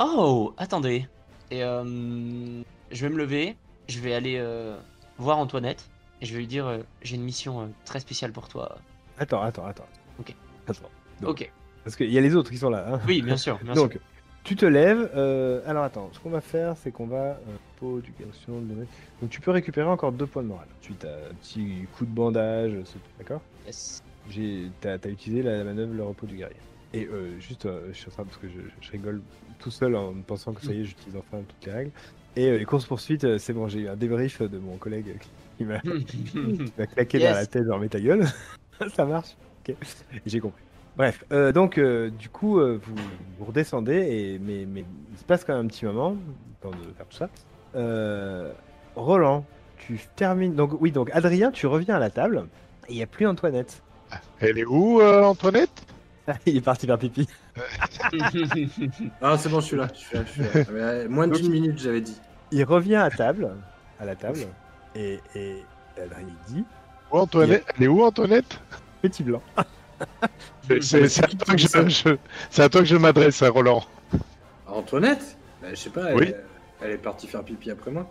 [SPEAKER 2] Oh, attendez. Et euh, je vais me lever, je vais aller euh, voir Antoinette, et je vais lui dire, euh, j'ai une mission euh, très spéciale pour toi.
[SPEAKER 1] Attends, attends, attends.
[SPEAKER 2] Ok.
[SPEAKER 1] Attends. Donc.
[SPEAKER 2] Ok,
[SPEAKER 1] Parce qu'il y a les autres qui sont là. hein.
[SPEAKER 2] oui, bien sûr, bien
[SPEAKER 1] Donc,
[SPEAKER 2] sûr.
[SPEAKER 1] tu te lèves. euh, Alors attends, ce qu'on va faire, c'est qu'on va. euh, pot, éducation, domaine. Donc tu peux récupérer encore deux points de morale. Suite à un petit coup de bandage, ce truc, d'accord
[SPEAKER 2] Yes.
[SPEAKER 1] J'ai, t'as, t'as utilisé la manœuvre le repos du guerrier. Et euh, juste, euh, je suis en train, parce que je, je rigole tout seul en me pensant que ça y est, j'utilise enfin toutes les règles. Et euh, les courses poursuites, euh, c'est bon, j'ai eu un débrief de mon collègue euh, qui- qui m'a, qui m'a claqué
[SPEAKER 2] Yes.
[SPEAKER 1] dans la tête, genre mets ta gueule. ça marche. Ok, j'ai compris. Bref, euh, donc euh, du coup, euh, vous, vous redescendez, et, mais, mais il se passe quand même un petit moment, le temps de faire tout ça. Euh, Roland, tu termines. Donc, oui, donc Adrien, tu reviens à la table, et il n'y a plus Antoinette.
[SPEAKER 4] Elle est où, euh, Antoinette
[SPEAKER 1] Il est parti vers pipi.
[SPEAKER 3] Ah, c'est bon, je suis là. Je suis là, je suis là. Mais, euh, moins d'une minute, j'avais dit.
[SPEAKER 1] Il revient à table, à la table, et, et Adrien il dit
[SPEAKER 4] Où, Antoinette Elle est où, Antoinette
[SPEAKER 1] Petit blanc.
[SPEAKER 4] C'est- C'est c'est à,
[SPEAKER 3] qui
[SPEAKER 4] toi que
[SPEAKER 3] dit ça
[SPEAKER 4] je- je- c'est à toi que je m'adresse, hein, Roland.
[SPEAKER 3] Ah, Antoinette Bah, Je sais pas, elle,
[SPEAKER 4] Oui.
[SPEAKER 3] elle est partie faire pipi après moi.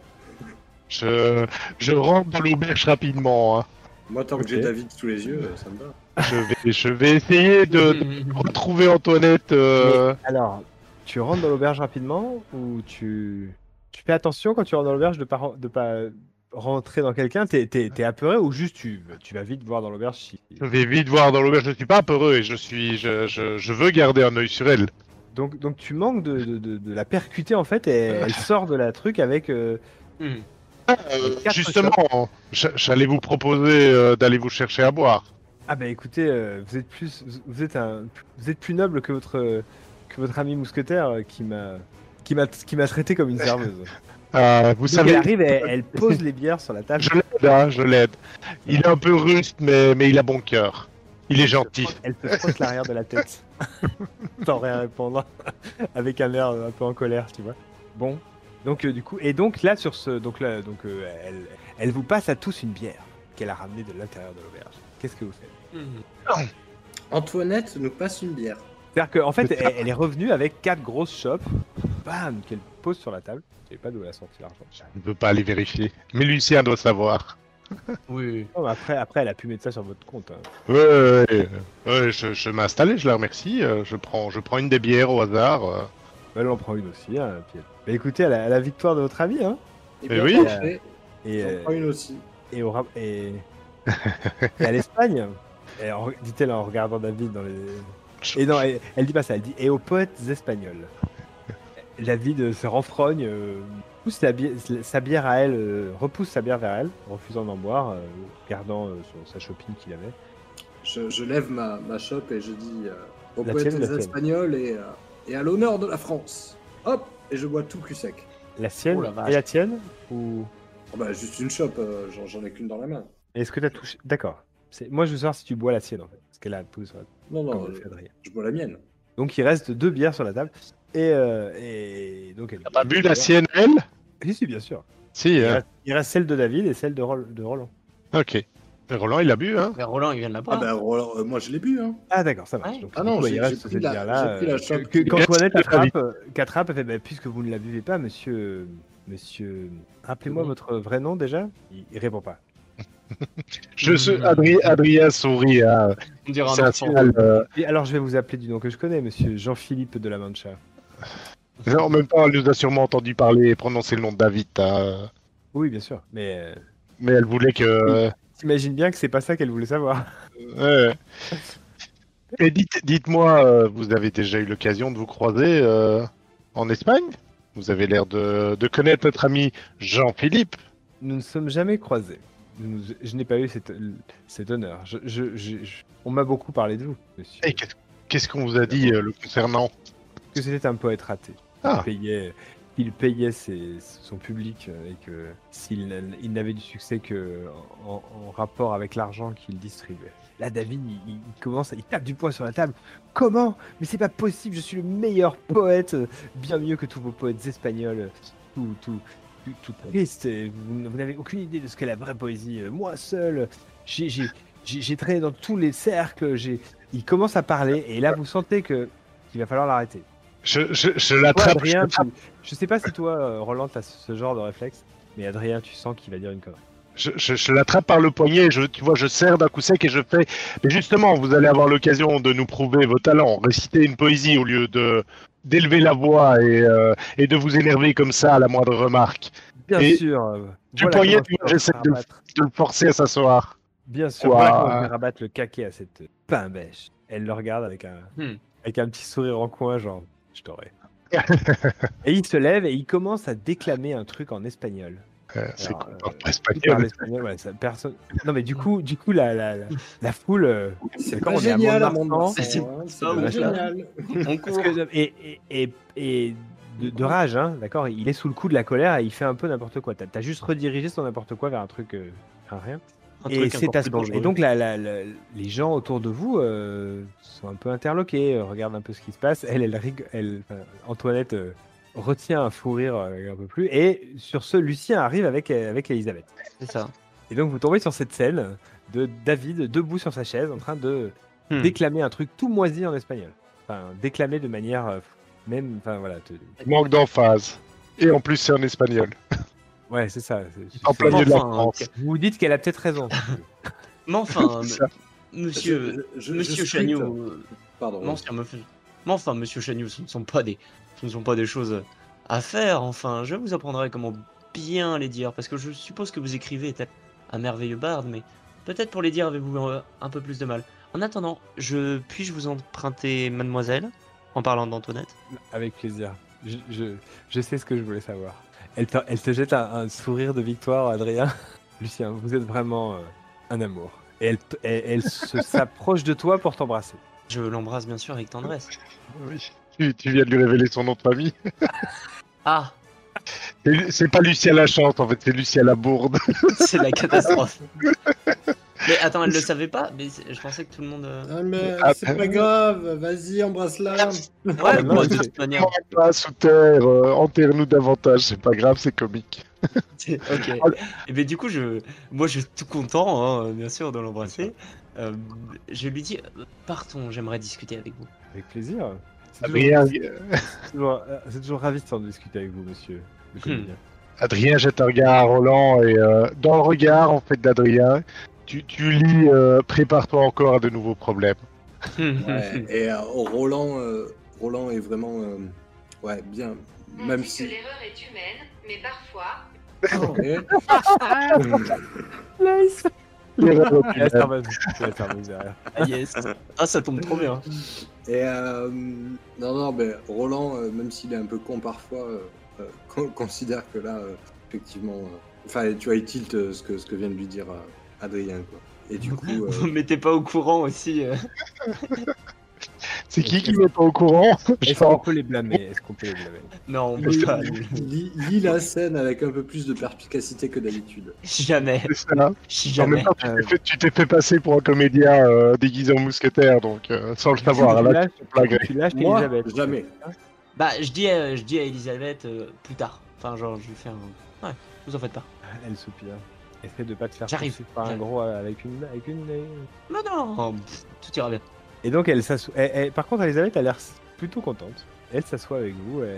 [SPEAKER 4] Je, je rentre dans l'auberge rapidement. hein.
[SPEAKER 3] Moi, tant que
[SPEAKER 1] Ok.
[SPEAKER 3] j'ai David sous les yeux, euh, ça me va.
[SPEAKER 4] Je, vais, je vais essayer de, de retrouver Antoinette. euh,
[SPEAKER 1] Alors, tu rentres dans l'auberge rapidement ou tu. Tu fais attention quand tu rentres dans l'auberge de pas, ren- de pas rentrer dans quelqu'un T'es t'es- t'es apeuré ou juste tu, tu vas vite voir dans l'auberge si.
[SPEAKER 4] Je vais vite voir dans l'auberge. Je ne suis pas peureux et je, suis, je, je, je veux garder un œil sur elle.
[SPEAKER 1] Donc, donc tu manques de, de- de- de la percuter en fait et elle sort de la truc avec. euh,
[SPEAKER 2] Mhm.
[SPEAKER 4] Euh,
[SPEAKER 1] Quatre
[SPEAKER 4] justement, j'a- j'allais vous proposer euh, d'aller vous chercher à boire.
[SPEAKER 1] Ah bah écoutez, euh, vous êtes plus, vous êtes un, vous êtes plus noble que votre euh, que votre ami mousquetaire euh, qui m'a qui m'a qui m'a traité comme une serveuse.
[SPEAKER 4] Euh, vous
[SPEAKER 1] Donc
[SPEAKER 4] savez,
[SPEAKER 1] elle arrive, elle, elle pose les bières sur la table.
[SPEAKER 4] je l'aide, hein, je l'aide. Il est un peu ruste, mais, mais il a bon cœur. Il est gentil.
[SPEAKER 1] Elle te frotte l'arrière de la tête. Sans rien répondre. Avec un air un peu en colère, tu vois. Bon. Donc, euh, du coup, et donc là, sur ce. Donc là, donc, euh, elle, elle vous passe à tous une bière qu'elle a ramenée de l'intérieur de l'auberge. Qu'est-ce que vous faites
[SPEAKER 2] Mhm.
[SPEAKER 3] Antoinette nous passe une bière.
[SPEAKER 1] C'est-à-dire qu'en fait,
[SPEAKER 4] C'est ça.
[SPEAKER 1] elle, elle est revenue avec quatre grosses chopes. Bam Qu'elle pose sur la table. Je sais pas d'où elle a sorti l'argent.
[SPEAKER 4] Je ne peux pas aller vérifier. Mais Lucien doit savoir.
[SPEAKER 1] Non,
[SPEAKER 2] Oui.
[SPEAKER 1] mais Oh, bah, après, après, elle a pu mettre ça sur votre compte. hein.
[SPEAKER 4] Ouais, ouais, ouais. Ouais, je, je m'installe et je la remercie. euh, Je prends, je prends une des bières au hasard. euh.
[SPEAKER 1] Elle en prend une aussi. hein, puis elle- Bah, écoutez, à la, à la victoire de votre ami. Hein,
[SPEAKER 3] Et
[SPEAKER 4] Eh oui.
[SPEAKER 3] après,
[SPEAKER 1] et,
[SPEAKER 3] j'en
[SPEAKER 1] euh,
[SPEAKER 3] prends une aussi.
[SPEAKER 1] et, au ra- et... et à l'Espagne. Et en- Dit-elle en regardant David dans les.
[SPEAKER 4] Je-
[SPEAKER 1] Et non, elle, elle dit pas ça, elle dit et aux poètes espagnols. David euh, se renfrogne, euh, pousse la bi- sa bière à elle, euh, repousse sa bière vers elle, refusant d'en boire, euh, gardant euh, son- sa shopping qu'il avait.
[SPEAKER 3] Je, je lève ma, ma chope et je dis euh, aux
[SPEAKER 1] La
[SPEAKER 3] poètes
[SPEAKER 1] tienne, la tienne.
[SPEAKER 3] espagnols et, euh, et à l'honneur de la France. Hop Et je bois tout cul sec.
[SPEAKER 1] La sienne
[SPEAKER 2] Oh la vache.
[SPEAKER 1] et la tienne ou
[SPEAKER 3] Oh, bah, juste une chope, euh, j'en- j'en ai qu'une dans la main.
[SPEAKER 1] est-ce que t'as touché D'accord. C'est- Moi, je veux savoir si tu bois la sienne en fait, parce qu'elle a poussé.
[SPEAKER 3] Non,
[SPEAKER 4] Oh,
[SPEAKER 3] non,
[SPEAKER 1] Ah,
[SPEAKER 3] euh, je bois la mienne.
[SPEAKER 1] Donc il reste deux bières sur la table et, euh, et donc elle.
[SPEAKER 4] T'as pas bu la sienne, elle
[SPEAKER 1] Si, si, bien sûr.
[SPEAKER 4] Si,
[SPEAKER 1] Il
[SPEAKER 4] hein.
[SPEAKER 1] reste, il reste celle de David et celle de, Rol- de Roland.
[SPEAKER 4] Ok. Et Roland, il a bu, hein
[SPEAKER 2] Mais Roland, il vient de la
[SPEAKER 3] Ah,
[SPEAKER 2] boire.
[SPEAKER 3] bah, alors, euh, moi, je l'ai bu, hein.
[SPEAKER 1] Ah d'accord, ça marche.
[SPEAKER 2] Ouais.
[SPEAKER 1] Donc,
[SPEAKER 3] Ah
[SPEAKER 1] du
[SPEAKER 3] non,
[SPEAKER 1] coup, bah,
[SPEAKER 3] j'ai-
[SPEAKER 1] il
[SPEAKER 3] j'ai
[SPEAKER 1] reste
[SPEAKER 3] pris
[SPEAKER 1] cette
[SPEAKER 3] la-
[SPEAKER 1] bière-là.
[SPEAKER 3] j'ai pris la
[SPEAKER 1] euh,
[SPEAKER 3] chope.
[SPEAKER 1] que- que- Qu'Antoinette
[SPEAKER 4] Merci, David.
[SPEAKER 1] attrape, euh, qu'attrape, elle fait, bah, puisque vous ne la buvez pas, monsieur, euh, monsieur, rappelez-moi
[SPEAKER 2] Oui.
[SPEAKER 1] votre vrai nom déjà. Il, il répond pas.
[SPEAKER 4] je, suis-
[SPEAKER 2] Mm.
[SPEAKER 4] Adri- Adrien sourit. Hein.
[SPEAKER 2] On dirait
[SPEAKER 4] C'est
[SPEAKER 2] un
[SPEAKER 4] un
[SPEAKER 2] enfant.
[SPEAKER 4] signal, euh,
[SPEAKER 1] Et alors je vais vous appeler du nom que je connais, monsieur Jean-Philippe de la Mancha.
[SPEAKER 4] En même temps, elle nous a sûrement entendu parler et prononcer le nom de David. hein.
[SPEAKER 1] Oui, bien sûr. Mais euh,
[SPEAKER 4] Mais elle voulait que.
[SPEAKER 1] t'imagines bien que c'est pas ça qu'elle voulait savoir.
[SPEAKER 4] Ouais. Et dites, dites-moi, euh, vous avez déjà eu l'occasion de vous croiser euh, en Espagne Vous avez l'air de, de connaître notre ami Jean-Philippe.
[SPEAKER 1] Nous ne sommes jamais croisés. Nous nous- je n'ai pas eu cet, cet honneur. Je- je- je- je- on m'a beaucoup parlé de vous, monsieur.
[SPEAKER 4] Et qu'est- qu'est-ce qu'on vous a dit euh, le concernant
[SPEAKER 1] que c'était un poète raté.
[SPEAKER 4] Ah.
[SPEAKER 1] Il payait, il qu'il payait ses- son public euh, et que s'il n'a- il n'avait du succès que en, en rapport avec l'argent qu'il distribuait. Là, David, il, il- il commence, il tape du poing sur la table. Comment Mais c'est pas possible. Je suis le meilleur poète, euh, bien mieux que tous vos poètes espagnols, euh, tout, tout, tout, tout triste. et Vous, n- vous n'avez aucune idée de ce qu'est la vraie poésie. Euh, Moi seul, j'ai- j'ai j'ai- j'ai traîné dans tous les cercles. J'ai. Il commence à parler et là, vous sentez que qu'il va falloir l'arrêter.
[SPEAKER 4] Je, je, je
[SPEAKER 1] Toi,
[SPEAKER 4] l'attrape. je
[SPEAKER 1] Adrien,
[SPEAKER 4] l'attrape.
[SPEAKER 1] tu- je sais pas si toi, euh, Roland, t'as ce ce genre de réflexe, mais Adrien, tu sens qu'il va dire une connerie.
[SPEAKER 4] Je, je- je l'attrape par le poignet, je, tu vois, je serre d'un coup sec et je fais. Mais justement, vous allez avoir l'occasion de nous prouver vos talents, réciter une poésie au lieu de d'élever la voix et, euh, et de vous énerver comme ça à la moindre remarque.
[SPEAKER 1] Bien
[SPEAKER 4] Et
[SPEAKER 1] sûr. euh,
[SPEAKER 4] du
[SPEAKER 1] voilà
[SPEAKER 4] poignet,
[SPEAKER 1] comment
[SPEAKER 4] tu vois,
[SPEAKER 1] je vais
[SPEAKER 4] j'essaie de-
[SPEAKER 1] rabattre-
[SPEAKER 4] De le forcer à s'asseoir.
[SPEAKER 1] Bien sûr.
[SPEAKER 4] Quoi
[SPEAKER 1] Voilà comment je vais rabattre le caquet à cette pimbèche. Elle le regarde avec un,
[SPEAKER 2] Hmm.
[SPEAKER 1] avec un petit sourire en coin, genre, je t'aurai. et il se lève et il commence à déclamer un truc en espagnol.
[SPEAKER 4] Euh, C'est
[SPEAKER 1] Alors,
[SPEAKER 4] qu'on
[SPEAKER 1] euh,
[SPEAKER 4] parle pas
[SPEAKER 1] Il parle
[SPEAKER 4] espagnol.
[SPEAKER 1] espagnol, ouais, ça- personne. Non, mais du coup, du coup, la, la, la, la foule. euh,
[SPEAKER 3] C'est
[SPEAKER 1] D'accord,
[SPEAKER 3] pas
[SPEAKER 1] on est à
[SPEAKER 3] génial,
[SPEAKER 1] Mont-de-Marsan.
[SPEAKER 3] Mont-de-Marsan,
[SPEAKER 2] C'est-
[SPEAKER 3] hein,
[SPEAKER 2] c'est
[SPEAKER 3] c'est
[SPEAKER 2] pas
[SPEAKER 3] pas
[SPEAKER 1] ouf, là.
[SPEAKER 3] génial.
[SPEAKER 2] On
[SPEAKER 1] Parce
[SPEAKER 2] court.
[SPEAKER 1] que- et, et- et- et de, de rage, hein, d'accord Il est sous le coup de la colère et il fait un peu n'importe quoi. T'as as juste redirigé son n'importe quoi vers un truc, euh, vers rien.
[SPEAKER 2] Un
[SPEAKER 1] et
[SPEAKER 2] truc
[SPEAKER 1] c'est
[SPEAKER 2] encore
[SPEAKER 1] à
[SPEAKER 2] plus
[SPEAKER 1] ce moment- Et
[SPEAKER 2] dangereux.
[SPEAKER 1] donc la- la- la- les gens autour de vous euh, sont un peu interloqués, euh, regardent un peu ce qui se passe. Elle, elle, rig- elle enfin, Antoinette euh, retient un fou rire euh, un peu plus. Et sur ce, Lucien arrive avec euh, avec Elisabeth.
[SPEAKER 2] C'est ça.
[SPEAKER 1] Et donc vous tombez sur cette scène de David debout sur sa chaise en train de
[SPEAKER 2] Hmm.
[SPEAKER 1] déclamer un truc tout moisi en espagnol. Enfin, déclamer de manière euh, même, enfin voilà. te-
[SPEAKER 4] Manque d'emphase. Et en plus, c'est en espagnol.
[SPEAKER 1] Ouais, c'est ça. c'est- c'est-
[SPEAKER 4] En plein milieu de la
[SPEAKER 2] Enfin,
[SPEAKER 4] France.
[SPEAKER 1] Vous vous dites qu'elle a peut-être raison. si tu veux.
[SPEAKER 2] Mais enfin,
[SPEAKER 4] C'est ça.
[SPEAKER 2] monsieur,
[SPEAKER 3] Je- je- je
[SPEAKER 2] monsieur
[SPEAKER 3] scrute.
[SPEAKER 2] Chagnou, euh,
[SPEAKER 3] Pardon.
[SPEAKER 2] non, c'est un meuf- mais enfin, monsieur Chagnou, ce ne sont pas des, ce ne sont pas des choses à faire. Enfin, je vous apprendrai comment bien les dire, parce que je suppose que vous écrivez est un merveilleux barde, mais peut-être pour les dire avez-vous euh, un peu plus de mal. En attendant, je puis-je vous emprunter, mademoiselle, en parlant d'Antoinette.
[SPEAKER 1] Avec plaisir. Je, je- je sais ce que je voulais savoir. Elle te, elle te jette un, un sourire de victoire, Adrien. Lucien, vous êtes vraiment euh, un amour. Et elle, t- elle- elle se- s'approche de toi pour t'embrasser.
[SPEAKER 2] Je l'embrasse bien sûr avec tendresse.
[SPEAKER 4] Oui. Tu, tu viens de lui révéler son nom de famille.
[SPEAKER 2] Ah,
[SPEAKER 4] C'est- C'est pas Lucia Lachante, en fait, c'est Lucia Labourde.
[SPEAKER 2] c'est la catastrophe. mais attends, elle le savait pas. Mais c'est- je pensais que tout le monde. euh,
[SPEAKER 3] Ah, mais
[SPEAKER 4] Ah,
[SPEAKER 3] c'est pas grave, vas-y, embrasse-la.
[SPEAKER 2] Ouais,
[SPEAKER 1] Ah, non,
[SPEAKER 2] moi, de
[SPEAKER 1] c'est-
[SPEAKER 2] toute manière.
[SPEAKER 4] Manque pas sous terre, euh, enterre-nous davantage. C'est pas grave, c'est comique.
[SPEAKER 2] ok. Et bien Eh ben, du coup, je, moi, je suis tout content, hein, bien sûr, de l'embrasser. Euh, je lui dis, euh, partons, j'aimerais discuter avec vous.
[SPEAKER 1] Avec plaisir. C'est
[SPEAKER 4] Adrien,
[SPEAKER 1] toujours, c'est toujours- euh, c'est toujours ravissant de discuter avec vous, monsieur. le comédien.
[SPEAKER 4] Adrien jette un regard à Roland et euh, dans le regard en fait d'Adrien, tu, tu lis euh, prépare-toi encore à de nouveaux problèmes.
[SPEAKER 3] Ouais, et euh, Roland, euh, Roland est vraiment euh, ouais, bien,
[SPEAKER 5] On
[SPEAKER 3] même
[SPEAKER 5] dit que
[SPEAKER 3] si.
[SPEAKER 5] l'erreur est humaine, mais parfois,
[SPEAKER 3] Et-
[SPEAKER 4] Les rêves
[SPEAKER 1] Il reste
[SPEAKER 4] humains.
[SPEAKER 1] un masque, il reste un masque derrière.
[SPEAKER 2] Ah yes. Ah, ça tombe trop bien.
[SPEAKER 3] Et euh, non, non, mais Roland, euh, même s'il est un peu con parfois, euh, euh, con- considère que là, euh, effectivement, euh, enfin, tu vois, il tilt euh, ce que ce que vient de lui dire euh, Adrien, quoi. Et du coup,
[SPEAKER 2] Vous
[SPEAKER 3] euh,
[SPEAKER 2] me mettez pas au courant aussi. euh.
[SPEAKER 4] c'est qui qui n'est pas au courant Je
[SPEAKER 1] Est-ce qu'on
[SPEAKER 4] pense.
[SPEAKER 1] peut les blâmer Est-ce qu'on peut les blâmer
[SPEAKER 2] Non, on peut
[SPEAKER 3] lis,
[SPEAKER 2] pas.
[SPEAKER 3] lis- lis la scène avec un peu plus de perspicacité que d'habitude.
[SPEAKER 2] Jamais,
[SPEAKER 4] C'est ça. En
[SPEAKER 2] jamais.
[SPEAKER 4] même temps, tu
[SPEAKER 1] Euh,
[SPEAKER 4] t'es fait, tu t'es fait passer pour un comédien euh, déguisé en mousquetaire, donc euh, sans le savoir.
[SPEAKER 1] tu
[SPEAKER 4] Là,
[SPEAKER 1] lâches,
[SPEAKER 4] tu te blagues.
[SPEAKER 1] tu lâches
[SPEAKER 3] Moi,
[SPEAKER 1] Elisabeth. Ah,
[SPEAKER 3] jamais.
[SPEAKER 2] Bah, je dis, euh, je dis à Elisabeth euh, plus tard. Enfin, genre, je lui fais un. Ouais, vous en faites pas.
[SPEAKER 1] Elle soupire. Essaie de pas te faire
[SPEAKER 2] J'arrive,
[SPEAKER 1] poursuivre par un
[SPEAKER 2] j'arrive.
[SPEAKER 1] gros euh, avec une, avec une.
[SPEAKER 2] Non, non, Oh, pff, tout ira bien.
[SPEAKER 1] Et donc, elle s'assoit. elle- elle- Par contre, Elisabeth a l'air s- plutôt contente. Elle s'assoit avec vous et...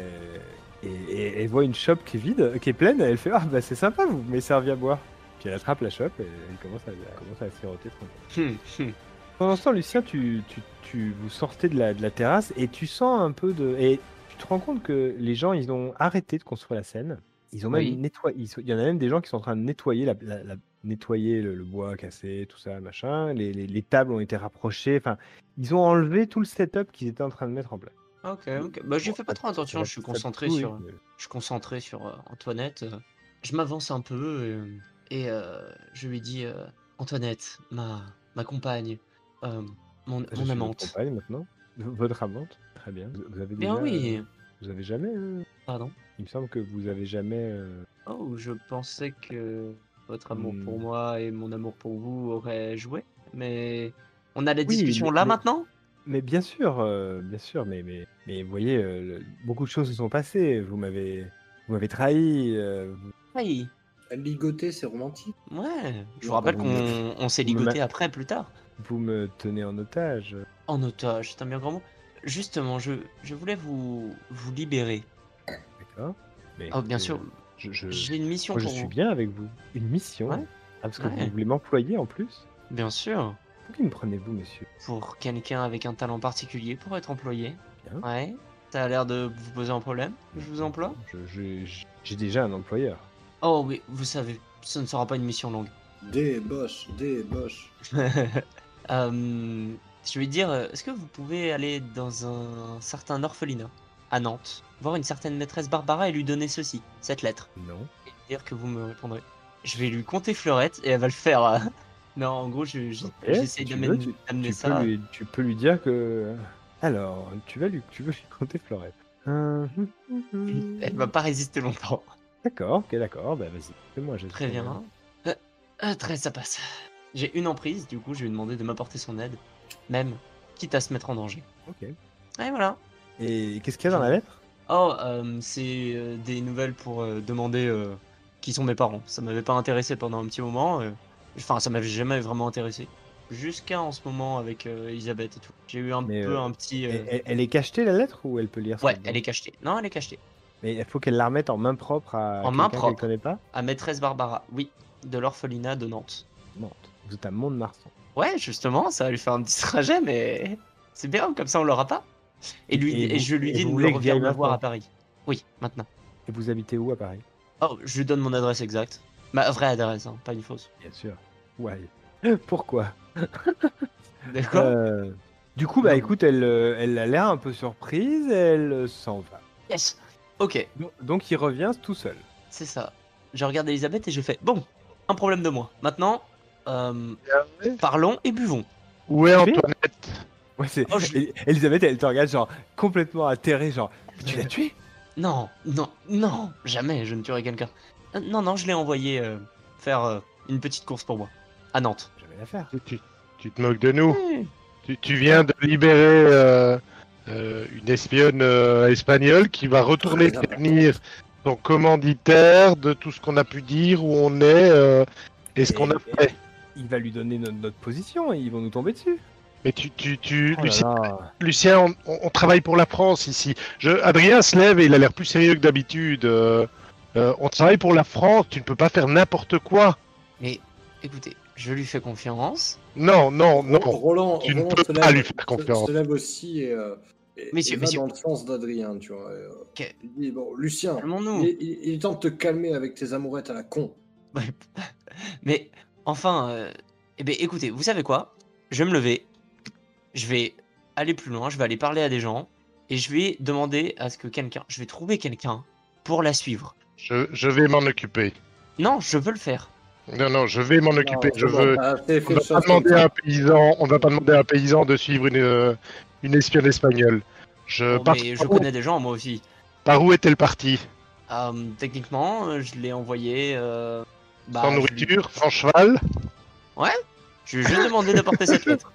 [SPEAKER 1] Et, et- elle voit une chope qui est vide, qui est pleine. Et elle fait Ah, bah c'est sympa, vous m'avez servi à boire. Puis elle attrape la chope et elle commence à, elle commence à siroter tranquille.
[SPEAKER 2] Hum, hum.
[SPEAKER 1] Pendant ce temps, Lucien, tu, tu, tu- vous sortez de la, de la terrasse et tu sens un peu de. Et tu te rends compte que les gens, ils ont arrêté de construire la scène. Ils ont même
[SPEAKER 2] Oui.
[SPEAKER 1] nettoyé. ils sont- Il y en a même des gens qui sont en train de nettoyer, la, la- la- nettoyer le, le bois cassé, tout ça, machin. Les, les- les tables ont été rapprochées. Enfin, ils ont enlevé tout le setup qu'ils étaient en train de mettre en place.
[SPEAKER 2] Ok, ok. Bah, j'y fais pas trop attention, je suis concentré
[SPEAKER 1] Oui,
[SPEAKER 2] sur.
[SPEAKER 1] oui.
[SPEAKER 2] je suis concentré sur euh, Antoinette. euh, Je m'avance un peu euh, et, euh, je lui dis euh, Antoinette, ma, ma compagne, euh, mon,
[SPEAKER 1] Ah, Je suis
[SPEAKER 2] mon
[SPEAKER 1] votre
[SPEAKER 2] amante.
[SPEAKER 1] compagne maintenant. Votre amante Très bien. Vous vous avez
[SPEAKER 2] Bien
[SPEAKER 1] déjà-
[SPEAKER 2] oui,
[SPEAKER 1] Vous avez jamais euh,
[SPEAKER 2] pardon.
[SPEAKER 1] Il me semble que vous avez jamais. euh,
[SPEAKER 2] Oh, je pensais que votre amour
[SPEAKER 1] Hmm.
[SPEAKER 2] pour moi et mon amour pour vous auraient joué, mais on a la
[SPEAKER 1] Oui,
[SPEAKER 2] discussion
[SPEAKER 1] mais-
[SPEAKER 2] là
[SPEAKER 1] mais-
[SPEAKER 2] maintenant
[SPEAKER 1] Mais bien sûr, euh, bien sûr, mais mais mais vous voyez, euh, le- beaucoup de choses se sont passées. Vous m'avez vous m'avez trahi. euh, vous-
[SPEAKER 2] Oui,
[SPEAKER 3] Ligoter, c'est romantique.
[SPEAKER 2] ouais. Je vous
[SPEAKER 3] Non,
[SPEAKER 2] rappelle
[SPEAKER 3] vous
[SPEAKER 2] qu'on
[SPEAKER 3] me-
[SPEAKER 2] on s'est
[SPEAKER 1] vous me
[SPEAKER 2] ligoté
[SPEAKER 1] ma-
[SPEAKER 2] après, plus tard.
[SPEAKER 1] vous me tenez en otage. euh,
[SPEAKER 2] En otage, c'est un bien grand mot. Justement, je, je voulais vous, vous libérer.
[SPEAKER 1] D'accord. Mais
[SPEAKER 2] Oh, bien
[SPEAKER 1] écoutez,
[SPEAKER 2] sûr,
[SPEAKER 1] Je, je,
[SPEAKER 2] j'ai une mission
[SPEAKER 1] moi, je
[SPEAKER 2] pour
[SPEAKER 1] suis
[SPEAKER 2] vous.
[SPEAKER 1] bien avec vous. Une mission.
[SPEAKER 2] Ouais.
[SPEAKER 1] Ah, parce que
[SPEAKER 2] Ouais.
[SPEAKER 1] vous voulez m'employer en plus.
[SPEAKER 2] Bien sûr,
[SPEAKER 1] Pour qui me prenez-vous, monsieur
[SPEAKER 2] pour quelqu'un avec un talent particulier pour être employé.
[SPEAKER 1] Bien.
[SPEAKER 2] Ouais, ça a l'air de vous poser un problème. Je vous emploie
[SPEAKER 1] Je- je- je- J'ai déjà un employeur.
[SPEAKER 2] Oh oui, vous savez, ce ne sera pas une mission longue.
[SPEAKER 3] Débauche, débauche.
[SPEAKER 2] Euh, je vais dire, euh, est-ce que vous pouvez aller dans un certain orphelinat à Nantes, voir une certaine maîtresse Barbara et lui donner ceci, cette lettre,
[SPEAKER 1] Non.
[SPEAKER 2] et dire que vous me répondrez. Je vais lui compter Fleurette et elle va le faire. euh. Non, en gros, je- je-
[SPEAKER 1] Eh,
[SPEAKER 2] j'essaie
[SPEAKER 1] si tu veux,
[SPEAKER 2] d'amener
[SPEAKER 1] tu-
[SPEAKER 2] d'amener
[SPEAKER 1] tu,
[SPEAKER 2] ça.
[SPEAKER 1] peux lui, tu peux lui dire que. Alors, tu vas lui, tu veux lui compter Florette. Euh, hum, hum, hum.
[SPEAKER 2] Elle va pas résister longtemps.
[SPEAKER 1] D'accord, ok, d'accord. Bah vas-y, fais-moi. j'ai-
[SPEAKER 2] Très bien. Euh, euh, très, ça passe. J'ai une emprise, du coup, je vais lui demander de m'apporter son aide, même, quitte à se mettre en danger.
[SPEAKER 1] Ok.
[SPEAKER 2] Et voilà.
[SPEAKER 1] Et qu'est-ce qu'il y a dans la lettre
[SPEAKER 2] Oh, euh, c'est euh, des nouvelles pour euh, demander euh, qui sont mes parents. Ça m'avait pas intéressé pendant un petit moment. euh. Enfin, ça m'avait jamais vraiment intéressé. Jusqu'à en ce moment avec euh, Elisabeth et tout. J'ai eu un
[SPEAKER 1] Mais,
[SPEAKER 2] peu
[SPEAKER 1] euh,
[SPEAKER 2] un petit. euh,
[SPEAKER 1] Elle- elle, elle est cachetée la lettre ou elle peut lire ça
[SPEAKER 2] Ouais,
[SPEAKER 1] dedans
[SPEAKER 2] elle est cachetée. Non, elle est cachetée.
[SPEAKER 1] Mais il faut qu'elle la remette en main propre à
[SPEAKER 2] En main
[SPEAKER 1] quelqu'un qu'elle
[SPEAKER 2] propre.
[SPEAKER 1] connaît pas.
[SPEAKER 2] À maîtresse Barbara, oui, de l'orphelinat de Nantes.
[SPEAKER 1] Non, vous êtes à Mont-de-Marsan.
[SPEAKER 2] Ouais, justement, ça va lui faire un petit trajet, mais c'est bien, comme ça on l'aura pas. Et, lui,
[SPEAKER 1] Et
[SPEAKER 2] et,
[SPEAKER 1] vous-
[SPEAKER 2] je lui
[SPEAKER 1] et
[SPEAKER 2] dis
[SPEAKER 1] vous
[SPEAKER 2] de
[SPEAKER 1] voulez
[SPEAKER 2] me
[SPEAKER 1] que j'y
[SPEAKER 2] revenir
[SPEAKER 1] aille
[SPEAKER 2] me voir
[SPEAKER 1] maintenant
[SPEAKER 2] à Paris. Oui, maintenant.
[SPEAKER 1] Et vous habitez où à Paris
[SPEAKER 2] Oh, je lui donne mon adresse exacte. Ma vraie adresse, hein, pas une fausse.
[SPEAKER 1] Bien sûr. Ouais. Pourquoi
[SPEAKER 2] D'accord
[SPEAKER 1] Euh, Du coup, bah
[SPEAKER 2] Non.
[SPEAKER 1] écoute, elle, euh, elle a l'air un peu surprise, elle euh, s'en va.
[SPEAKER 2] Yes Ok,
[SPEAKER 1] Donc- Donc il revient tout seul.
[SPEAKER 2] C'est ça. Je regarde Elisabeth et je fais Bon, un problème de moins. Maintenant, euh, parlons et buvons.
[SPEAKER 4] Où est
[SPEAKER 1] Bien.
[SPEAKER 4] Antoinette
[SPEAKER 1] Ouais, c'est...
[SPEAKER 2] Oh, je-
[SPEAKER 1] El- Elisabeth, elle te regarde genre complètement atterrée, genre Mais tu l'as tué
[SPEAKER 2] Non, non, non, jamais je ne tuerai quelqu'un. Euh, non, non, je l'ai envoyé euh, faire euh, une petite course pour moi. À Nantes.
[SPEAKER 1] J'avais l'affaire.
[SPEAKER 4] tu, tu te moques de nous
[SPEAKER 2] Hmm.
[SPEAKER 4] Tu, tu viens de libérer euh, euh, une espionne euh, espagnole qui va retourner
[SPEAKER 3] Ah, ça va.
[SPEAKER 4] devenir son commanditaire de tout ce qu'on a pu dire, où on est euh, et ce
[SPEAKER 1] Et-
[SPEAKER 4] qu'on a
[SPEAKER 1] et-
[SPEAKER 4] fait.
[SPEAKER 1] Il va lui donner no- notre position et ils vont nous tomber dessus.
[SPEAKER 4] Mais tu, tu, tu,
[SPEAKER 1] Oh là
[SPEAKER 4] Lucien,
[SPEAKER 1] là.
[SPEAKER 4] Lucien, on, on- on travaille pour la France ici. Je, Adrien se lève et il a l'air plus sérieux que d'habitude. euh, euh, on travaille pour la France, tu ne peux pas faire n'importe quoi.
[SPEAKER 2] Mais écoutez, je lui fais confiance.
[SPEAKER 4] Non, non, non.
[SPEAKER 3] Roland,
[SPEAKER 4] Tu ne
[SPEAKER 3] Roland
[SPEAKER 4] peux
[SPEAKER 3] se
[SPEAKER 4] pas
[SPEAKER 3] lève-
[SPEAKER 4] lui faire confiance.
[SPEAKER 3] Se, se lève aussi et, euh, et-
[SPEAKER 2] Messieurs,
[SPEAKER 3] et va
[SPEAKER 2] messieurs.
[SPEAKER 3] dans le sens d'Adrien, tu vois. et, euh,
[SPEAKER 2] Ok.
[SPEAKER 3] il dit, bon, Lucien, il,
[SPEAKER 2] Calmons-nous.
[SPEAKER 3] est- il- il est temps de te calmer avec tes amourettes à la con.
[SPEAKER 2] Mais enfin, euh, eh ben, écoutez, vous savez quoi Je vais me lever, je vais aller plus loin, je vais aller parler à des gens, et je vais demander à ce que quelqu'un, je vais trouver quelqu'un pour la suivre.
[SPEAKER 4] Je, je vais m'en occuper.
[SPEAKER 2] Non, je veux le faire.
[SPEAKER 4] Non, non, je vais m'en occuper. Ah,
[SPEAKER 3] Non,
[SPEAKER 4] je
[SPEAKER 3] bon,
[SPEAKER 4] veux.
[SPEAKER 3] t'as assez
[SPEAKER 4] On va
[SPEAKER 3] Ah, fait de
[SPEAKER 4] pas
[SPEAKER 3] choses
[SPEAKER 4] demander
[SPEAKER 3] comme
[SPEAKER 4] à
[SPEAKER 3] ça.
[SPEAKER 4] un paysan, on va pas demander à un paysan de suivre une, euh, une espionne espagnole. Je,
[SPEAKER 2] Bon,
[SPEAKER 4] Euh, par,
[SPEAKER 2] mais je
[SPEAKER 4] par où-
[SPEAKER 2] connais des gens, moi aussi.
[SPEAKER 4] par où est-elle partie
[SPEAKER 2] Euh, techniquement, euh, je l'ai envoyé. euh, bah,
[SPEAKER 4] Sans
[SPEAKER 2] je lui-
[SPEAKER 4] nourriture, sans cheval
[SPEAKER 2] Je lui ai juste demandé d'apporter cette lettre.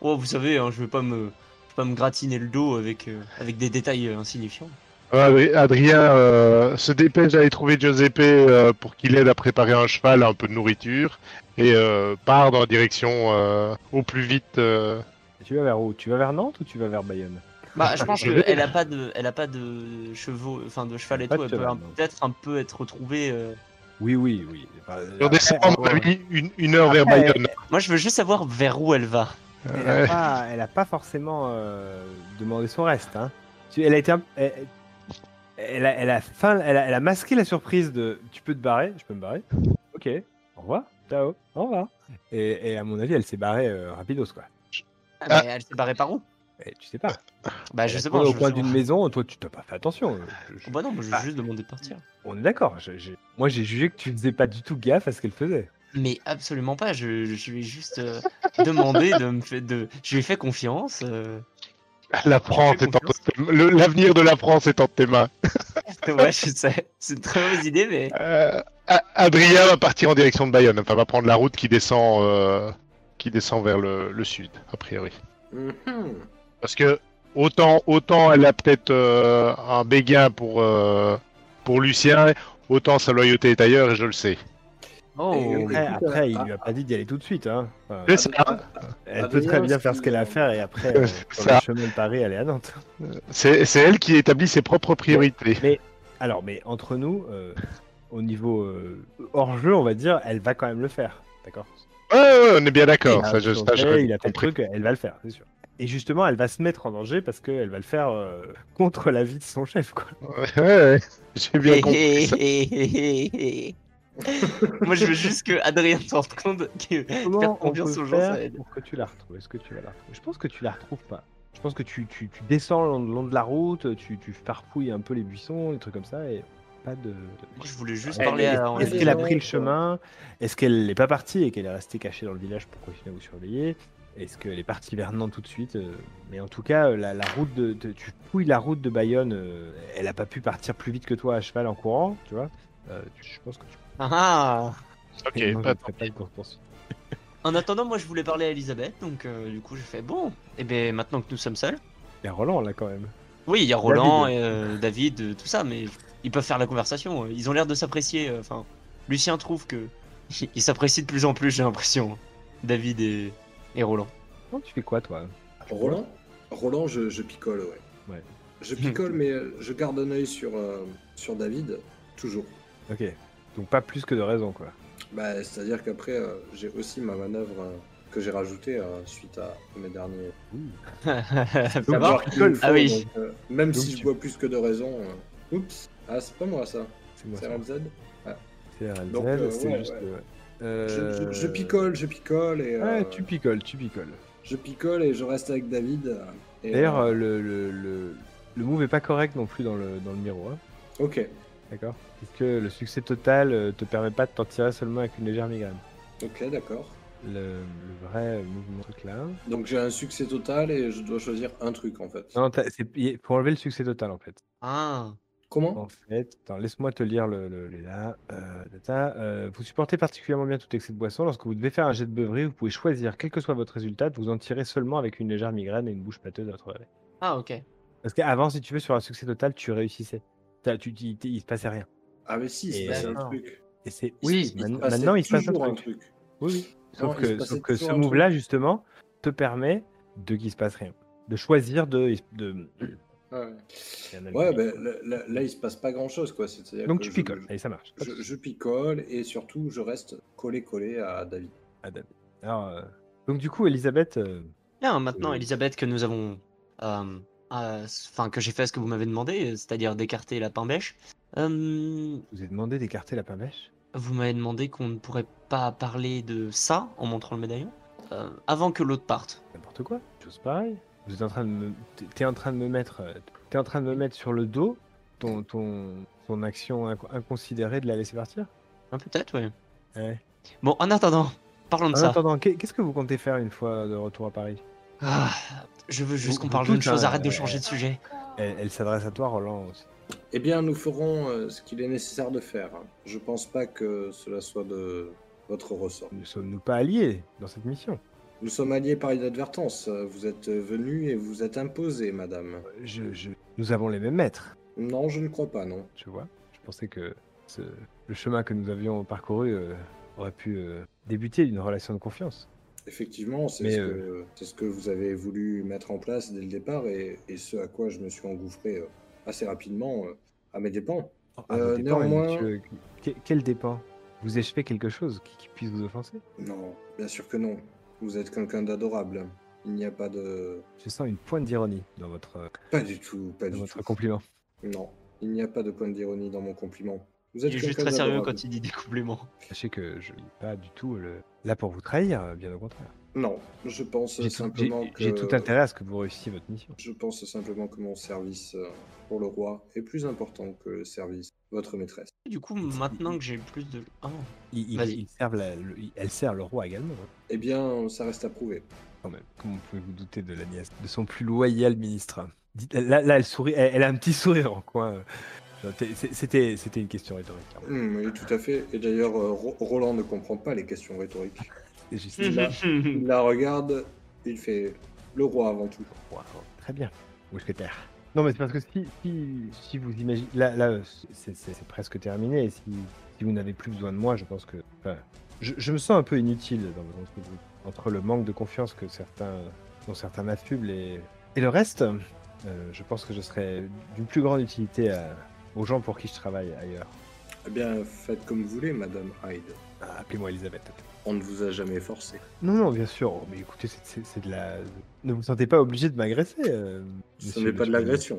[SPEAKER 2] Oh, vous savez, hein, je vais pas me, je vais pas me gratiner le dos avec euh, avec des détails euh, insignifiants.
[SPEAKER 4] Ah, Adri- Adrien euh, se dépêche d'aller trouver Giuseppe euh, pour qu'il aide à préparer un cheval, un peu de nourriture, et euh, part dans la direction euh, au plus vite. euh.
[SPEAKER 1] Tu vas vers où Tu vas vers Nantes ou tu vas vers Bayonne
[SPEAKER 2] Bah, je pense
[SPEAKER 4] Je vais-
[SPEAKER 2] qu'elle a pas de, elle a pas de chevaux, enfin de cheval et
[SPEAKER 1] Pas
[SPEAKER 2] tout.
[SPEAKER 1] de
[SPEAKER 2] Elle peut
[SPEAKER 1] cheval,
[SPEAKER 2] un-
[SPEAKER 1] non.
[SPEAKER 2] peut-être un peu être retrouvée. euh.
[SPEAKER 1] Oui, oui, oui. Enfin,
[SPEAKER 4] On
[SPEAKER 1] après,
[SPEAKER 4] descend,
[SPEAKER 1] elle-
[SPEAKER 4] à mon avis, une, une heure vers
[SPEAKER 1] Après,
[SPEAKER 4] Bayonne.
[SPEAKER 2] Moi, je veux juste savoir vers où elle va.
[SPEAKER 1] Elle
[SPEAKER 4] Ouais.
[SPEAKER 1] a, pas, elle a pas forcément euh, demandé son reste. Hein. Tu- Elle a été. un- Elle, elle a, elle a fin- elle, a, elle a masqué la surprise de tu peux te barrer, je peux me barrer. Ok, au revoir, ciao, au revoir. Et, et à mon avis, elle s'est barrée euh, rapidos quoi.
[SPEAKER 2] Ah,
[SPEAKER 4] Ah.
[SPEAKER 2] mais elle s'est barrée par où
[SPEAKER 1] Mais tu sais pas.
[SPEAKER 2] Bah,
[SPEAKER 1] Elle
[SPEAKER 2] je
[SPEAKER 1] a
[SPEAKER 2] sais pas.
[SPEAKER 1] trouvé
[SPEAKER 2] je
[SPEAKER 1] au
[SPEAKER 2] veux
[SPEAKER 1] coin
[SPEAKER 2] savoir.
[SPEAKER 1] d'une Ah. maison, toi tu t'as pas fait attention. Je- je-
[SPEAKER 2] Bah non, moi, je veux juste demander de partir.
[SPEAKER 1] on est d'accord. je- je- moi j'ai jugé que tu faisais pas du tout gaffe à ce qu'elle faisait.
[SPEAKER 2] Mais absolument pas. Je, je lui ai juste euh, demandé de me faire de. Je lui ai fait confiance. euh.
[SPEAKER 4] La France est en
[SPEAKER 2] confiance.
[SPEAKER 4] le- L'avenir de la France est entre tes mains.
[SPEAKER 2] Ouais, je sais. C'est une très mauvaise idée, mais.
[SPEAKER 4] Euh, A- Adrien va partir en direction de Bayonne, enfin va prendre la route qui descend, euh, qui descend vers le, le sud, a priori.
[SPEAKER 3] Mhm.
[SPEAKER 4] Parce que autant, autant elle a peut-être euh, un béguin pour, euh, pour Lucien, autant sa loyauté est ailleurs, et je le sais.
[SPEAKER 3] Et
[SPEAKER 6] Oh,
[SPEAKER 2] euh,
[SPEAKER 3] écoute,
[SPEAKER 1] après, Eh, après, il
[SPEAKER 3] ah,
[SPEAKER 1] lui a pas dit d'y aller tout de suite. Hein. Enfin,
[SPEAKER 4] Je sais,
[SPEAKER 1] elle
[SPEAKER 3] ah,
[SPEAKER 1] peut très
[SPEAKER 3] d'ailleurs,
[SPEAKER 1] bien faire ce qu'elle a à faire et après, euh, sur
[SPEAKER 4] Ça.
[SPEAKER 1] le chemin de Paris, aller à Nantes.
[SPEAKER 4] C'est c'est elle qui établit ses propres priorités.
[SPEAKER 1] Alors, mais entre nous, euh, au niveau euh, hors jeu, on va dire, elle va quand même le faire. D'accord
[SPEAKER 4] Ouais, ouais, on est bien d'accord.
[SPEAKER 1] Il a
[SPEAKER 4] ça, je-
[SPEAKER 1] son
[SPEAKER 4] ça,
[SPEAKER 1] fait,
[SPEAKER 4] j'aurais
[SPEAKER 1] il a fait
[SPEAKER 4] compris.
[SPEAKER 1] le truc, elle va le faire, c'est sûr. Et justement, elle va se mettre en danger parce qu'elle va le faire euh, contre l'avis de son chef. Quoi.
[SPEAKER 4] Ouais, ouais, J'ai bien compris. ça.
[SPEAKER 2] Moi, je veux juste que Adrien se rende compte que faire
[SPEAKER 1] Comment on peut
[SPEAKER 2] confiance aux gens,
[SPEAKER 1] faire
[SPEAKER 2] ça aide.
[SPEAKER 1] pour que tu la retrouves Est-ce que tu vas la retrouver Je pense que tu la retrouves pas. Je pense que tu, tu, tu descends le long- le long de la route, tu, tu farfouilles un peu les buissons, des trucs comme ça, et pas de...
[SPEAKER 2] Moi, je voulais juste
[SPEAKER 1] Elle
[SPEAKER 2] parler
[SPEAKER 1] est-
[SPEAKER 2] à.
[SPEAKER 1] Est-ce
[SPEAKER 3] Ah les
[SPEAKER 1] qu'elle a
[SPEAKER 3] gens,
[SPEAKER 1] pris le
[SPEAKER 3] quoi.
[SPEAKER 1] chemin Est-ce qu'elle n'est pas partie et qu'elle est restée cachée dans le village pour continuer à vous surveiller Est-ce qu'elle est partie vers Nantes tout de suite euh, Mais en tout cas, euh, la, la route de, de- tu fouilles la route de Bayonne. euh, elle n'a pas pu partir plus vite que toi à cheval en courant, tu vois. Euh, tu- je pense que tu
[SPEAKER 2] Ah, ah.
[SPEAKER 4] Ok,
[SPEAKER 1] non, je
[SPEAKER 4] pas-
[SPEAKER 1] ne ferai pas une course-poursuite.
[SPEAKER 2] En attendant, moi, je voulais parler à Elisabeth, donc euh, du coup, j'ai fait bon. Et eh ben, maintenant que nous sommes seuls.
[SPEAKER 1] Mais Roland là quand même.
[SPEAKER 2] Oui, il y a Roland, et, euh, David, euh, tout ça, mais ils peuvent faire la conversation. euh, Ils ont l'air de s'apprécier. euh, Enfin, Lucien trouve que ils s'apprécient de plus en plus, j'ai l'impression. David et, et Roland.
[SPEAKER 1] Non, tu fais quoi toi
[SPEAKER 3] Roland Roland, je, je picole, ouais.
[SPEAKER 1] Ouais.
[SPEAKER 3] Je picole, mais euh, je garde un œil sur, euh, sur David, toujours.
[SPEAKER 1] Ok. Donc pas plus que de raison quoi.
[SPEAKER 3] Bah, C'est-à-dire qu'après, euh, j'ai aussi ma manœuvre euh, que j'ai rajoutée euh, suite à mes derniers.
[SPEAKER 2] ça
[SPEAKER 1] va
[SPEAKER 2] va
[SPEAKER 3] Voir qu'il me
[SPEAKER 2] Ah oui.
[SPEAKER 3] donc, euh, même
[SPEAKER 1] Donc
[SPEAKER 3] si
[SPEAKER 1] tu-
[SPEAKER 3] je vois plus que de raison. euh, Oups Ah, c'est pas moi ça,
[SPEAKER 1] C'est moi.
[SPEAKER 3] c'est
[SPEAKER 1] ça.
[SPEAKER 3] RMZ.
[SPEAKER 1] C'est RLZ,
[SPEAKER 3] Donc, euh,
[SPEAKER 1] c'est
[SPEAKER 3] ouais,
[SPEAKER 1] juste.
[SPEAKER 3] ouais.
[SPEAKER 1] euh,
[SPEAKER 3] Je, je- je
[SPEAKER 1] euh,
[SPEAKER 3] picole, je picole et. euh,
[SPEAKER 1] Ouais, tu picoles, tu picoles.
[SPEAKER 3] Je picole et je reste avec David. euh, et,
[SPEAKER 1] D'ailleurs,
[SPEAKER 3] euh,
[SPEAKER 1] euh, le, le, le, le move est pas correct non plus dans le, dans le miroir,
[SPEAKER 3] Ok,
[SPEAKER 1] d'accord Puisque le succès total euh, te permet pas de t'en tirer seulement avec une légère migraine.
[SPEAKER 3] ok, d'accord.
[SPEAKER 1] Le, le vrai mouvement truc là.
[SPEAKER 3] Donc j'ai un succès total et je dois choisir un truc en fait.
[SPEAKER 1] Non, t'as- c'est il faut enlever le succès total en fait.
[SPEAKER 2] Ah,
[SPEAKER 3] Comment
[SPEAKER 1] En fait, attends, laisse-moi te lire le, le, le- là. euh, data, euh, vous supportez particulièrement bien tout excès de boisson. Lorsque vous devez faire un jet de beuverie, vous pouvez choisir, quel que soit votre résultat, de vous en tirer seulement avec une légère migraine et une bouche pâteuse à votre réveil.
[SPEAKER 2] ah, ok.
[SPEAKER 1] Parce qu'avant, si tu veux, sur un succès total, tu réussissais. T'as- tu, il, il se passait rien.
[SPEAKER 3] Ah mais si, il se
[SPEAKER 1] Et-
[SPEAKER 3] passe un
[SPEAKER 2] D'accord.
[SPEAKER 3] truc.
[SPEAKER 1] Et c'est
[SPEAKER 3] Il se-
[SPEAKER 1] oui,
[SPEAKER 3] il se
[SPEAKER 1] man-
[SPEAKER 3] passait
[SPEAKER 1] maintenant il se passe un
[SPEAKER 3] toujours hein.
[SPEAKER 1] truc. Oui, oui. Sauf
[SPEAKER 3] Non, il se
[SPEAKER 1] que,
[SPEAKER 3] passait
[SPEAKER 1] sauf que
[SPEAKER 3] toujours
[SPEAKER 1] ce
[SPEAKER 3] un truc.
[SPEAKER 1] move-là, justement, te permet de qu'il se passe rien. De choisir de. de...
[SPEAKER 3] Ouais,
[SPEAKER 1] de-
[SPEAKER 3] Ouais, ben, là, là- là, il se passe pas grand chose quoi. C'est-à-dire
[SPEAKER 1] Donc
[SPEAKER 3] que
[SPEAKER 1] tu
[SPEAKER 3] je-
[SPEAKER 1] picoles. Et ça marche. Pas de
[SPEAKER 3] Je, je picole et surtout je reste collé collé à David.
[SPEAKER 1] souci. Alors, euh, Donc du coup, Elisabeth, euh,
[SPEAKER 2] Bien, maintenant,
[SPEAKER 1] Euh,
[SPEAKER 2] Elisabeth, que nous avons. Enfin, que j'ai fait ce que vous m'avez demandé, euh, c'est-à-dire d'écarter la pain-bêche. euh,
[SPEAKER 1] vous avez demandé d'écarter la pain-bêche
[SPEAKER 2] vous m'avez demandé qu'on ne pourrait pas parler de ça en montrant le médaillon euh, avant que l'autre parte.
[SPEAKER 1] N'importe quoi. Chose pareille. Vous êtes en train de me... t'es- T'es en train de me mettre. euh, T'es en train de me mettre sur le dos ton, ton, ton action inc- inconsidérée de la laisser partir.
[SPEAKER 2] Hein, Peut-être, oui.
[SPEAKER 1] Ouais.
[SPEAKER 2] Bon, en attendant, parlons de
[SPEAKER 1] En
[SPEAKER 2] ça.
[SPEAKER 1] attendant, qu'est- qu'est-ce que vous comptez faire une fois de retour à Paris
[SPEAKER 2] Ah, je veux juste
[SPEAKER 1] Vous-
[SPEAKER 2] qu'on
[SPEAKER 1] vous
[SPEAKER 2] parle d'une
[SPEAKER 1] toutes,
[SPEAKER 2] chose,
[SPEAKER 1] hein,
[SPEAKER 2] arrête de
[SPEAKER 1] euh,
[SPEAKER 2] changer de sujet.
[SPEAKER 1] Elle, elle s'adresse à toi, Roland. aussi.
[SPEAKER 3] Eh bien, nous ferons euh, ce qu'il est nécessaire de faire. hein. Je pense pas que cela soit de votre ressort.
[SPEAKER 1] Ne sommes-nous pas alliés dans cette mission
[SPEAKER 3] Nous sommes alliés par inadvertance. Vous êtes venu et vous êtes imposé, madame.
[SPEAKER 1] je, je- Nous avons les mêmes maîtres,
[SPEAKER 3] Non, je ne crois pas, non.
[SPEAKER 1] tu vois. Je pensais que ce- le chemin que nous avions parcouru euh, aurait pu euh, débuter d'une relation de confiance.
[SPEAKER 3] Effectivement, c'est
[SPEAKER 1] Mais, euh,
[SPEAKER 3] ce, que- c'est ce que vous avez voulu mettre en place dès le départ et, et ce à quoi je me suis engouffré euh, assez rapidement euh, à mes dépens.
[SPEAKER 1] À vos dépens,
[SPEAKER 3] Euh,
[SPEAKER 1] et
[SPEAKER 3] néanmoins-
[SPEAKER 1] monsieur, que- quel dépend Vous échevez quelque chose qui, qui puisse vous offenser
[SPEAKER 3] Non, bien sûr que non. Vous êtes quelqu'un d'adorable. Il n'y a pas de...
[SPEAKER 1] Je sens une pointe d'ironie dans votre, euh,
[SPEAKER 3] Pas du tout, pas
[SPEAKER 1] dans
[SPEAKER 3] du
[SPEAKER 1] votre
[SPEAKER 3] tout.
[SPEAKER 1] compliment.
[SPEAKER 3] Non, il n'y a pas de point d'ironie dans mon compliment. Vous êtes
[SPEAKER 2] Il est juste
[SPEAKER 3] quelqu'un
[SPEAKER 2] très sérieux
[SPEAKER 3] d'adorable.
[SPEAKER 2] quand il dit des compliments.
[SPEAKER 1] Sachez que je ne suis pas du tout euh, le- là pour vous trahir, euh, bien au contraire.
[SPEAKER 3] Non, je
[SPEAKER 1] J'ai
[SPEAKER 3] pense
[SPEAKER 1] tout, j'ai-
[SPEAKER 3] simplement que...
[SPEAKER 1] j'ai tout intérêt à ce que vous réussissiez votre mission.
[SPEAKER 3] Je pense simplement que mon service euh, pour le roi est plus important que le service de votre maîtresse.
[SPEAKER 2] Du coup, maintenant que j'ai plus de. Ah,
[SPEAKER 1] Ils- ils-
[SPEAKER 2] Vas-y.
[SPEAKER 1] ils servent la- le- ils- elle sert le roi également. hein.
[SPEAKER 3] Eh bien, ça reste à prouver.
[SPEAKER 1] Quand même, comment pouvez-vous douter de la nièce, de son plus loyal ministre Dites- là, là, elle sourit, elle, elle a un petit sourire en coin.
[SPEAKER 7] T'es- c'est- C'était c'était une question rhétorique. hein. clairement.
[SPEAKER 3] Hum, oui, tout à fait. Et d'ailleurs, euh, Ro- Roland ne comprend pas les questions rhétoriques.
[SPEAKER 7] C'est juste-
[SPEAKER 2] Mm-hmm.
[SPEAKER 3] Là. Il la regarde, il fait le roi avant tout.
[SPEAKER 1] Waouh, Oh, très bien. Mousquetaire. Non, mais c'est parce que si, si, si vous imaginez. Là, là c'est c'est- c'est presque terminé. Et si, si vous n'avez plus besoin de moi, je pense que. enfin, je, je me sens un peu inutile dans votre entreprise. Entre le manque de confiance que certains, dont certains m'affublent et, et le reste, euh, je pense que je serai d'une plus grande utilité à- aux gens pour qui je travaille ailleurs.
[SPEAKER 3] Eh bien, faites comme vous voulez, Madame Hyde.
[SPEAKER 1] Ah, Appelez-moi Elisabeth.
[SPEAKER 3] On ne vous a jamais forcé.
[SPEAKER 1] Non, non, bien sûr. Oh, Mais écoutez, c'est- c'est c'est de la. Ne vous sentez pas obligé de m'agresser. euh,
[SPEAKER 3] Ce
[SPEAKER 1] monsieur
[SPEAKER 3] n'est pas de
[SPEAKER 1] Bascombe.
[SPEAKER 3] l'agression.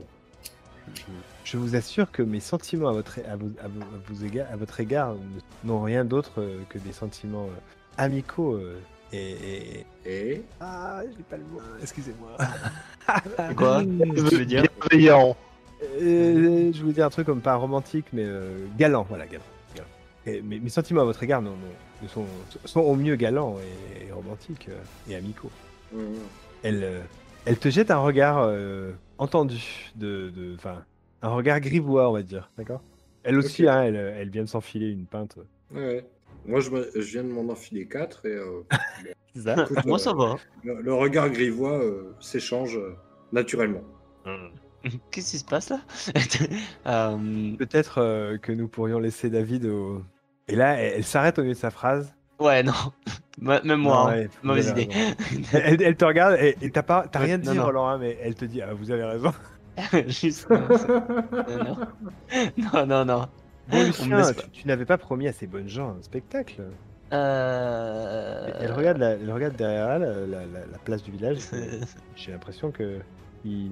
[SPEAKER 1] Je vous assure que mes sentiments à votre, à vos- à vos- à vos égards- à votre égard ne- n'ont rien d'autre euh, que des sentiments euh, amicaux euh, et, et-
[SPEAKER 3] Et
[SPEAKER 1] Ah, j'ai pas le mot. Excusez-moi.
[SPEAKER 2] Quoi Qu'est-ce que tu veux dire
[SPEAKER 4] Bienveillant.
[SPEAKER 1] Euh, je voulais dire un truc comme pas romantique, mais euh, galant. Voilà, galant. galant. Et mes, mes sentiments à votre égard n'ont- n'ont- ne sont, sont au mieux galants et, et romantiques euh, et amicaux.
[SPEAKER 3] Hum,
[SPEAKER 1] Elle, euh, elle te jette un regard euh, entendu, de, de, enfin, un regard grivois, on va dire, d'accord Elle aussi,
[SPEAKER 3] Ok.
[SPEAKER 1] hein, elle, euh, elle vient de s'enfiler une pinte.
[SPEAKER 3] ouais. Moi, je, me- je viens de m'en enfiler quatre et euh, écoute,
[SPEAKER 2] Moi
[SPEAKER 3] euh,
[SPEAKER 2] ça va.
[SPEAKER 3] le, le regard grivois euh, s'échange euh, naturellement.
[SPEAKER 2] hein. Qu'est-ce qui se passe là Euh,
[SPEAKER 1] Peut-être euh, que nous pourrions laisser David au... Et là, elle, elle s'arrête au milieu de sa phrase.
[SPEAKER 2] Ouais non. Ma- Même
[SPEAKER 1] Non,
[SPEAKER 2] moi. hein.
[SPEAKER 1] ouais, vous
[SPEAKER 2] Mauvaise
[SPEAKER 1] avez
[SPEAKER 2] idée.
[SPEAKER 1] Elle, elle te regarde et et t'as pas, t'as
[SPEAKER 2] Ouais,
[SPEAKER 1] rien dit,
[SPEAKER 2] non, non.
[SPEAKER 1] Roland, hein, mais elle te dit, ah, vous avez raison.
[SPEAKER 2] Juste. Non, non, non. non.
[SPEAKER 1] Bon,
[SPEAKER 2] me
[SPEAKER 1] Lucien,
[SPEAKER 2] laisse pas.
[SPEAKER 1] tu, tu n'avais pas promis à ces bonnes gens un spectacle.
[SPEAKER 2] Euh...
[SPEAKER 1] Elle regarde, la- elle regarde derrière elle, euh, la, la- la place du village.
[SPEAKER 2] Euh.
[SPEAKER 1] J'ai l'impression que il,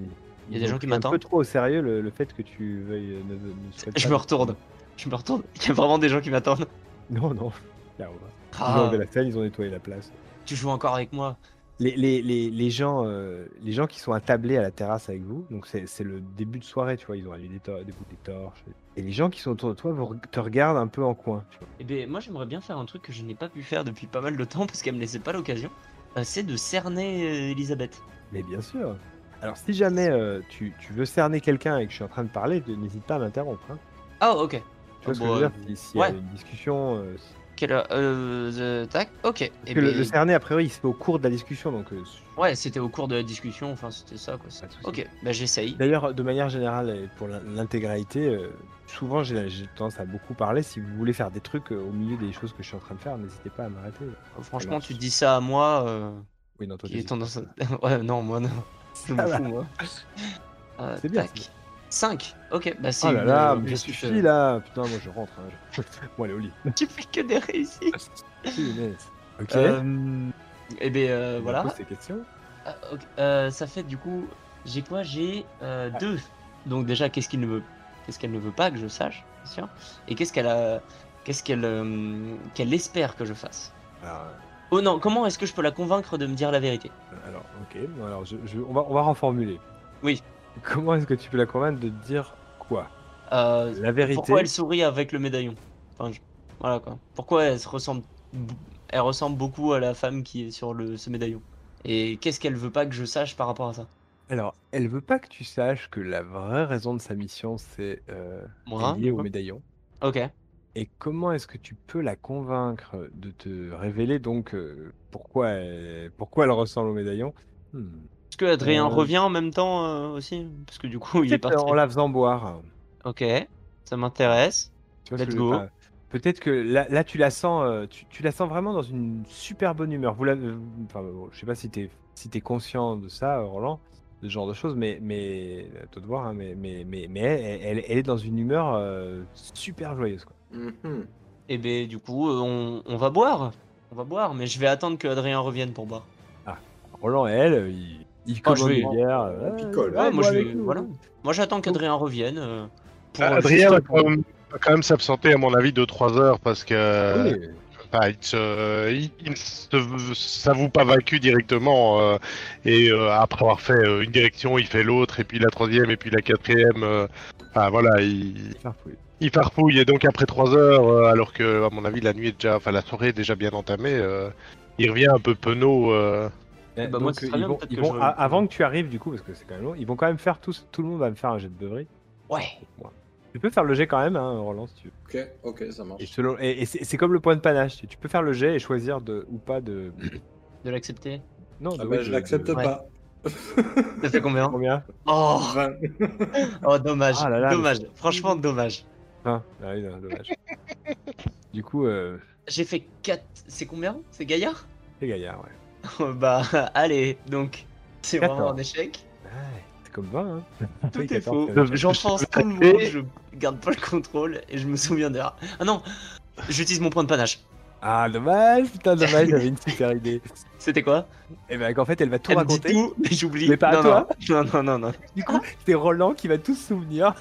[SPEAKER 2] Il y a des gens qui
[SPEAKER 1] Un
[SPEAKER 2] m'attendent.
[SPEAKER 1] peu trop au sérieux le, le fait que tu veuilles euh, ne, ne souhaites
[SPEAKER 2] Je
[SPEAKER 1] pas-
[SPEAKER 2] me retourne. Je me retourne. Il y a vraiment des gens qui m'attendent.
[SPEAKER 1] Non, non. Là, on va. Ils ont
[SPEAKER 2] Ah,
[SPEAKER 1] enlevé la scène, ils ont nettoyé la place.
[SPEAKER 2] tu joues encore avec moi.
[SPEAKER 1] Les, les, les, les gens, euh, les gens qui sont attablés à la terrasse avec vous, donc c'est c'est le début de soirée, tu vois, ils ont allumé des, tor- des bouts de torches. Et les gens qui sont autour de toi vous re- te regardent un peu en coin. tu vois.
[SPEAKER 2] Eh ben, moi j'aimerais bien faire un truc que je n'ai pas pu faire depuis pas mal de temps parce qu'elle me laissait pas l'occasion. Euh, c'est de cerner euh, Elisabeth.
[SPEAKER 1] Mais bien sûr. Alors si jamais euh, tu, tu veux cerner quelqu'un et que je suis en train de parler, de- n'hésite pas à m'interrompre. hein.
[SPEAKER 2] Ah, ok.
[SPEAKER 1] Tu vois ce que
[SPEAKER 2] Bon, euh,
[SPEAKER 1] je veux dire Si- S'il y a
[SPEAKER 2] ouais.
[SPEAKER 1] une discussion, euh, si-
[SPEAKER 2] Quelle heure euh, the- Tac, ok. Eh
[SPEAKER 1] Parce que le,
[SPEAKER 2] ben,
[SPEAKER 1] le cerné, a priori, il se fait au cours de la discussion. donc euh,
[SPEAKER 2] Ouais, c'était au cours de la discussion, enfin c'était ça quoi.
[SPEAKER 1] Pas de souci.
[SPEAKER 2] Ok, bah j'essaye.
[SPEAKER 1] D'ailleurs, de manière générale, et pour l'in- l'intégralité, euh, souvent j'ai j'ai tendance à beaucoup parler. Si vous voulez faire des trucs euh, au milieu des choses que je suis en train de faire, n'hésitez pas à m'arrêter.
[SPEAKER 2] Euh, Franchement,
[SPEAKER 1] marche.
[SPEAKER 2] tu dis ça à moi. euh,
[SPEAKER 1] Oui, non, toi,
[SPEAKER 2] qui est
[SPEAKER 1] t'hésites. Ah
[SPEAKER 2] tendance à... Ouais, non, moi non. Je m'en
[SPEAKER 1] va.
[SPEAKER 2] fous, moi. Euh,
[SPEAKER 1] C'est bien,
[SPEAKER 2] tac.
[SPEAKER 1] c'est bien.
[SPEAKER 2] 5 Ok, bah c'est.
[SPEAKER 1] Oh là
[SPEAKER 2] une-
[SPEAKER 1] là,
[SPEAKER 2] une
[SPEAKER 1] mais
[SPEAKER 2] réussite,
[SPEAKER 1] suffit
[SPEAKER 2] euh,
[SPEAKER 1] là. Putain, moi je rentre. hein, je- Bon, allez au lit.
[SPEAKER 2] Tu fais que des réussites
[SPEAKER 1] Si, mais- Ok.
[SPEAKER 2] Euh, Eh ben euh,
[SPEAKER 1] On
[SPEAKER 2] voilà.
[SPEAKER 1] pose ces questions.
[SPEAKER 2] Ah, ok, euh, ça fait du coup. J'ai quoi J'ai 2. Donc déjà, qu'est-ce qu'il ne veut Qu'est-ce qu'elle ne veut pas que je sache, c'est sûr. Et qu'est-ce qu'elle a... Qu'est-ce qu'elle euh, qu'elle espère que je fasse
[SPEAKER 1] Alors,
[SPEAKER 2] Oh non, comment est-ce que je peux la convaincre de me dire la vérité
[SPEAKER 1] euh, alors, ok. bon, alors, je- je- on, va, on va reformuler.
[SPEAKER 2] Oui.
[SPEAKER 1] Comment est-ce que tu peux la convaincre de dire quoi
[SPEAKER 2] Euh,
[SPEAKER 1] La vérité.
[SPEAKER 2] Pourquoi elle sourit avec le médaillon Enfin, je- Voilà quoi. Pourquoi elle se ressemble, elle ressemble beaucoup à la femme qui est sur le... ce médaillon Et qu'est-ce qu'elle veut pas que je sache par rapport à ça
[SPEAKER 7] Alors, elle veut pas que tu saches que la vraie raison de sa mission, c'est euh,
[SPEAKER 2] Moi
[SPEAKER 7] lié au médaillon.
[SPEAKER 2] Ok.
[SPEAKER 7] Et comment est-ce que tu peux la convaincre de te révéler donc euh, pourquoi elle, pourquoi elle ressemble au médaillon Hmm.
[SPEAKER 2] Est-ce que Adrien
[SPEAKER 7] Euh,
[SPEAKER 2] revient en même temps euh, aussi Parce que du coup, il est
[SPEAKER 7] Peut-être euh,
[SPEAKER 2] parti.
[SPEAKER 7] en la faisant boire.
[SPEAKER 2] Ok, ça m'intéresse.
[SPEAKER 7] Tu vois ce
[SPEAKER 2] Let's
[SPEAKER 7] que je veux
[SPEAKER 2] go.
[SPEAKER 7] dire Peut-être que là, là, tu la sens, euh, tu, tu la sens vraiment dans une super bonne humeur. Vous l'avez- enfin, bon, je sais pas si t'es si t'es conscient de ça, euh, Roland, de ce genre de choses, mais mais à toi de voir, hein, mais mais mais, mais elle, elle- elle est dans une humeur euh, super joyeuse. Quoi.
[SPEAKER 3] Mhm.
[SPEAKER 2] Et ben du coup, euh, on... on va boire. On va boire, mais je vais attendre que Adrien revienne pour boire.
[SPEAKER 7] Roland et elle, euh, ils, ils
[SPEAKER 2] Ah, je
[SPEAKER 7] commandent
[SPEAKER 2] vais-
[SPEAKER 7] une bière. euh,
[SPEAKER 3] On picole.
[SPEAKER 2] Ouais,
[SPEAKER 7] Ouais,
[SPEAKER 2] moi,
[SPEAKER 7] bois
[SPEAKER 2] je vais...
[SPEAKER 7] avec nous.
[SPEAKER 2] voilà. moi, j'attends qu'Adrien revienne. euh, pour, euh,
[SPEAKER 4] Ah, Adrien
[SPEAKER 2] juste
[SPEAKER 4] va
[SPEAKER 2] pour-
[SPEAKER 4] quand même- va quand même s'absenter, à mon avis, de 3 heures parce
[SPEAKER 1] Ah
[SPEAKER 4] que.
[SPEAKER 7] oui.
[SPEAKER 4] Enfin, il, se- il- il ne se- s'avoue pas vaincu directement. euh, et euh, après avoir fait euh, une direction, il fait l'autre, et puis la troisième, et puis la quatrième. euh, enfin voilà, il,
[SPEAKER 7] Faire fouiller.
[SPEAKER 4] il farfouille. Et donc après trois heures, euh, alors que à mon avis la nuit est déjà, enfin la soirée est déjà bien entamée, euh, il revient un peu penaud. euh.
[SPEAKER 7] Eh,
[SPEAKER 2] bah, moi,
[SPEAKER 7] donc, euh,
[SPEAKER 2] ce serait
[SPEAKER 7] ils
[SPEAKER 2] bien,
[SPEAKER 7] vont-
[SPEAKER 2] peut-être
[SPEAKER 7] ils
[SPEAKER 2] que
[SPEAKER 7] vont-
[SPEAKER 2] je-
[SPEAKER 7] a- avant que tu arrives du coup parce que c'est quand même long, ils vont quand même faire tous tout le monde va me faire un jet de beuverie.
[SPEAKER 2] Ouais.
[SPEAKER 7] Moi.
[SPEAKER 1] Tu peux faire le jet quand même, hein, Roland, si tu veux.
[SPEAKER 3] Ok, ok, ça marche.
[SPEAKER 1] Et, selon- et- et c'est c'est comme le point de panache. Tu tu peux faire le jet et choisir de ou pas de.
[SPEAKER 2] de l'accepter.
[SPEAKER 1] Non,
[SPEAKER 3] Ah
[SPEAKER 1] de-
[SPEAKER 3] bah,
[SPEAKER 1] oui,
[SPEAKER 3] je
[SPEAKER 1] de-
[SPEAKER 3] l'accepte
[SPEAKER 1] de-
[SPEAKER 2] ouais.
[SPEAKER 3] pas.
[SPEAKER 2] Ça fait combien
[SPEAKER 1] Combien
[SPEAKER 2] Oh,
[SPEAKER 3] Vingt.
[SPEAKER 2] oh, dommage,
[SPEAKER 1] Ah là là, mais
[SPEAKER 2] dommage, franchement dommage.
[SPEAKER 1] Vingt. Ah oui, non, dommage. du coup, euh,
[SPEAKER 2] J'ai fait 4, c'est combien C'est Gaillard
[SPEAKER 1] c'est Gaillard, ouais.
[SPEAKER 2] Bah allez, donc c'est vraiment un
[SPEAKER 1] Quatorze.
[SPEAKER 2] échec.
[SPEAKER 1] Ouais, c'est comme 20, hein.
[SPEAKER 2] Tout
[SPEAKER 1] Oui,
[SPEAKER 2] est faux.
[SPEAKER 1] quatorze, euh,
[SPEAKER 2] J'enfonce tout le monde, je garde pas le contrôle et je me souviens de rien. Ah non, j'utilise mon point de panache.
[SPEAKER 1] Ah, dommage, putain, dommage, j'avais une super idée.
[SPEAKER 2] C'était quoi
[SPEAKER 1] Et ben qu'en fait, elle va tout
[SPEAKER 2] Elle me dit
[SPEAKER 1] raconter.
[SPEAKER 2] tout, mais j'oublie.
[SPEAKER 1] Mais pas à
[SPEAKER 2] non,
[SPEAKER 1] toi.
[SPEAKER 2] non. non, non, non, non.
[SPEAKER 1] Du coup, c'est Roland qui va tout se souvenir.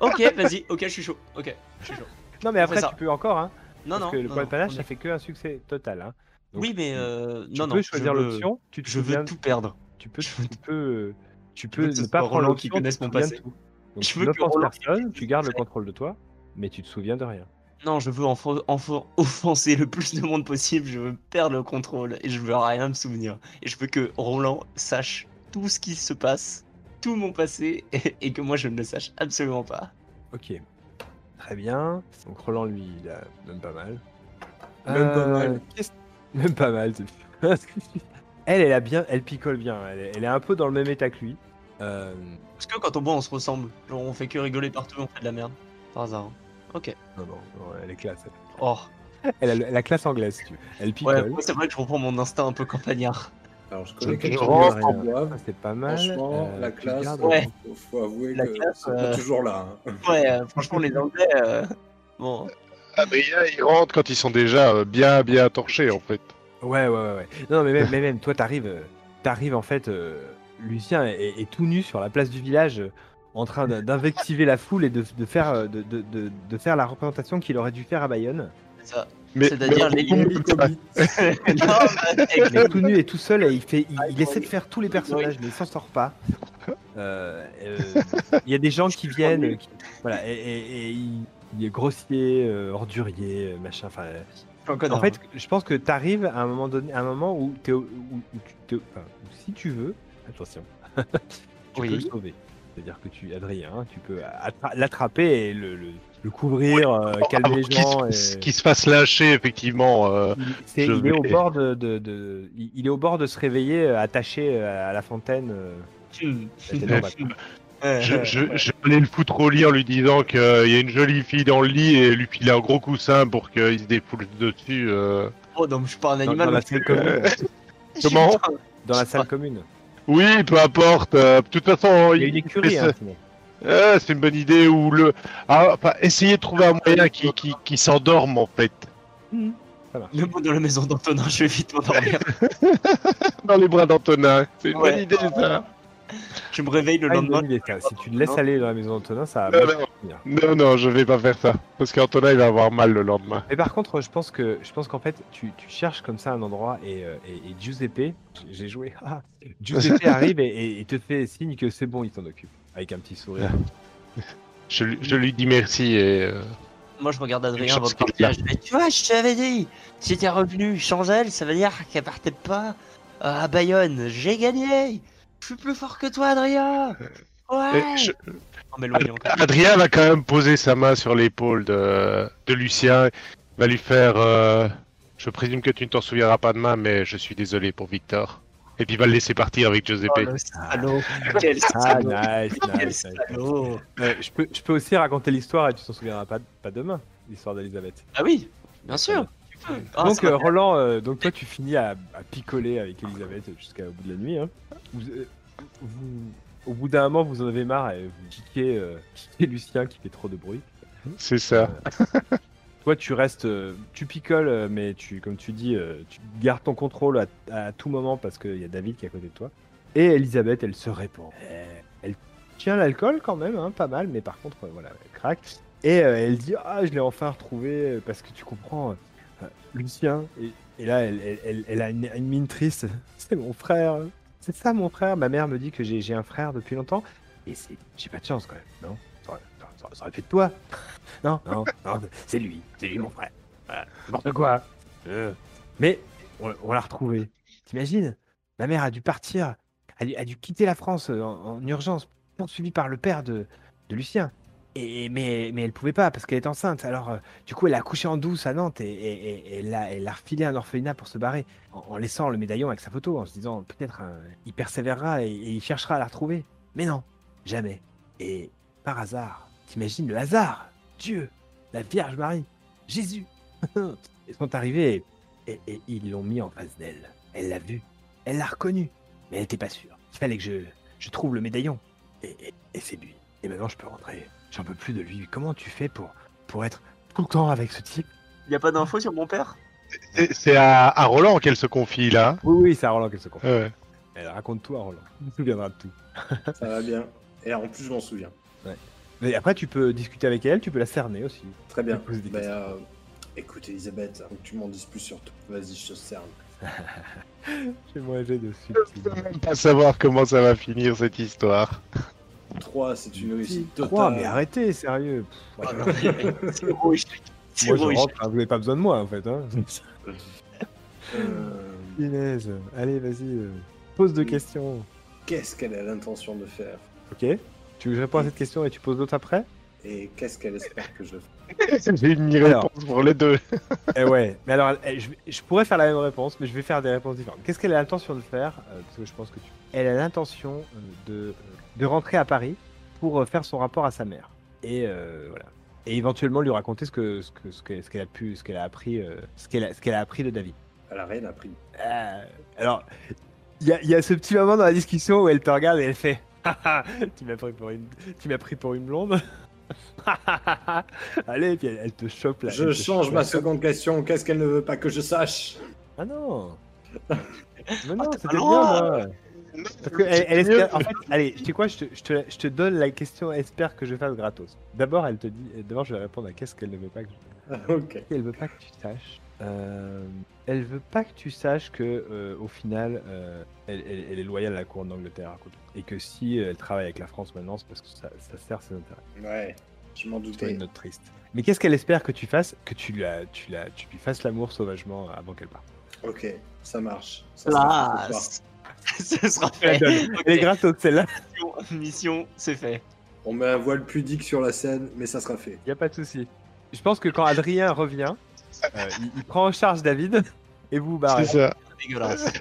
[SPEAKER 2] Ok, vas-y, ok, je suis chaud. Ok, je suis chaud.
[SPEAKER 1] Non, mais après,
[SPEAKER 2] ça.
[SPEAKER 1] tu peux encore, hein.
[SPEAKER 2] Non,
[SPEAKER 1] parce
[SPEAKER 2] non.
[SPEAKER 1] que le
[SPEAKER 2] non,
[SPEAKER 1] point de
[SPEAKER 2] non,
[SPEAKER 1] panache,
[SPEAKER 2] on est-
[SPEAKER 1] ça fait que un succès total, hein. Donc,
[SPEAKER 2] Oui, mais euh,
[SPEAKER 1] Tu
[SPEAKER 2] non, non.
[SPEAKER 1] peux choisir
[SPEAKER 2] je veux-
[SPEAKER 1] l'option, tu te
[SPEAKER 2] Je veux
[SPEAKER 1] souviens-
[SPEAKER 2] tout perdre.
[SPEAKER 1] tu peux,
[SPEAKER 2] je
[SPEAKER 1] tu
[SPEAKER 2] veux-
[SPEAKER 1] peux, tu
[SPEAKER 2] veux
[SPEAKER 1] peux
[SPEAKER 2] que ce
[SPEAKER 1] ne
[SPEAKER 2] soit
[SPEAKER 1] pas prendre
[SPEAKER 2] Roland
[SPEAKER 1] l'option,
[SPEAKER 2] qui
[SPEAKER 1] tu
[SPEAKER 2] connaisse
[SPEAKER 1] te
[SPEAKER 2] mon
[SPEAKER 1] souviens de
[SPEAKER 2] passé.
[SPEAKER 1] tout. Donc,
[SPEAKER 2] Je
[SPEAKER 1] tu
[SPEAKER 2] veux que
[SPEAKER 1] n'offenses
[SPEAKER 2] Roland-
[SPEAKER 1] personne, tu gardes le contrôle de toi, mais tu te souviens de rien.
[SPEAKER 2] Non, je veux enfo- enfo- offenser le plus de monde possible. Je veux perdre le contrôle et je veux rien me souvenir. Et je veux que Roland sache tout ce qui se passe, tout mon passé, et, et que moi je ne le sache absolument pas.
[SPEAKER 1] Ok, très bien. Donc Roland, lui, il a même pas mal. Euh,
[SPEAKER 3] Même pas mal.
[SPEAKER 1] qu'est-ce- Même pas mal. c'est- elle, elle a bien, elle picole bien. Elle est, elle est un peu dans le même état que lui. Euh,
[SPEAKER 2] Parce que quand on boit, on se ressemble. Genre, on fait que rigoler partout, on fait de la merde. Par hasard. hein. Ok.
[SPEAKER 1] non, non, non, elle est classe.
[SPEAKER 2] Oh.
[SPEAKER 1] Elle a le- la classe anglaise, si tu veux. Elle
[SPEAKER 2] Ouais,
[SPEAKER 1] picole.
[SPEAKER 2] moi, c'est vrai que je reprends mon instinct un peu campagnard.
[SPEAKER 3] Alors, je connais
[SPEAKER 4] Je
[SPEAKER 3] quelqu'un qui
[SPEAKER 4] rentre
[SPEAKER 1] en
[SPEAKER 3] en boivent.
[SPEAKER 1] Ça, C'est pas mal.
[SPEAKER 3] Franchement,
[SPEAKER 1] Euh,
[SPEAKER 3] la
[SPEAKER 1] tu
[SPEAKER 3] classe,
[SPEAKER 1] gardes-
[SPEAKER 2] Ouais.
[SPEAKER 3] faut, faut avouer
[SPEAKER 2] La
[SPEAKER 3] que
[SPEAKER 2] classe,
[SPEAKER 3] c'est pas
[SPEAKER 2] euh,
[SPEAKER 3] toujours là. hein.
[SPEAKER 2] Ouais, euh, franchement, les Anglais. euh, Bon.
[SPEAKER 4] Adrien, Ah, il rentre quand ils sont déjà euh, bien, bien torchés, en fait.
[SPEAKER 1] Ouais, ouais, ouais. ouais. Non, mais même, mais même toi, t'arrives, euh, t'arrives en fait, euh, Lucien est, est tout nu sur la place du village, euh, en train d'in- d'invectiver la foule et de, de faire, euh, de, de- de- de faire la représentation qu'il aurait dû faire à Bayonne.
[SPEAKER 2] c'est Ça.
[SPEAKER 4] Mais,
[SPEAKER 2] C'est-à-dire
[SPEAKER 4] mais-
[SPEAKER 2] les Non, mais avec
[SPEAKER 1] Il est tout nu et tout seul et il, fait, il, il
[SPEAKER 2] ouais,
[SPEAKER 1] essaie de faire tous les personnages, mais il s'en sort pas. Euh, euh, Il y a des gens qui viennent, euh, qui- voilà, et, et- et il, il est grossier, euh, ordurier, euh, machin, enfin. euh,
[SPEAKER 2] un
[SPEAKER 1] En
[SPEAKER 2] connard.
[SPEAKER 1] fait, je pense que tu arrives à un moment donné, à un moment où, t'es au- où- où tu t'es- enfin, où si tu veux, attention, tu
[SPEAKER 2] Oui.
[SPEAKER 1] peux le sauver. C'est-à-dire que tu, Adrien, hein, tu peux attra- l'attraper et le, le- le couvrir, euh, calmer les gens.
[SPEAKER 4] Ah, Qui se-
[SPEAKER 1] et-
[SPEAKER 4] qui se fasse lâcher, effectivement. euh,
[SPEAKER 1] Il, c'est-
[SPEAKER 4] je
[SPEAKER 1] il est au
[SPEAKER 4] vais-
[SPEAKER 1] bord de, de- de- il il est au bord de se réveiller euh, attaché euh, à la fontaine. euh,
[SPEAKER 2] Hmm.
[SPEAKER 1] c'était normal.
[SPEAKER 2] Ouais,
[SPEAKER 4] je,
[SPEAKER 2] ouais,
[SPEAKER 4] je,
[SPEAKER 2] ouais.
[SPEAKER 4] je vais aller le foutre au lit en lui disant qu'il y a une jolie fille dans le lit et lui filer un gros coussin pour qu'il se défoule dessus. euh.
[SPEAKER 2] Oh non, mais je suis pas un
[SPEAKER 1] dans,
[SPEAKER 2] animal.
[SPEAKER 1] dans la
[SPEAKER 2] non plus.
[SPEAKER 1] salle commune.
[SPEAKER 2] Je suis
[SPEAKER 4] Comment
[SPEAKER 2] pas-
[SPEAKER 1] dans la salle commune.
[SPEAKER 4] Oui, peu importe. euh, de toute façon,
[SPEAKER 1] Il y a une écurie. hein, sinon.
[SPEAKER 4] Euh, c'est une bonne idée ou le. Ah, enfin, essayez de trouver un moyen qui, qui, qui s'endorme en fait.
[SPEAKER 2] Le mot de la maison d'Antonin, je vais vite m'endormir.
[SPEAKER 4] Dans les bras d'Antonin. C'est une
[SPEAKER 2] Ouais.
[SPEAKER 4] bonne idée ça.
[SPEAKER 2] Je me réveille le
[SPEAKER 1] Ah, une
[SPEAKER 2] lendemain.
[SPEAKER 1] bonne idée, ça. Si tu le laisses aller dans la maison d'Antonin, ça. va
[SPEAKER 4] Non, non. Non, non, je vais pas faire ça. Parce qu'Antonin il va avoir mal le lendemain.
[SPEAKER 1] Mais par contre, je pense que je pense qu'en fait, tu, tu cherches comme ça un endroit et, euh, et, et Giuseppe, j'ai joué. ah, Giuseppe arrive et, et- et te fait signe que c'est bon, il t'en occupe avec un petit sourire.
[SPEAKER 4] Je, lui- je lui dis merci et. euh,
[SPEAKER 2] Moi, je regarde
[SPEAKER 4] Une
[SPEAKER 2] Adrien
[SPEAKER 4] chance
[SPEAKER 2] avant de
[SPEAKER 4] qu'il
[SPEAKER 2] partir. Je fais, tu vois, je t'avais dit. Si t'es revenu sans elle, ça veut dire qu'elle partait pas euh, à Bayonne. J'ai gagné. Je suis plus fort que toi, Adrien. Ouais.
[SPEAKER 4] et je-
[SPEAKER 2] Oh, mais loin, il est encore.
[SPEAKER 4] Adrien va quand même poser sa main sur l'épaule de, de Lucien. Va lui faire. euh, Je présume que tu ne t'en souviendras pas demain, mais je suis désolé pour Victor. Et puis il va le laisser partir avec Giuseppe.
[SPEAKER 2] Oh, le salaud. Quel
[SPEAKER 1] Ah,
[SPEAKER 2] salaud.
[SPEAKER 1] nice,
[SPEAKER 2] Quel
[SPEAKER 1] nice, nice.
[SPEAKER 2] salaud.
[SPEAKER 1] Euh, je, peux, je peux aussi raconter l'histoire et tu t'en souviendras pas, pas demain, l'histoire d'Elisabeth.
[SPEAKER 2] Ah oui, bien sûr. tu peux. Ah,
[SPEAKER 1] donc,
[SPEAKER 2] c'est
[SPEAKER 1] euh,
[SPEAKER 2] pas-
[SPEAKER 1] Roland, euh, donc toi, tu finis à, à picoler avec Elisabeth jusqu'au bout de la nuit. hein. Vous, euh, vous- au bout d'un moment, vous en avez marre et vous kickez, euh, kickez Lucien qui fait trop de bruit.
[SPEAKER 4] C'est ça.
[SPEAKER 1] Toi, tu restes, euh, tu picoles, euh, mais tu, comme tu dis, euh, tu gardes ton contrôle à, à tout moment parce qu'il y a David qui est à côté de toi. Et Elisabeth, elle se répand. Elle- Elle tient l'alcool quand même, hein, pas mal, mais par contre, euh, voilà, elle craque. Et euh, elle dit Ah, je l'ai enfin retrouvé euh, parce que tu comprends, euh, euh, Lucien. Et, et là, elle, elle- elle- elle a une, une mine triste. C'est mon frère. C'est ça, mon frère. Ma mère me dit que j'ai j'ai un frère depuis longtemps. Et c'est- j'ai pas de chance quand même, non Ça aurait- ça aurait- ça aurait fait de toi. Non, non, non, c'est lui, c'est lui mon frère. Voilà, N'importe quoi. Euh, Mais on, on l'a retrouvé. T'imagines Ma mère a dû partir, a dû, a dû quitter la France euh, en, en urgence, poursuivie par le père de, de Lucien. Et, mais, mais elle pouvait pas parce qu'elle est enceinte. Alors, euh, du coup, elle a couché en douce à Nantes et, et- et- et elle l'a- elle l'a refilé à un orphelinat pour se barrer en, en laissant le médaillon avec sa photo en se disant peut-être euh, il persévérera et, et il cherchera à la retrouver. Mais non, jamais. Et par hasard, t'imagines le hasard Dieu, la Vierge Marie, Jésus Ils sont arrivés et, et ils l'ont mis en face d'elle. Elle l'a vu, elle l'a reconnu, mais elle n'était pas sûre. Il fallait que je, je trouve le médaillon. Et, et- et c'est lui. Et maintenant, je peux rentrer. J'en peux plus de lui. Comment tu fais pour, pour être tout le temps avec ce type
[SPEAKER 2] Il n'y a pas d'infos sur mon père
[SPEAKER 4] C'est- C'est à, à Roland qu'elle se confie là. Euh,
[SPEAKER 1] Oui, oui, c'est à Roland qu'elle se confie.
[SPEAKER 4] Ouais.
[SPEAKER 1] Elle raconte tout à Roland. Il se souviendra de tout.
[SPEAKER 3] Ça va bien. Et en plus, je m'en souviens.
[SPEAKER 1] Mais après, tu peux discuter avec elle, tu peux la cerner aussi.
[SPEAKER 3] Très bien.
[SPEAKER 1] Je pose des
[SPEAKER 3] Ben,
[SPEAKER 1] questions.
[SPEAKER 3] euh, écoute, Elisabeth, hein, tu m'en dises plus sur tout. Vas-y, je te cerne.
[SPEAKER 1] J'ai moins j'ai dessus.
[SPEAKER 4] Je veux même pas savoir comment ça va finir cette histoire.
[SPEAKER 3] 3, c'est une réussite totale.
[SPEAKER 1] Trois, mais arrêtez, sérieux. Pff,
[SPEAKER 2] Ah
[SPEAKER 1] ouais,
[SPEAKER 2] non, C'est gros échec. C'est
[SPEAKER 1] moi,
[SPEAKER 2] gros
[SPEAKER 1] je
[SPEAKER 2] échec.
[SPEAKER 1] rentre, hein, vous n'avez pas besoin de moi, en fait. Hein.
[SPEAKER 3] Euh,
[SPEAKER 1] Punaise. Allez, vas-y. euh, Pose deux questions.
[SPEAKER 3] qu'est-ce qu'elle a l'intention de faire
[SPEAKER 1] Ok Tu veux que je réponds à cette question et tu poses d'autres après
[SPEAKER 3] Et qu'est-ce qu'elle espère que je fasse
[SPEAKER 4] J'ai une
[SPEAKER 1] Alors.
[SPEAKER 4] réponse pour les deux.
[SPEAKER 1] Eh ouais, mais alors eh, je, je pourrais faire la même réponse, mais je vais faire des réponses différentes. Qu'est-ce qu'elle a l'intention de faire Euh, Parce que je pense que tu. Elle a l'intention euh, de, de rentrer à Paris pour euh, faire son rapport à sa mère. Et euh, voilà. Et éventuellement lui raconter ce que ce que ce que- ce qu'elle a pu, ce qu'elle a appris, euh, ce qu'elle a, ce qu'elle a appris de David.
[SPEAKER 3] Elle a rien appris.
[SPEAKER 1] Euh, alors, il y a, il y a ce petit moment dans la discussion où elle te regarde et elle fait Ah, ah, Tu m'as pris pour une, tu m'as pris pour une blonde Ah, ah, ah. Allez, puis elle, elle te chope là.
[SPEAKER 3] Je change ma
[SPEAKER 1] ma
[SPEAKER 3] seconde question. Qu'est-ce qu'elle ne veut pas que je sache
[SPEAKER 1] Ah non Mais non,
[SPEAKER 2] t'es pas
[SPEAKER 1] c'était bien,
[SPEAKER 2] loin.
[SPEAKER 1] moi. Parce que elle, elle espère- en fait, allez, tu sais quoi, je te, je te- je te donne la question, espère que je fasse gratos. D'abord, elle te dit, d'abord, je vais répondre à qu'est-ce qu'elle ne veut pas que
[SPEAKER 3] Ok.
[SPEAKER 1] elle veut pas que tu saches. euh, elle veut pas que tu saches que, euh, au final, euh, elle, elle- elle est loyale à la couronne d'Angleterre. quoi. Et que si euh, elle travaille avec la France maintenant, c'est parce que ça, ça sert ses intérêts.
[SPEAKER 3] Ouais, je m'en
[SPEAKER 1] C'est pas
[SPEAKER 3] doutais.
[SPEAKER 1] une note triste. Mais qu'est-ce qu'elle espère que tu fasses Que tu, la, tu, la, tu lui fasses l'amour sauvagement euh, avant qu'elle parte.
[SPEAKER 3] Ok, ça marche. Ça sera ce soir.
[SPEAKER 2] Classe. Ce sera fait.
[SPEAKER 1] Elle est
[SPEAKER 2] Ok,
[SPEAKER 1] gratos, celle-là.
[SPEAKER 2] mission- Mission, c'est fait.
[SPEAKER 3] On met un voile pudique sur la scène, mais ça sera fait.
[SPEAKER 1] Il a pas de souci. Je pense que quand Adrien revient, euh, il, il prend en charge David et vous vous barrez.
[SPEAKER 4] C'est ça.
[SPEAKER 2] Dégueulasse.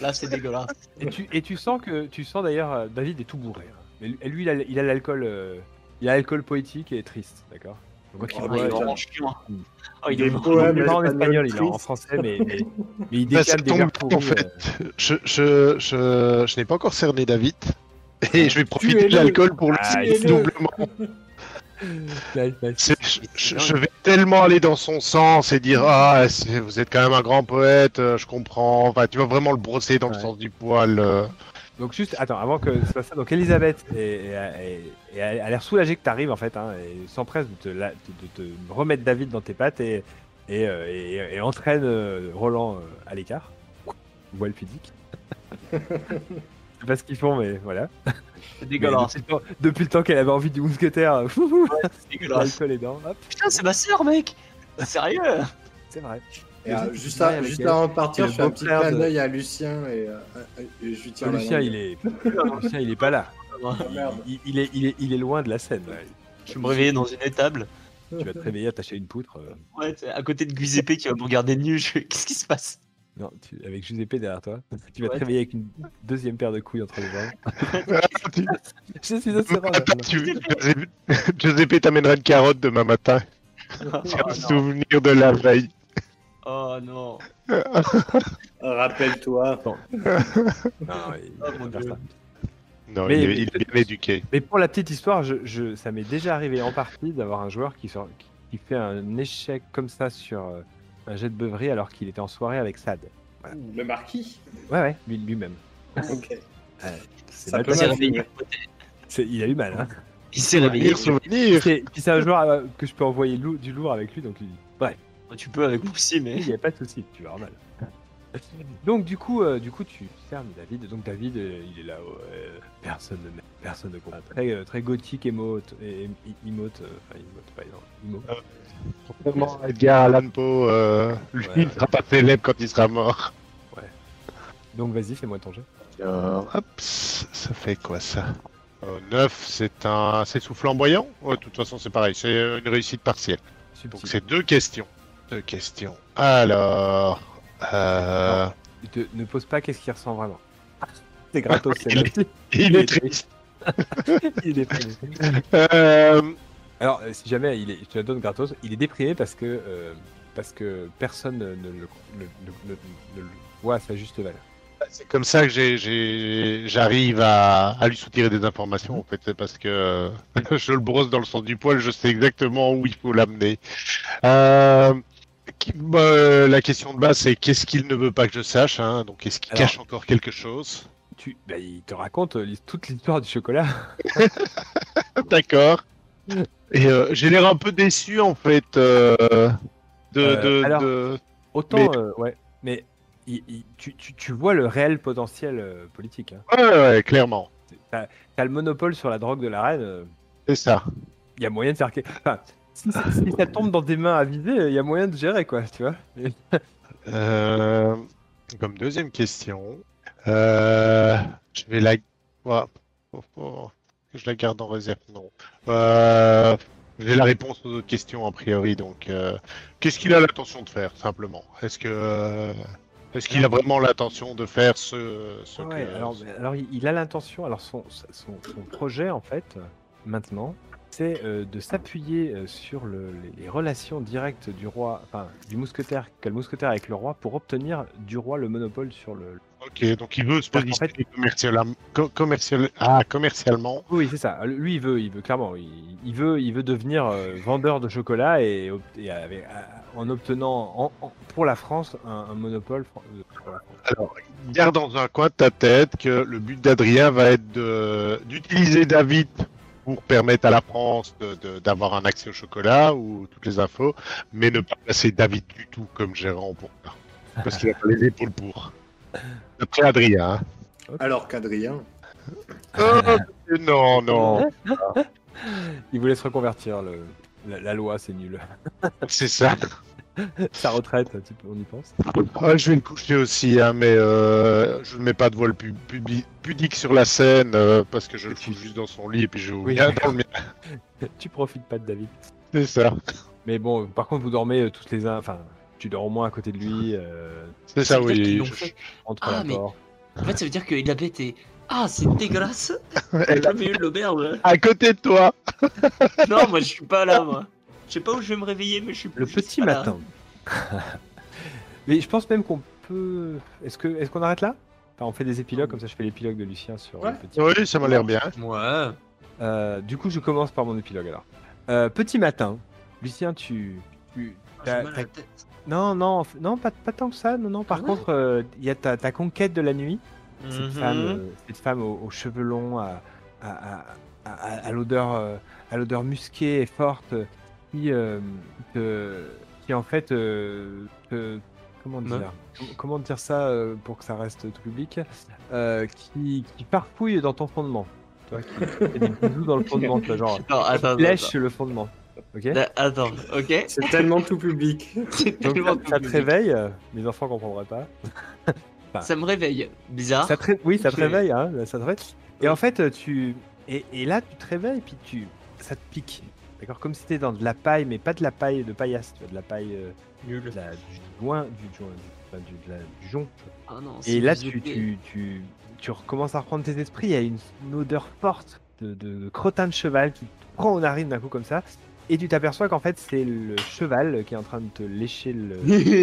[SPEAKER 2] Là, c'est dégueulasse.
[SPEAKER 1] Et tu, et tu sens que tu sens d'ailleurs euh, David est tout bourré. hein. Mais lui- lui, il a- il a l'alcool, euh, il a l'alcool poétique et triste, d'accord. Donc, quand
[SPEAKER 3] Oh,
[SPEAKER 1] il boit,
[SPEAKER 2] Ah, il est
[SPEAKER 3] putain.
[SPEAKER 2] vraiment chiant.
[SPEAKER 1] Mm.
[SPEAKER 2] Oh, il
[SPEAKER 3] Des
[SPEAKER 2] est
[SPEAKER 1] il-
[SPEAKER 2] vraiment...
[SPEAKER 3] poèmes.
[SPEAKER 1] il est pas en espagnol,
[SPEAKER 3] espagnol
[SPEAKER 1] il est en
[SPEAKER 3] triste.
[SPEAKER 1] français, mais, mais, mais il
[SPEAKER 4] Bah, ça
[SPEAKER 1] décale des vers
[SPEAKER 4] tombe bien, en
[SPEAKER 1] pourris. euh.
[SPEAKER 4] fait. Je, je, je, je n'ai pas encore cerné David. Et je vais profiter de
[SPEAKER 3] Tuez-le.
[SPEAKER 4] l'alcool pour le
[SPEAKER 1] Ah,
[SPEAKER 4] signer
[SPEAKER 3] tuez-le.
[SPEAKER 4] doublement.
[SPEAKER 1] euh,
[SPEAKER 4] C'est- Je, je- je vais tellement aller dans son sens et dire Ah, c'est- vous êtes quand même un grand poète, euh, je comprends. Enfin, tu vas vraiment le brosser dans le
[SPEAKER 1] Ouais.
[SPEAKER 4] sens du poil. euh.
[SPEAKER 1] Donc juste, attends, avant que ce soit ça, donc Elisabeth est- est- est- est- a l'air soulagée que t'arrives en fait, hein, et s'empresse de te, la- de te remettre David dans tes pattes et, et, euh, et- et entraîne euh, Roland euh, à l'écart. Voile pudique. Je sais pas ce qu'ils font, mais voilà.
[SPEAKER 2] C'est
[SPEAKER 1] Mais
[SPEAKER 2] dégueulasse.
[SPEAKER 1] depuis, le temps, depuis le temps qu'elle avait envie du mousquetaire, fouhou,
[SPEAKER 2] C'est dégueulasse.
[SPEAKER 1] l'alcool est dans, hop,
[SPEAKER 2] Putain, c'est ma sœur, mec. Sérieux
[SPEAKER 1] c'est vrai.
[SPEAKER 3] Et, euh,
[SPEAKER 1] Vas-y,
[SPEAKER 3] juste,
[SPEAKER 1] tu vas
[SPEAKER 3] à-
[SPEAKER 1] avec
[SPEAKER 3] juste
[SPEAKER 1] elle.
[SPEAKER 3] avant de partir,
[SPEAKER 1] Et
[SPEAKER 3] je
[SPEAKER 1] le
[SPEAKER 3] fais un petit
[SPEAKER 1] beau-frère
[SPEAKER 3] clin
[SPEAKER 1] de-
[SPEAKER 3] d'œil à Lucien et, euh, et je lui tire
[SPEAKER 1] Lucien,
[SPEAKER 3] la langue.
[SPEAKER 1] il est,
[SPEAKER 2] Ah, bah,
[SPEAKER 1] Lucien, il est pas là.
[SPEAKER 3] Ah, merde.
[SPEAKER 1] Il, il est, il, est, il est loin de la scène. là.
[SPEAKER 2] Je vais me réveiller dans une étable.
[SPEAKER 1] Tu vas te réveiller attaché à une poutre. euh.
[SPEAKER 2] Ouais, t'es à côté de Giuseppe qui va me regarder nu. je- Qu'est-ce qui se passe
[SPEAKER 1] Non, tu- avec Giuseppe derrière toi. Tu vas
[SPEAKER 2] Ouais.
[SPEAKER 1] te réveiller avec une deuxième paire de couilles entre les jambes.
[SPEAKER 4] Tu-
[SPEAKER 1] Je suis un savant.
[SPEAKER 4] Attends, tu- Giuseppe- Giuseppe t'amènera une carotte demain matin.
[SPEAKER 3] Oh,
[SPEAKER 4] C'est un
[SPEAKER 2] non.
[SPEAKER 4] souvenir de la veille.
[SPEAKER 2] Oh non.
[SPEAKER 3] Rappelle-toi.
[SPEAKER 1] Non, non, il-
[SPEAKER 2] Oh,
[SPEAKER 1] il
[SPEAKER 2] mon
[SPEAKER 1] faut faire
[SPEAKER 2] Dieu.
[SPEAKER 1] ça.
[SPEAKER 4] Non,
[SPEAKER 1] Mais-
[SPEAKER 4] il, est-
[SPEAKER 1] mais
[SPEAKER 4] il est
[SPEAKER 1] peut-être-
[SPEAKER 4] bien éduqué.
[SPEAKER 1] Ah, Mais pour la petite histoire, je, je- ça m'est déjà arrivé en partie d'avoir un joueur qui, sort- qui- qui fait un échec comme ça sur euh, un jet de beuverie alors qu'il était en soirée avec Sad.
[SPEAKER 3] Le marquis
[SPEAKER 1] Ouais, ouais, lui- lui-même.
[SPEAKER 3] Ok.
[SPEAKER 1] C'est
[SPEAKER 3] Ça
[SPEAKER 1] mal
[SPEAKER 3] peut
[SPEAKER 2] Il
[SPEAKER 1] passé.
[SPEAKER 2] s'est
[SPEAKER 3] mal.
[SPEAKER 2] réveillé.
[SPEAKER 1] C'est- Il a eu mal. Hein.
[SPEAKER 2] Il s'est réveillé.
[SPEAKER 4] Souvenir, souvenir.
[SPEAKER 1] C'est- Puis c'est un joueur euh, que je peux envoyer lou- du lourd avec lui, donc il- bref.
[SPEAKER 2] Bah, Tu peux avec moi aussi, mais.
[SPEAKER 1] Il n'y a pas de souci, tu vas avoir mal. Donc du coup, euh, du coup, tu fermes David. Donc David, euh, il est là. ouais, personne ne m'aime, personne ne comprend. Très, euh, très gothique, émote, et, et- emote, euh, enfin emote, pas non, emo.
[SPEAKER 4] Comment Edgar Allan Poe, euh, lui,
[SPEAKER 1] Ouais.
[SPEAKER 4] il sera pas célèbre quand il sera mort.
[SPEAKER 1] Donc vas-y, fais-moi ton jeu.
[SPEAKER 4] Euh, hop, ça fait quoi ça Euh, 9, c'est un. C'est sous flamboyant Ouais, De toute façon, c'est pareil, c'est euh, une réussite partielle.
[SPEAKER 1] Subtil.
[SPEAKER 4] Donc, c'est deux questions. Deux questions. Alors. euh,
[SPEAKER 1] Il te- ne pose pas qu'est-ce qu'il ressent vraiment. C'est gratos, c'est
[SPEAKER 4] Il est-
[SPEAKER 1] gratuit.
[SPEAKER 4] Il est triste.
[SPEAKER 1] Il est déprimé.
[SPEAKER 4] Euh,
[SPEAKER 1] Alors, euh, si jamais il est, je te la donne gratos, il est déprimé parce que, euh, parce que personne ne, ne le, ne- ne- ne- ne le voit à sa juste valeur.
[SPEAKER 4] C'est comme ça que j'ai- j'ai- j'arrive à, à lui soutirer des informations, en fait, c'est parce que euh, je le brosse dans le sens du poil, je sais exactement où il faut l'amener. Euh, qui- bah, la question de base, c'est qu'est-ce qu'il ne veut pas que je sache, hein, donc est-ce qu'il
[SPEAKER 1] Alors-
[SPEAKER 4] cache encore quelque chose
[SPEAKER 1] Tu, bah, il te raconte euh, l'his- toute l'histoire du chocolat.
[SPEAKER 4] D'accord. Et euh, j'ai l'air un peu déçu, en fait, euh, de...
[SPEAKER 1] Euh,
[SPEAKER 4] de-
[SPEAKER 1] alors-
[SPEAKER 4] de-
[SPEAKER 1] Autant,
[SPEAKER 4] Mais-
[SPEAKER 1] euh, ouais, mais il- il- tu, tu- tu vois le réel potentiel euh, politique. Hein.
[SPEAKER 4] Ouais, ouais, ouais, clairement,
[SPEAKER 1] C'est- T'as t'as le monopole sur la drogue de la reine. euh,
[SPEAKER 4] c'est ça.
[SPEAKER 1] il y a moyen de faire. que- Enfin, si, ça- si ça tombe dans des mains avisées, euh, il y a moyen de gérer, quoi, tu vois. Et-
[SPEAKER 4] Euh, comme deuxième question, euh, je vais la. Ouais. Oh, oh, Je la garde en réserve, non. Euh, J'ai la réponse aux autres questions a priori, donc euh, qu'est-ce qu'il a l'intention de faire simplement Est-ce que euh, est-ce qu'il a vraiment l'intention de faire ce, ce
[SPEAKER 1] Ah Ouais,
[SPEAKER 4] que-
[SPEAKER 1] alors, alors, il il a l'intention, alors son, son, son projet en fait, euh, maintenant, c'est euh, de s'appuyer euh, sur le- les, les relations directes du roi, enfin du mousquetaire, qu'a le mousquetaire avec le roi, pour obtenir du roi le monopole sur le.
[SPEAKER 4] Ok, donc il veut se
[SPEAKER 1] Parce qu'en
[SPEAKER 4] positionner commercialam- co- commercial- ah, commercialement.
[SPEAKER 1] Oui, c'est ça. Euh, Lui, il veut, il veut clairement, il, il veut, il veut devenir euh, vendeur de chocolat et, ob- et avec- à- en obtenant en- en- pour la France un, un monopole. fran- euh, pour la France.
[SPEAKER 4] Alors, garde dans un coin de ta tête que le but d'Adrien va être de- d'utiliser David pour permettre à la France de- de- d'avoir un accès au chocolat ou toutes les infos, mais ne pas placer David du tout comme gérant pour ça. Parce qu'il a pas les épaules pour. D'après Adrien. hein.
[SPEAKER 3] Alors qu'Adrien,
[SPEAKER 4] Oh, non, non,
[SPEAKER 1] Il voulait se reconvertir. Le, la, la loi, c'est nul.
[SPEAKER 4] c'est ça.
[SPEAKER 1] Sa retraite, tu- on y pense.
[SPEAKER 4] Ouais, Ah, je vais le coucher aussi, hein, mais euh, je ne mets pas de voile pub- pubi- pudique sur la scène euh, parce que je le fous juste dans son lit et puis je
[SPEAKER 1] Oui.
[SPEAKER 4] dans le mien.
[SPEAKER 1] tu profites pas de David.
[SPEAKER 4] C'est ça.
[SPEAKER 1] Mais bon, par contre, vous dormez euh, toutes les uns. Enfin, tu dors au moins à côté de lui, euh,
[SPEAKER 4] C'est ça,
[SPEAKER 2] C'est peut-être qu'ils
[SPEAKER 4] oui.
[SPEAKER 2] l'ont
[SPEAKER 4] je-
[SPEAKER 2] fait.
[SPEAKER 1] entre
[SPEAKER 2] Ah,
[SPEAKER 1] la
[SPEAKER 2] mais-
[SPEAKER 1] porte.
[SPEAKER 2] En fait, ça veut dire qu'il a pété. Ah, c'est dégueulasse J'ai
[SPEAKER 4] Elle a-
[SPEAKER 2] jamais eu de l'auberge
[SPEAKER 4] à côté de toi.
[SPEAKER 2] Non, moi, je suis pas là, moi. Je sais pas où je vais me réveiller, mais je suis
[SPEAKER 1] Le
[SPEAKER 2] je suis
[SPEAKER 1] petit
[SPEAKER 2] pas là.
[SPEAKER 1] matin. mais je pense même qu'on peut. Est-ce que, est-ce qu'on arrête là Enfin, On fait des épilogues comme ça. Je fais l'épilogue de Lucien sur
[SPEAKER 3] Ouais.
[SPEAKER 1] le petit.
[SPEAKER 4] Oui, ça m'a l'air bien.
[SPEAKER 2] Ouais.
[SPEAKER 1] Euh, du coup, je commence par mon épilogue alors. Euh, petit matin, Lucien, tu. tu-
[SPEAKER 2] J'ai
[SPEAKER 1] t'as-
[SPEAKER 2] mal à
[SPEAKER 1] t'as-
[SPEAKER 2] la tête.
[SPEAKER 1] Non, non, f- non, pas, pas tant que ça. Non, non. Par
[SPEAKER 2] Ah ouais
[SPEAKER 1] contre, euh, il y a ta, ta conquête de la nuit. cette femme,
[SPEAKER 2] Mhm.
[SPEAKER 1] euh, cette femme aux, aux cheveux longs, à, à- à- à- à l'odeur, euh, à l'odeur musquée et forte, euh, qui, euh, te- qui en fait, euh, te- comment
[SPEAKER 2] Me-
[SPEAKER 1] dire, com- comment dire ça euh, pour que ça reste tout public, euh, qui, qui parfouille dans ton fondement, toi, qui fait des bisous dans le fondement, toi, genre
[SPEAKER 2] Attends, attends, attends.
[SPEAKER 1] lèche le fondement, ok
[SPEAKER 2] Là, Attends, ok.
[SPEAKER 3] c'est tellement tout public.
[SPEAKER 2] C'est
[SPEAKER 1] Donc,
[SPEAKER 2] tellement
[SPEAKER 1] ça te
[SPEAKER 2] compliqué.
[SPEAKER 1] réveille, euh, mes enfants comprendraient pas.
[SPEAKER 2] Ça me réveille. Bizarre.
[SPEAKER 1] Ça te ré- Oui, ça te
[SPEAKER 2] Ok.
[SPEAKER 1] réveille, hein, ça te réveille. Et en fait, euh, tu. Et, et là, tu te réveilles, puis tu. Ça te pique. D'accord Comme si t'étais dans de la paille, mais pas de la paille de paillasse, tu vois, de la paille. euh,
[SPEAKER 2] Nul.
[SPEAKER 1] de la- du joint, du joint, du, enfin, du- de la- du jonc.
[SPEAKER 2] Ah non, c'est
[SPEAKER 1] Et là, tu,
[SPEAKER 2] biseauté.
[SPEAKER 1] tu, tu, tu recommences à reprendre tes esprits. Il y a une, une odeur forte de, de, de crottin de cheval qui te prend aux narines d'un coup comme ça. Et tu t'aperçois qu'en fait, c'est le cheval qui est en train de te lécher le.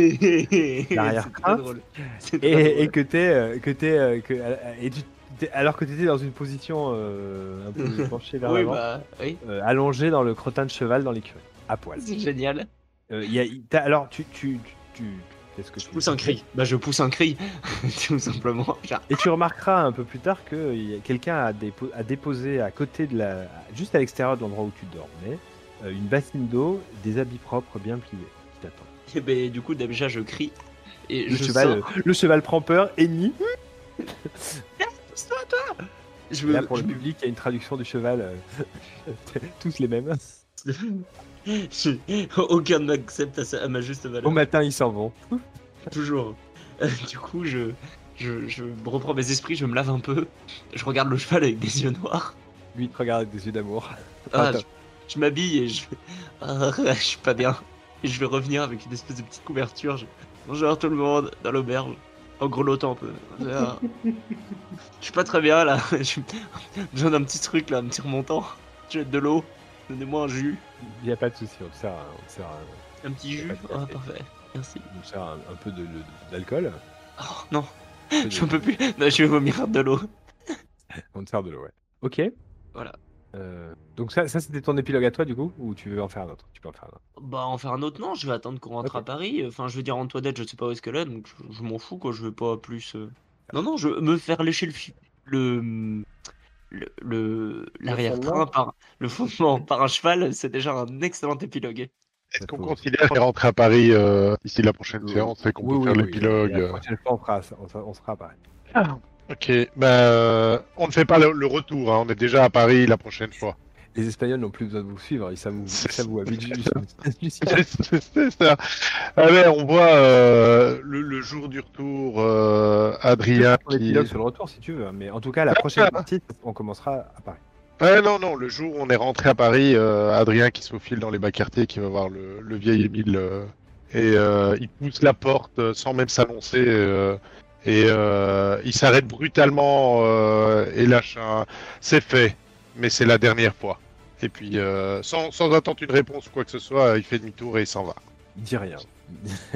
[SPEAKER 2] C'est
[SPEAKER 1] L'arrière-train.
[SPEAKER 2] très drôle. C'est très
[SPEAKER 1] et, et
[SPEAKER 2] drôle.
[SPEAKER 1] que t'es euh, que t'es euh, que et tu- t'es- alors que t'étais dans une position euh, un peu penchée vers
[SPEAKER 2] Oui,
[SPEAKER 1] l'avant,
[SPEAKER 2] bah, oui.
[SPEAKER 1] euh, allongé dans le crottin de cheval dans l'écurie, à poil.
[SPEAKER 2] C'est génial.
[SPEAKER 1] Euh, y a- y- t'as- alors tu tu tu, tu- est-ce que
[SPEAKER 2] Je
[SPEAKER 1] tu-
[SPEAKER 2] pousse un cri. Bah, je pousse un cri. Tout simplement. Genre,
[SPEAKER 1] Et tu remarqueras un peu plus tard que euh, y a- quelqu'un a, dépo- a déposé à côté de la juste à l'extérieur de l'endroit où tu dormais euh, une bassine d'eau, des habits propres bien pliés qui t'attendent.
[SPEAKER 2] Et ben, du coup, déjà, je crie. Et
[SPEAKER 1] Le
[SPEAKER 2] je
[SPEAKER 1] cheval,
[SPEAKER 2] sors.
[SPEAKER 1] euh, le cheval prend peur, hennit.
[SPEAKER 2] Pousse-toi, toi Je
[SPEAKER 1] euh, Et
[SPEAKER 2] me-
[SPEAKER 1] Là pour le
[SPEAKER 2] je me-
[SPEAKER 1] public, il y a une traduction du cheval, euh, tous les mêmes.
[SPEAKER 2] je- Aucun n'accepte à, sa- à ma juste valeur.
[SPEAKER 1] Au matin, ils s'en vont.
[SPEAKER 2] Toujours. Euh, du coup, je, je, je me reprends mes esprits, je me lave un peu. Je regarde le cheval avec des yeux noirs.
[SPEAKER 1] Lui, il te regarde avec des yeux d'amour.
[SPEAKER 2] Ah,
[SPEAKER 1] Attends.
[SPEAKER 2] je je m'habille et je... Ah, je suis pas bien. Et je vais revenir avec une espèce de petite couverture. je- Bonjour tout le monde, dans l'auberge. En grelottant un peu. Ah. Je suis pas très bien là. J'ai besoin d'un petit truc là, un petit remontant. Je vais de l'eau. Donnez-moi un jus.
[SPEAKER 1] Il n'y a pas de souci, on te sert, un- on te sert un,
[SPEAKER 2] Un petit jus. Ah, parfait. Merci.
[SPEAKER 1] on te sert un- un peu de- de- d'alcool.
[SPEAKER 2] Oh non,
[SPEAKER 1] Un peu de-
[SPEAKER 2] je peux plus. Non, je vais vomir de l'eau.
[SPEAKER 1] On te sert de l'eau, ouais. Ok.
[SPEAKER 2] Voilà.
[SPEAKER 1] Euh, donc ça, ça c'était ton épilogue à toi du coup ou tu veux en faire un autre Tu peux en faire un autre.
[SPEAKER 2] Bah, en faire un autre, non. Je vais attendre qu'on rentre
[SPEAKER 1] Ok.
[SPEAKER 2] à Paris. Enfin, je veux dire, Antoinette, je sais pas où est-ce qu'elle est, donc je, je m'en fous, quoi. Je vais pas plus. euh,
[SPEAKER 1] Ah.
[SPEAKER 2] Non, non, je me faire lécher le. fi- le. le- le. l'arrière-train
[SPEAKER 3] fondement.
[SPEAKER 2] par. le fondement par un cheval, c'est déjà un excellent épilogue.
[SPEAKER 4] Est-ce qu'on
[SPEAKER 1] Faut-
[SPEAKER 4] considère les rentrées à Paris euh, d'ici la prochaine
[SPEAKER 1] Oui.
[SPEAKER 4] séance et qu'on peut faire l'épilogue
[SPEAKER 1] La
[SPEAKER 4] euh,
[SPEAKER 1] prochaine fois, on, fera ça- on sera- on sera à Paris.
[SPEAKER 4] Ok, bah, euh, on ne fait pas le, le retour, hein, on est déjà à Paris la prochaine fois.
[SPEAKER 1] Les Espagnols n'ont plus besoin de vous suivre, ils savent où-
[SPEAKER 4] C'est-
[SPEAKER 1] ils savent où habitent.
[SPEAKER 4] C'est- c'est- c'est ça. Allez, on voit euh, le, le jour du retour, euh, Adrien qui...
[SPEAKER 1] L'épilogue sur le retour si tu veux, hein, mais en tout cas la prochaine partie, on commencera à Paris.
[SPEAKER 4] Ouais, non, non, le jour où on est rentré à Paris, euh, Adrien qui faufile dans les bas quartiers, qui va voir le, le vieil Émile, euh, et euh, il pousse la porte euh, sans même s'annoncer, euh, et euh, il s'arrête brutalement euh, et lâche un « c'est fait, mais c'est la dernière fois ». Et puis, euh, sans, sans attendre une réponse ou quoi que ce soit, il fait demi-tour et il s'en va.
[SPEAKER 1] Il dit rien.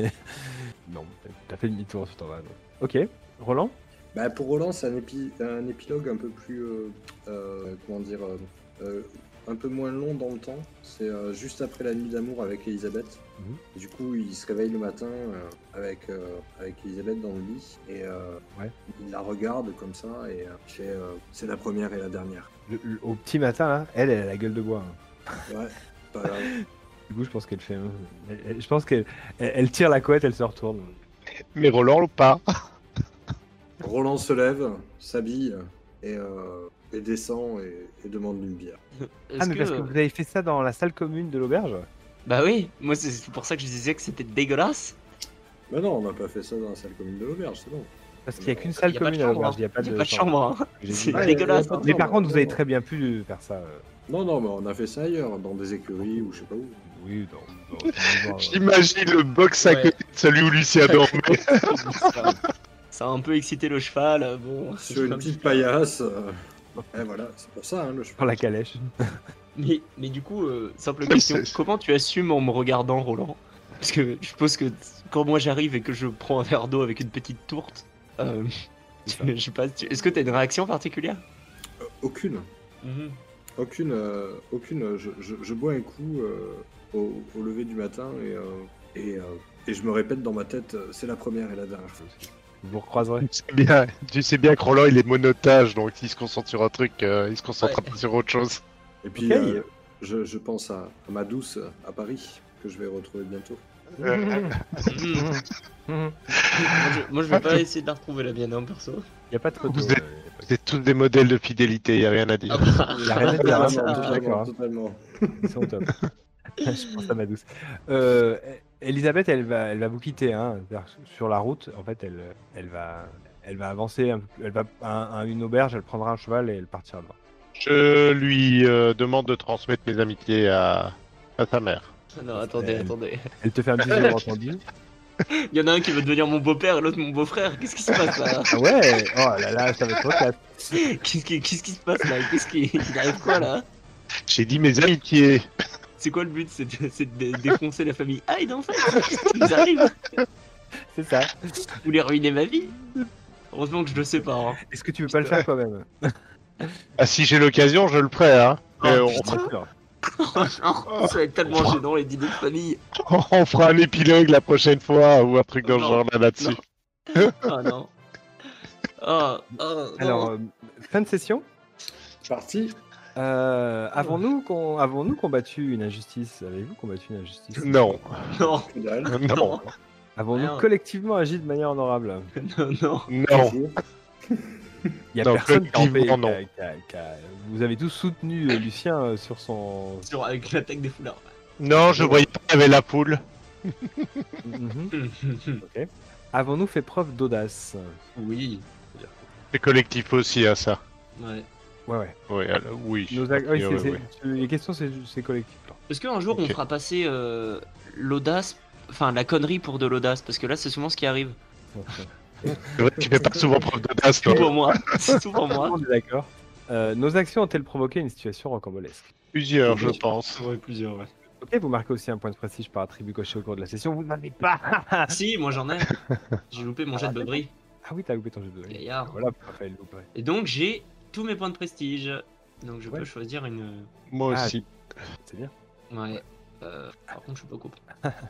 [SPEAKER 1] non, t'as fait demi-tour, tu t'en vas. non. Ok, Roland
[SPEAKER 3] Bah, pour Roland, c'est un, épi- un épilogue un peu plus. euh, euh, comment dire euh, euh, Un peu moins long dans le temps. C'est euh, juste après la nuit d'amour avec Elisabeth.
[SPEAKER 1] Mhm.
[SPEAKER 3] Du coup, il se réveille le matin euh, avec, euh, avec Elisabeth dans le lit. Et euh,
[SPEAKER 1] Ouais.
[SPEAKER 3] il la regarde comme ça et euh, il fait euh, C'est la première et la dernière.
[SPEAKER 1] Le- le- Au petit matin, là, elle, elle a la gueule de bois. hein.
[SPEAKER 3] Ouais. Bah,
[SPEAKER 1] Du coup, je pense qu'elle fait. euh, elle- elle- je pense qu'elle elle, elle tire la couette, elle se retourne.
[SPEAKER 4] Mais Roland le pas.
[SPEAKER 3] Roland se lève, s'habille et, euh, et descend et, et demande une bière.
[SPEAKER 1] Ah,
[SPEAKER 2] Est-ce
[SPEAKER 1] mais
[SPEAKER 2] que- euh,
[SPEAKER 1] parce que vous avez fait ça dans la salle commune de l'auberge
[SPEAKER 2] Bah oui, moi c'est- c'est pour ça que je disais que c'était dégueulasse.
[SPEAKER 3] Mais non, on n'a pas fait ça dans la salle commune de l'auberge, c'est bon.
[SPEAKER 1] Parce qu'il n'y a qu'une
[SPEAKER 2] Il
[SPEAKER 1] salle
[SPEAKER 2] y a pas de
[SPEAKER 1] commune à
[SPEAKER 2] chambre.
[SPEAKER 1] l'auberge, il n'y
[SPEAKER 2] hein.
[SPEAKER 1] a pas de,
[SPEAKER 2] Y a pas de chambre. hein.
[SPEAKER 1] J'ai
[SPEAKER 2] C'est
[SPEAKER 1] dit-
[SPEAKER 3] Ouais,
[SPEAKER 2] dégueulasse.
[SPEAKER 3] ouais, ouais,
[SPEAKER 1] Mais
[SPEAKER 3] Non,
[SPEAKER 1] par
[SPEAKER 3] non,
[SPEAKER 1] contre, vous avez
[SPEAKER 3] non.
[SPEAKER 1] très bien pu faire ça. euh,
[SPEAKER 3] Non, non, mais on a fait ça ailleurs, dans des écuries ou je sais pas où.
[SPEAKER 1] Oui, dans. dans- dans l'auberge.
[SPEAKER 4] J'imagine le box à
[SPEAKER 2] Ouais.
[SPEAKER 4] côté de celui où Lucien dormait.
[SPEAKER 2] Ça a un peu excité le cheval. euh, Bon,
[SPEAKER 3] Sur une petite paillasse. euh, Et voilà, c'est pour ça, hein, le cheval.
[SPEAKER 1] dans la calèche.
[SPEAKER 2] Mais, mais du coup, euh, simple
[SPEAKER 4] Mais
[SPEAKER 2] question,
[SPEAKER 4] c'est-
[SPEAKER 2] comment tu assumes en me regardant, Roland Parce que je suppose que t- quand moi j'arrive et que je prends un verre d'eau avec une petite tourte, euh,
[SPEAKER 1] C'est
[SPEAKER 2] tu- je sais pas, tu- est-ce que t'as une réaction particulière
[SPEAKER 3] Euh, Aucune. Aucune. euh, aucune. euh, Je, je- je bois un coup euh, au, au lever du matin et, euh, et, euh, et je me répète dans ma tête, euh, c'est la première et la dernière fois.
[SPEAKER 1] Vous vous recroiserez.
[SPEAKER 4] Tu sais bien, tu sais bien que Roland il est monotage, donc s'il se concentre sur un truc, euh, il se concentre
[SPEAKER 2] Ouais.
[SPEAKER 4] pas sur autre chose.
[SPEAKER 3] Et puis,
[SPEAKER 1] Ok.
[SPEAKER 3] euh, je, je pense à, à ma douce euh, à Paris, que je vais retrouver bientôt.
[SPEAKER 1] Il
[SPEAKER 2] Mhm. moi, je, moi, je vais pas essayer de la retrouver la mienne, hein, perso.
[SPEAKER 1] n'y a pas de photo.
[SPEAKER 4] Vous êtes-
[SPEAKER 1] euh, y a pas de-
[SPEAKER 4] Vous êtes tous des modèles de fidélité, y a rien à
[SPEAKER 2] Ah
[SPEAKER 4] dire.
[SPEAKER 1] La reine de la
[SPEAKER 3] Totalement,
[SPEAKER 1] race, je suis d'accord,
[SPEAKER 3] totalement,
[SPEAKER 1] hein.
[SPEAKER 3] totalement.
[SPEAKER 1] Ils sont top. je pense à ma douce. Euh, Elisabeth, elle va, elle va vous quitter. hein. C'est-à-dire, Sur la route, en fait, elle, elle, va, elle va avancer. un- Elle va à, à une auberge, elle prendra un cheval et elle partira là.
[SPEAKER 4] Je lui euh, demande de transmettre mes amitiés à, à sa mère.
[SPEAKER 2] Ah Non, attendez, attendez.
[SPEAKER 1] Elle te fait un petit jeu entendu.
[SPEAKER 2] Il y en a un qui veut devenir mon beau-père et l'autre mon beau-frère. Qu'est-ce qui se passe là
[SPEAKER 1] Ah ouais Oh là là, ça va être recap.
[SPEAKER 2] Qu'est-ce qui, qu'est-ce qui se passe là Qu'est-ce qui il arrive quoi là
[SPEAKER 4] J'ai dit mes amitiés.
[SPEAKER 2] C'est quoi le but C'est de, c'est de dé- défoncer la famille Hyde en fait Qu'est-ce qui nous arrive
[SPEAKER 1] C'est ça.
[SPEAKER 2] Vous voulez ruiner ma vie Heureusement que je le sais pas. hein.
[SPEAKER 1] Est-ce que tu veux pas le faire toi-même
[SPEAKER 4] Ah, si j'ai l'occasion, je le ferai. Hein. Mais
[SPEAKER 2] Oh,
[SPEAKER 4] on,
[SPEAKER 2] putain.
[SPEAKER 1] Sûr.
[SPEAKER 2] Genre, ça va être tellement gênant les dîners de famille.
[SPEAKER 4] on fera un épilogue la prochaine fois ou un truc dans ce
[SPEAKER 2] Non,
[SPEAKER 4] genre là, là-dessus.
[SPEAKER 2] non. Oh non. Oh, oh, non.
[SPEAKER 1] Alors, euh, fin de session.
[SPEAKER 3] C'est parti.
[SPEAKER 1] Euh, avons-nous, con- avons-nous combattu une injustice Avez-vous combattu une injustice
[SPEAKER 4] Non,
[SPEAKER 2] non,
[SPEAKER 3] Pédale.
[SPEAKER 4] non,
[SPEAKER 1] Avons-nous
[SPEAKER 2] Merde.
[SPEAKER 1] collectivement agi de manière honorable
[SPEAKER 2] non, non.
[SPEAKER 4] non.
[SPEAKER 3] Toujours.
[SPEAKER 1] Il y a
[SPEAKER 4] Non,
[SPEAKER 1] personne qui en fait- qui
[SPEAKER 4] collectivement,
[SPEAKER 1] a- qui a- qui a- Vous avez tous soutenu euh, Lucien euh, sur son.
[SPEAKER 2] Sur- avec l'attaque des foulards.
[SPEAKER 4] Non, je voyais pas qu'il y avait la poule.
[SPEAKER 1] Mhm. Ok. Avons-nous fait preuve d'audace
[SPEAKER 2] oui.
[SPEAKER 4] C'est collectif aussi à ça.
[SPEAKER 2] Ouais.
[SPEAKER 1] Ouais, ouais.
[SPEAKER 4] Oui, alors, oui.
[SPEAKER 1] Nos
[SPEAKER 4] a
[SPEAKER 1] ac- ouais,
[SPEAKER 4] priori,
[SPEAKER 1] c'est-
[SPEAKER 4] oui.
[SPEAKER 1] c'est- Les questions, c'est c'est collectif. là.
[SPEAKER 2] Est-ce qu'un jour
[SPEAKER 4] Ok.
[SPEAKER 2] on fera passer euh, l'audace, enfin la connerie pour de l'audace Parce que là c'est souvent ce qui arrive.
[SPEAKER 1] euh,
[SPEAKER 4] C'est vrai que tu fais pas souvent preuve d'audace, toi.
[SPEAKER 2] C'est pour moi, c'est souvent
[SPEAKER 1] Tout le
[SPEAKER 2] moi.
[SPEAKER 1] monde est d'accord. Euh, nos actions ont-elles provoqué une situation rocambolesque
[SPEAKER 4] Plusieurs, je pense.
[SPEAKER 2] Ouais, plusieurs, ouais.
[SPEAKER 1] Ok, vous marquez aussi un point de prestige par attribut coché au cours de la session. Vous n'en avez pas
[SPEAKER 2] Ah, Si, moi j'en ai. J'ai loupé mon jet de brebis.
[SPEAKER 1] Ah oui, t'as loupé ton jeu de données.
[SPEAKER 2] Gaillard.
[SPEAKER 1] Voilà, Raphaël loupé.
[SPEAKER 2] Et donc j'ai tous mes points de prestige. Donc je
[SPEAKER 1] Ouais.
[SPEAKER 2] peux choisir une.
[SPEAKER 4] Moi
[SPEAKER 1] Ah,
[SPEAKER 4] aussi.
[SPEAKER 1] C'est bien.
[SPEAKER 2] Ouais. Euh, par contre, je suis pas au courant.